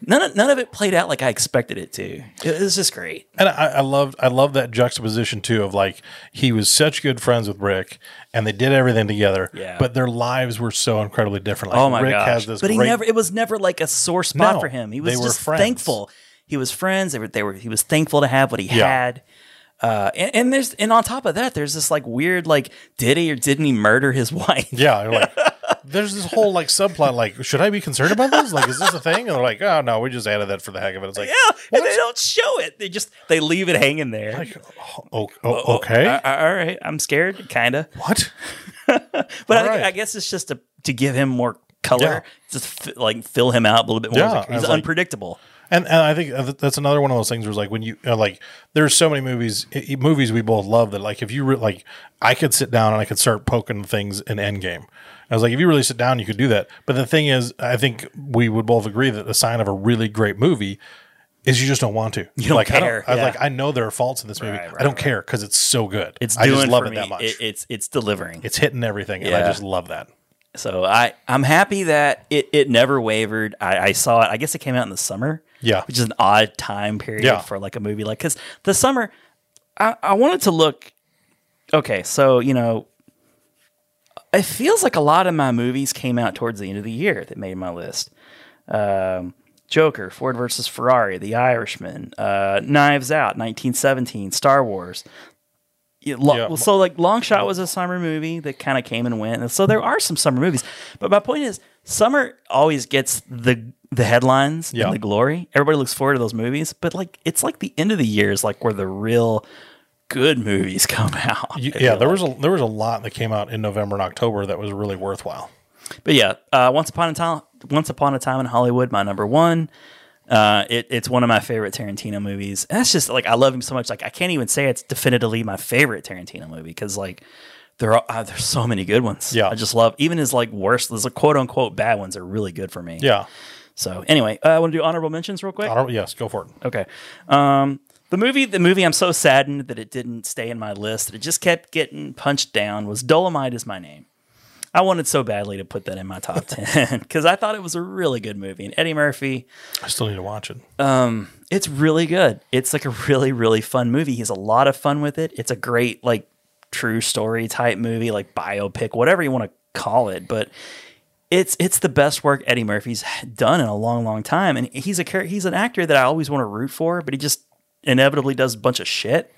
A: none of, none of it played out like I expected it to. It was just great.
B: And I, I loved I loved that juxtaposition too of like he was such good friends with Rick and they did everything together.
A: Yeah.
B: But their lives were so incredibly different. Like
A: Oh my
B: Rick
A: gosh!
B: has this
A: but he
B: great-
A: never. It was never like a sore spot
B: No,
A: for him. He
B: they
A: was
B: were
A: just
B: friends.
A: thankful. He was friends. They were. They were. He was thankful to have what he
B: Yeah.
A: had. Uh, and, and there's and on top of that, there's this like weird like did he or didn't he murder his wife?
B: Yeah. you're like there's this whole like subplot, like, should I be concerned about this? Like, is this a thing? And they're like, oh no, we just added that for the heck of it. It's like,
A: Yeah, and they don't show it. They just they leave it hanging there.
B: like oh, oh, okay.
A: Uh, all right, I'm scared, kinda.
B: what?
A: But I,
B: All
A: think-
B: right.
A: I guess it's just to to give him more color,
B: Yeah.
A: just f- like fill him out a little bit more.
B: Yeah, I
A: he's
B: was like-
A: unpredictable.
B: And, and I think th- that's another one of those things where it's like when you uh, like there's so many movies i- i- movies we both love that like if you re- like I could sit down and I could start poking things in Endgame. I was like if you really sit down you could do that. But the thing is I think we would both agree that the sign of a really great movie is you just don't want to. You
A: don't
B: like,
A: care,
B: I, don't, I was
A: yeah.
B: like I know there are faults in this movie.
A: Right, right,
B: I don't care because it's so good.
A: It's
B: I
A: doing
B: just love
A: for
B: it
A: me.
B: that much.
A: it's it's delivering.
B: it's hitting everything, and I
A: Yeah.
B: just love that.
A: So I I'm happy that it it never wavered. I, I saw it. I guess it came out in the summer.
B: Yeah.
A: which is an odd time period
B: Yeah.
A: for like a movie like because the summer. I I wanted to look. Okay, so you know, it feels like a lot of my movies came out towards the end of the year that made my list. Um, Joker, Ford versus Ferrari, The Irishman, uh, Knives Out, 1917, Star Wars. Yeah, lo-
B: Yeah.
A: So, like, Long Shot was a summer movie that kind of came and went. And so there are some summer movies. But my point is, summer always gets the the headlines
B: Yeah.
A: and the glory. Everybody looks forward to those movies. But, like, it's like the end of the year is like where the real good movies come out. I
B: You-
A: feel
B: yeah, there
A: like.
B: was a there was a lot that came out in November and October that was really worthwhile.
A: But yeah, uh, once upon a time, once upon a time in Hollywood, my number one. Uh, it, it's one of my favorite Tarantino movies. And that's just like I love him so much. Like I can't even say it's definitively my favorite Tarantino movie because like there are uh, there's so many good ones.
B: Yeah.
A: I just love even his like worst, there's like quote unquote bad ones are really good for me.
B: Yeah,
A: So anyway, uh, I want to do honorable mentions real quick.
B: I don't, yes, go for it.
A: Okay. Um, the movie, the movie I'm so saddened that it didn't stay in my list. It just kept getting punched down. Was Dolomite is my name. I wanted so badly to put that in my top ten because I thought it was a really good movie. And Eddie Murphy,
B: I still need to watch it.
A: it's really good. It's like a really really fun movie. He's a lot of fun with it. It's a great like true story type movie, like biopic, whatever you want to call it. But it's it's the best work Eddie Murphy's done in a long long time. And he's a char- he's an actor that I always want to root for, but he just inevitably does a bunch of shit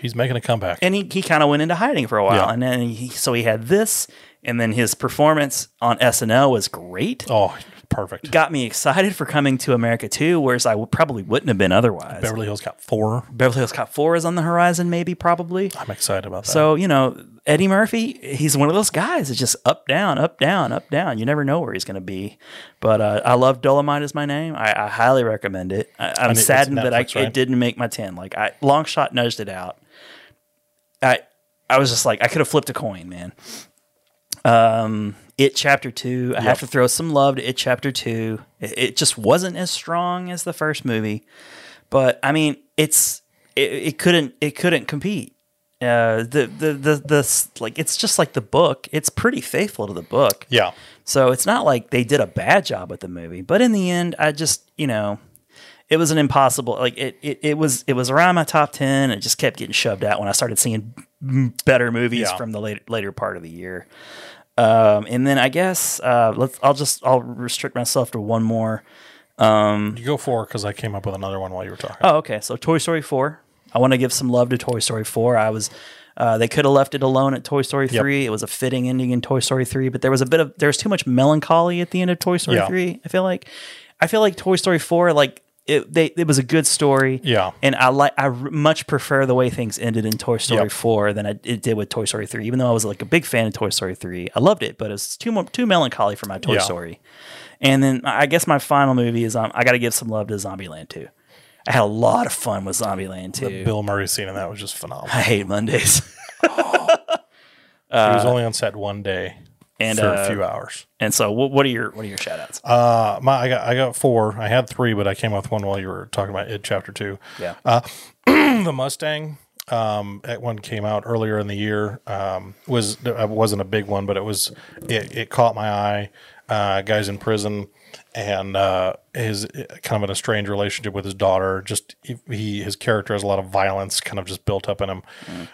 B: He's making a comeback.
A: and he, he kind of went into hiding for a while
B: Yeah.
A: and then he, so he had this and then his performance on SNL was great
B: oh, perfect.
A: got me excited for coming to America too whereas I would, probably wouldn't have been otherwise Beverly,
B: Beverly Hills Cop four.
A: Hills Cop 4 is on the horizon maybe probably
B: I'm excited about that.
A: so you know Eddie Murphy he's one of those guys that's just up down up down up down you never know where he's going to be but uh, I love Dolomite is my name I, I highly recommend it I, I'm
B: And it's
A: saddened that I,
B: Netflix, right?
A: it didn't make my 10 like I long shot nudged it out I I was just like I could have flipped a coin, man. Um, it chapter two. I have to throw some love to it chapter two. It, it just wasn't as strong as the first movie, but I mean, it's it, it couldn't it couldn't compete. Uh, the, the the the s- like it's just like the book. It's pretty faithful to the book.
B: yeah,
A: So it's not like they did a bad job with the movie, but in the end, I just you know, it was an impossible like it it, it was it was around my top ten. And it just kept getting shoved out when I started seeing m- better movies
B: Yeah.
A: from the later later part of the year. Um, and then I guess uh, let's I'll just I'll restrict myself to one more.
B: you go for because I came up with another one while you were talking.
A: Oh, okay. So Toy Story four. I want to give some love to Toy Story four. I was. Uh, they could have left it alone at Toy Story
B: Yep.
A: three. It was a fitting ending in Toy Story three, but there was a bit of there was too much melancholy at the end of Toy Story
B: Yeah.
A: three. I feel like, I feel like Toy Story four, like it, they it was a good story.
B: Yeah.
A: and I like I r- much prefer the way things ended in Toy Story
B: Yep.
A: four than I, it did with Toy Story three. Even though I was like a big fan of Toy Story three, I loved it, but it's too mo- too melancholy for my Toy
B: Yeah.
A: Story. And then I guess my final movie is um, I got to give some love to Zombieland 2. I had a lot of fun with Zombieland 2.
B: Bill Murray scene and that was just phenomenal.
A: I hate Mondays.
B: he was only on set one day
A: Uh, and,
B: for
A: uh,
B: a few hours.
A: and so what, what are your what are your shout outs?
B: Uh, my I got I got four. I had three, but I came up with one while you were talking about it. Chapter two.
A: yeah.
B: the Mustang. Um, that one came out earlier in the year. Um, was it wasn't a big one, but it was it, it caught my eye. Uh, guys in prison and uh, his uh, kind of an estranged relationship with his daughter. Just he his character has a lot of violence kind of just built up in him.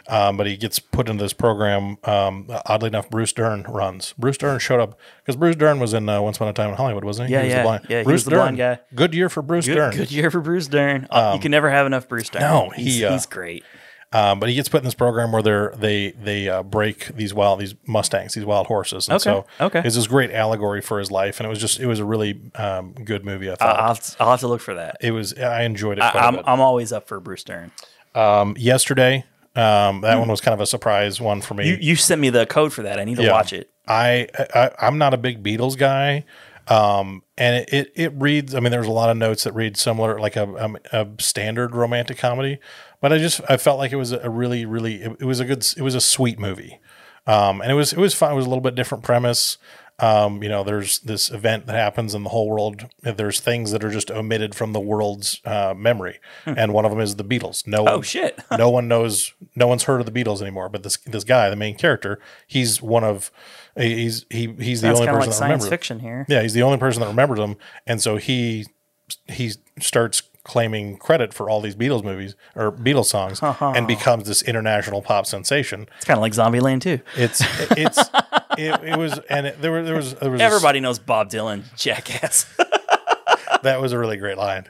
B: Um, but he gets put into this program. Um, oddly enough, Bruce Dern runs. Bruce Dern showed up because Bruce Dern was in uh, Once Upon a Time in Hollywood, wasn't he?
A: Yeah,
B: he was
A: yeah,
B: the blind.
A: yeah, he
B: Bruce
A: was the blind
B: Dern.
A: guy.
B: Good year for Bruce
A: good,
B: Dern.
A: good year for Bruce Dern. Uh, you can never have enough Bruce Dern.
B: no, he,
A: he's,
B: uh,
A: he's great.
B: Um, but he gets put in this program where they're, they they uh, break these wild these mustangs, these wild horses. And
A: Okay, okay.
B: It's this great allegory for his life, and it was just it was a really um, good movie. I thought
A: I'll, have to- I'll have to look for that.
B: it was. I enjoyed it.
A: Uh, I,
B: Quite a
A: I'm,
B: bit.
A: I'm always up for Bruce Dern.
B: Um, yesterday, um, that one was kind of a surprise one for me.
A: You, you sent me the code for that. I need to
B: Yeah.
A: watch it.
B: I, I I'm not a big Beatles guy. Um, and it, it, it reads, I mean, there's a lot of notes that read similar, like a, um, a standard romantic comedy, but I just, I felt like it was a really, really, it, it was a good, it was a sweet movie. Um, and it was, it was fun. It was a little bit different premise. Um, you know, there's this event that happens in the whole world. There's things that are just omitted from the world's uh, memory, and one of them is the Beatles. No,
A: Hmm. Oh,
B: one-
A: shit.
B: no one knows. No one's heard of the Beatles anymore. But this this guy, the main character, he's one of he's he he's the
A: That's
B: only
A: kind of like
B: person that remembers.
A: science
B: it.
A: fiction here.
B: Yeah, he's the only person that remembers him, and so he he starts claiming credit for all these Beatles movies or Beatles songs, and becomes this international pop sensation.
A: It's kind of like Zombie Land too.
B: It's it's it, it was, and it, there were there was there was a-
A: Everybody knows Bob Dylan, jackass.
B: that was a really great line.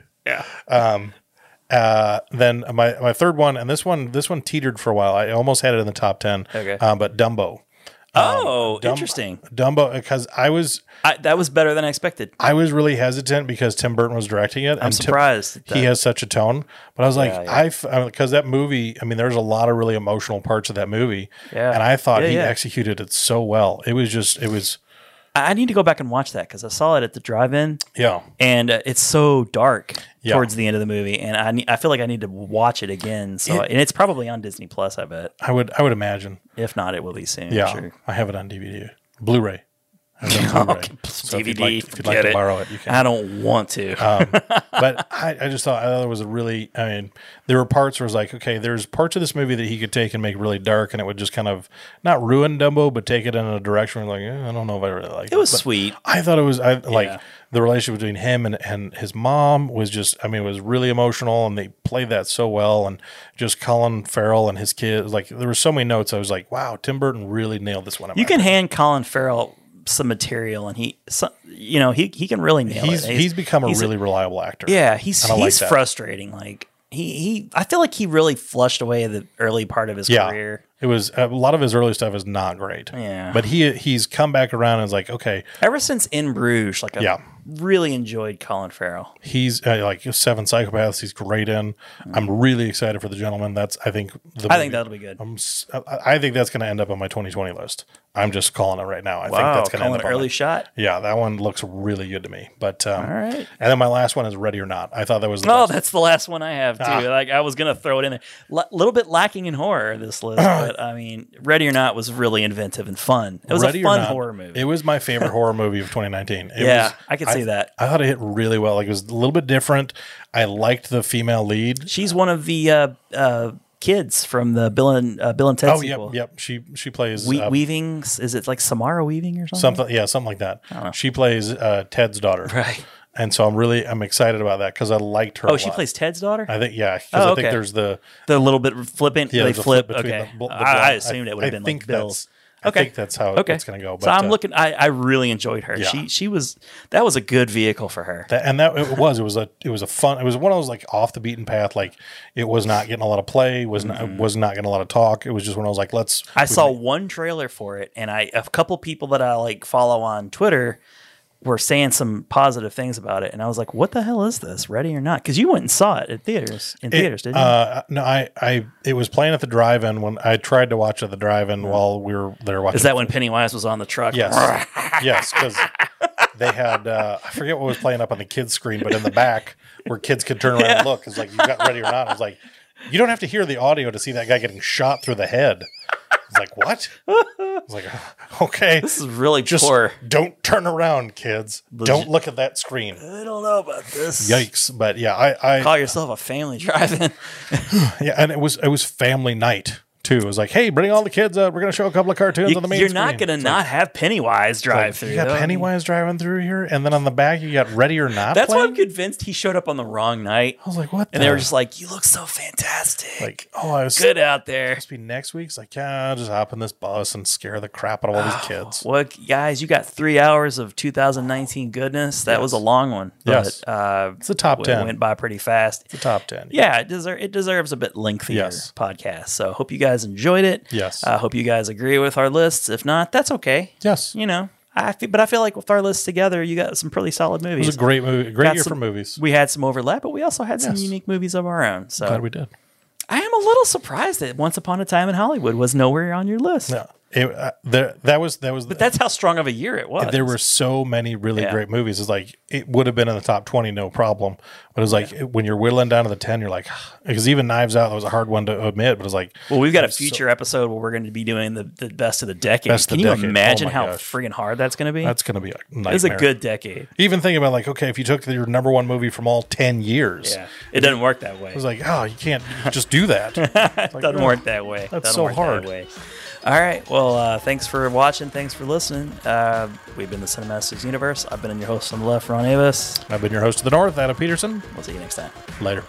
B: Um,
A: yeah.
B: Uh, then my my third one, and this one this one teetered for a while. I almost had it in the top ten,
A: Okay.
B: um, but Dumbo.
A: Oh,
B: Dum-
A: interesting.
B: Dumbo, because I was
A: I, that was better than I expected.
B: I was really hesitant because Tim Burton was directing it. I'm
A: surprised at
B: he
A: that.
B: has such a tone, but I was like,
A: yeah.
B: I because that movie. I mean, there's a lot of really emotional parts of that movie,
A: Yeah.
B: and I thought
A: Yeah,
B: he
A: yeah.
B: executed it so well. It was just, it was,
A: I I need to go back and watch that because I saw it at the drive-in,
B: yeah,
A: and uh, it's so dark
B: Yeah.
A: towards the end of the movie, and I ne- I feel like I need to watch it again. So,
B: It-
A: and it's probably on Disney Plus, I bet.
B: I would, I would imagine.
A: If not, it will be soon.
B: Yeah,
A: sure.
B: I have it on DVD, Blu-ray. I have it on Blu-ray. So if you'd
A: DVD,
B: like- if you'd like
A: forget
B: to
A: it.
B: borrow it, you can. Uh,
A: I don't want to.
B: but I, I just thought I thought it was a really. I mean, there were parts where it was like, okay, there's parts of this movie that he could take and make really dark, and it would just kind of not ruin Dumbo, but take it in a direction where like, eh, I don't know if I really like.
A: it was
B: But
A: sweet.
B: I thought it was I like
A: Yeah.
B: the relationship between him and, and his mom was just I mean it was really emotional and they played that so well and just Colin Farrell and his kids like there were so many notes I was like wow Tim Burton really nailed this one in
A: You
B: my
A: can
B: opinion.
A: hand Colin Farrell some material, and he, some, you know, he he can really nail
B: he's
A: it.
B: he's become a
A: he's
B: really reliable actor
A: Yeah, he's
B: I don't like
A: he's
B: that.
A: frustrating. Like he he, I feel like he really flushed away the early part of his
B: yeah
A: career.
B: it was a lot of his early stuff is not great
A: Yeah.
B: but he he's come back around and is like okay
A: Ever since In Bruges, like I
B: Yeah.
A: really enjoyed Colin Farrell.
B: he's uh, like seven psychopaths he's great in I'm really excited for the gentleman that's I think the
A: Mm. I think
B: movie-
A: that'll be good.
B: I'm, s- I- I think that's going to end up on my 2020 list. I'm just calling it right now.
A: wow,
B: I think that's going to end
A: Colin
B: up on
A: early
B: my-
A: shot.
B: Yeah, that one looks really good to me. But um,
A: All right.
B: And then my last one is Ready or Not. I thought that was the
A: Oh,
B: best.
A: that's the last one I have too.
B: Ah.
A: Like I was gonna throw it in there. A little bit lacking in horror this list, but I mean, Ready or Not was really inventive and fun. It was
B: Ready
A: a
B: or
A: fun
B: Not,
A: horror movie.
B: It was my favorite horror movie of 2019. It
A: Yeah,
B: was,
A: I could see that.
B: I thought it hit really well. Like it was a little bit different. I liked the female lead.
A: She's one of the uh, uh, kids from the Bill and uh, Bill and Ted
B: Oh, yep,
A: sequel.
B: yep. She she plays
A: We-
B: uh,
A: weaving is it like Samara Weaving or something?
B: something. Yeah, something like that. She plays uh, Ted's daughter.
A: Right.
B: And so I'm really I'm excited about that because I liked her.
A: Oh,
B: a
A: she
B: lot.
A: plays Ted's daughter.
B: I think yeah, because
A: Oh,
B: I think
A: okay.
B: there's the
A: the little bit flippant.
B: yeah,
A: they
B: there's a
A: flip.
B: between
A: okay,
B: the bl- the
A: I, I
B: blonde.
A: assumed it would have been like
B: that's-
A: Bill's.
B: I
A: Okay.
B: think that's how
A: Okay,
B: it's going to go.
A: so I'm
B: uh,
A: looking. I, I really enjoyed her.
B: Yeah.
A: She she was that was a good vehicle for her.
B: that, and that it was it was a it was a fun it was one of those like off the beaten path like it was not getting a lot of play was not was not getting a lot of talk it was just when I was like let's
A: Mm-hmm. I
B: we-
A: saw one trailer for it, and I a couple people that I like follow on Twitter were saying some positive things about it, and I was like, "What the hell is this? Ready or not?" Because you went and saw it at theaters in
B: it-
A: theaters, didn't you?
B: Uh, no, I, I it was playing at the drive-in when I tried to watch at the drive-in while we were there watching.
A: is that when Pennywise was on the truck?
B: Yes, yes, because they had uh, I forget what was playing up on the kids' screen, but in the back where kids could turn around and look is like you got ready or not. I was like, you don't have to hear the audio to see that guy getting shot through the head. It's like what? I was like, okay,
A: this is really
B: just
A: poor.
B: don't turn around, kids. Don't look at that screen.
A: I don't know about this.
B: Yikes! But yeah, I, I
A: Call yourself a family drive-in.
B: yeah, and it was it was family night too. It was like, hey, bring all the kids up. We're gonna show a couple of cartoons
A: You,
B: on the main.
A: are not
B: screen.
A: going to not have Pennywise drive through.
B: You got Pennywise driving through here, and then on the back you got Ready or Not.
A: That's why
B: playing?
A: I'm convinced he showed up on the wrong night.
B: I was like, what?
A: And they were
B: the-
A: just like, "You look so fantastic,
B: like, oh, I was
A: good out there."
B: supposed to be next week's. Like, yeah, I'll just hop in this bus and scare the crap out of all these kids.
A: Well, guys, you got three hours of 2019 goodness. That was a long one.
B: Yes.
A: but, uh,
B: It's the top
A: it
B: ten.
A: went by pretty fast.
B: the top ten.
A: Yeah, it, deser- it deserves a bit lengthier
B: Yes.
A: podcast. So hope you guys enjoyed it.
B: Yes.
A: I hope you guys agree with our lists. If not, that's okay.
B: Yes.
A: You know, I feel, but I feel like with our lists together, you got some pretty solid movies.
B: It was a great movie. a Great
A: Got
B: year
A: some-
B: for movies.
A: We had some overlap, but we also had some
B: Yes.
A: unique movies of our own. So
B: Glad we did.
A: I am a little surprised that Once Upon a Time in Hollywood was nowhere on your list.
B: Yeah. it, uh, there, that was that was.
A: But that's how strong of a year it was.
B: there were so many really
A: Yeah.
B: great movies. It's like it would have been in the top twenty, no problem. But it was like when you're whittling down to the ten, you're like, because even Knives Out that was a hard one to admit. But it's like,
A: Well, we've got a
B: so-
A: future episode where we're going to be doing the, the best of the decade.
B: Best
A: Can
B: of the
A: you
B: decade. Oh
A: imagine
B: my
A: how
B: gosh.
A: friggin' hard that's going to be?
B: that's gonna be a nightmare.
A: it's a good decade.
B: Even thinking about like, okay, if you took your number one movie from all ten years,
A: Yeah, it doesn't work that way.
B: I was like, oh, you can't just do that.
A: It doesn't work that way. doesn't
B: that's so
A: work that
B: hard.
A: way. All right. Well, uh, thanks for watching. Thanks for listening. Uh, we've been the Cinemasters Universe. I've been your host on the left, Ron Avis.
B: I've been your host of the North, Adam Peterson.
A: We'll see you next time.
B: Later.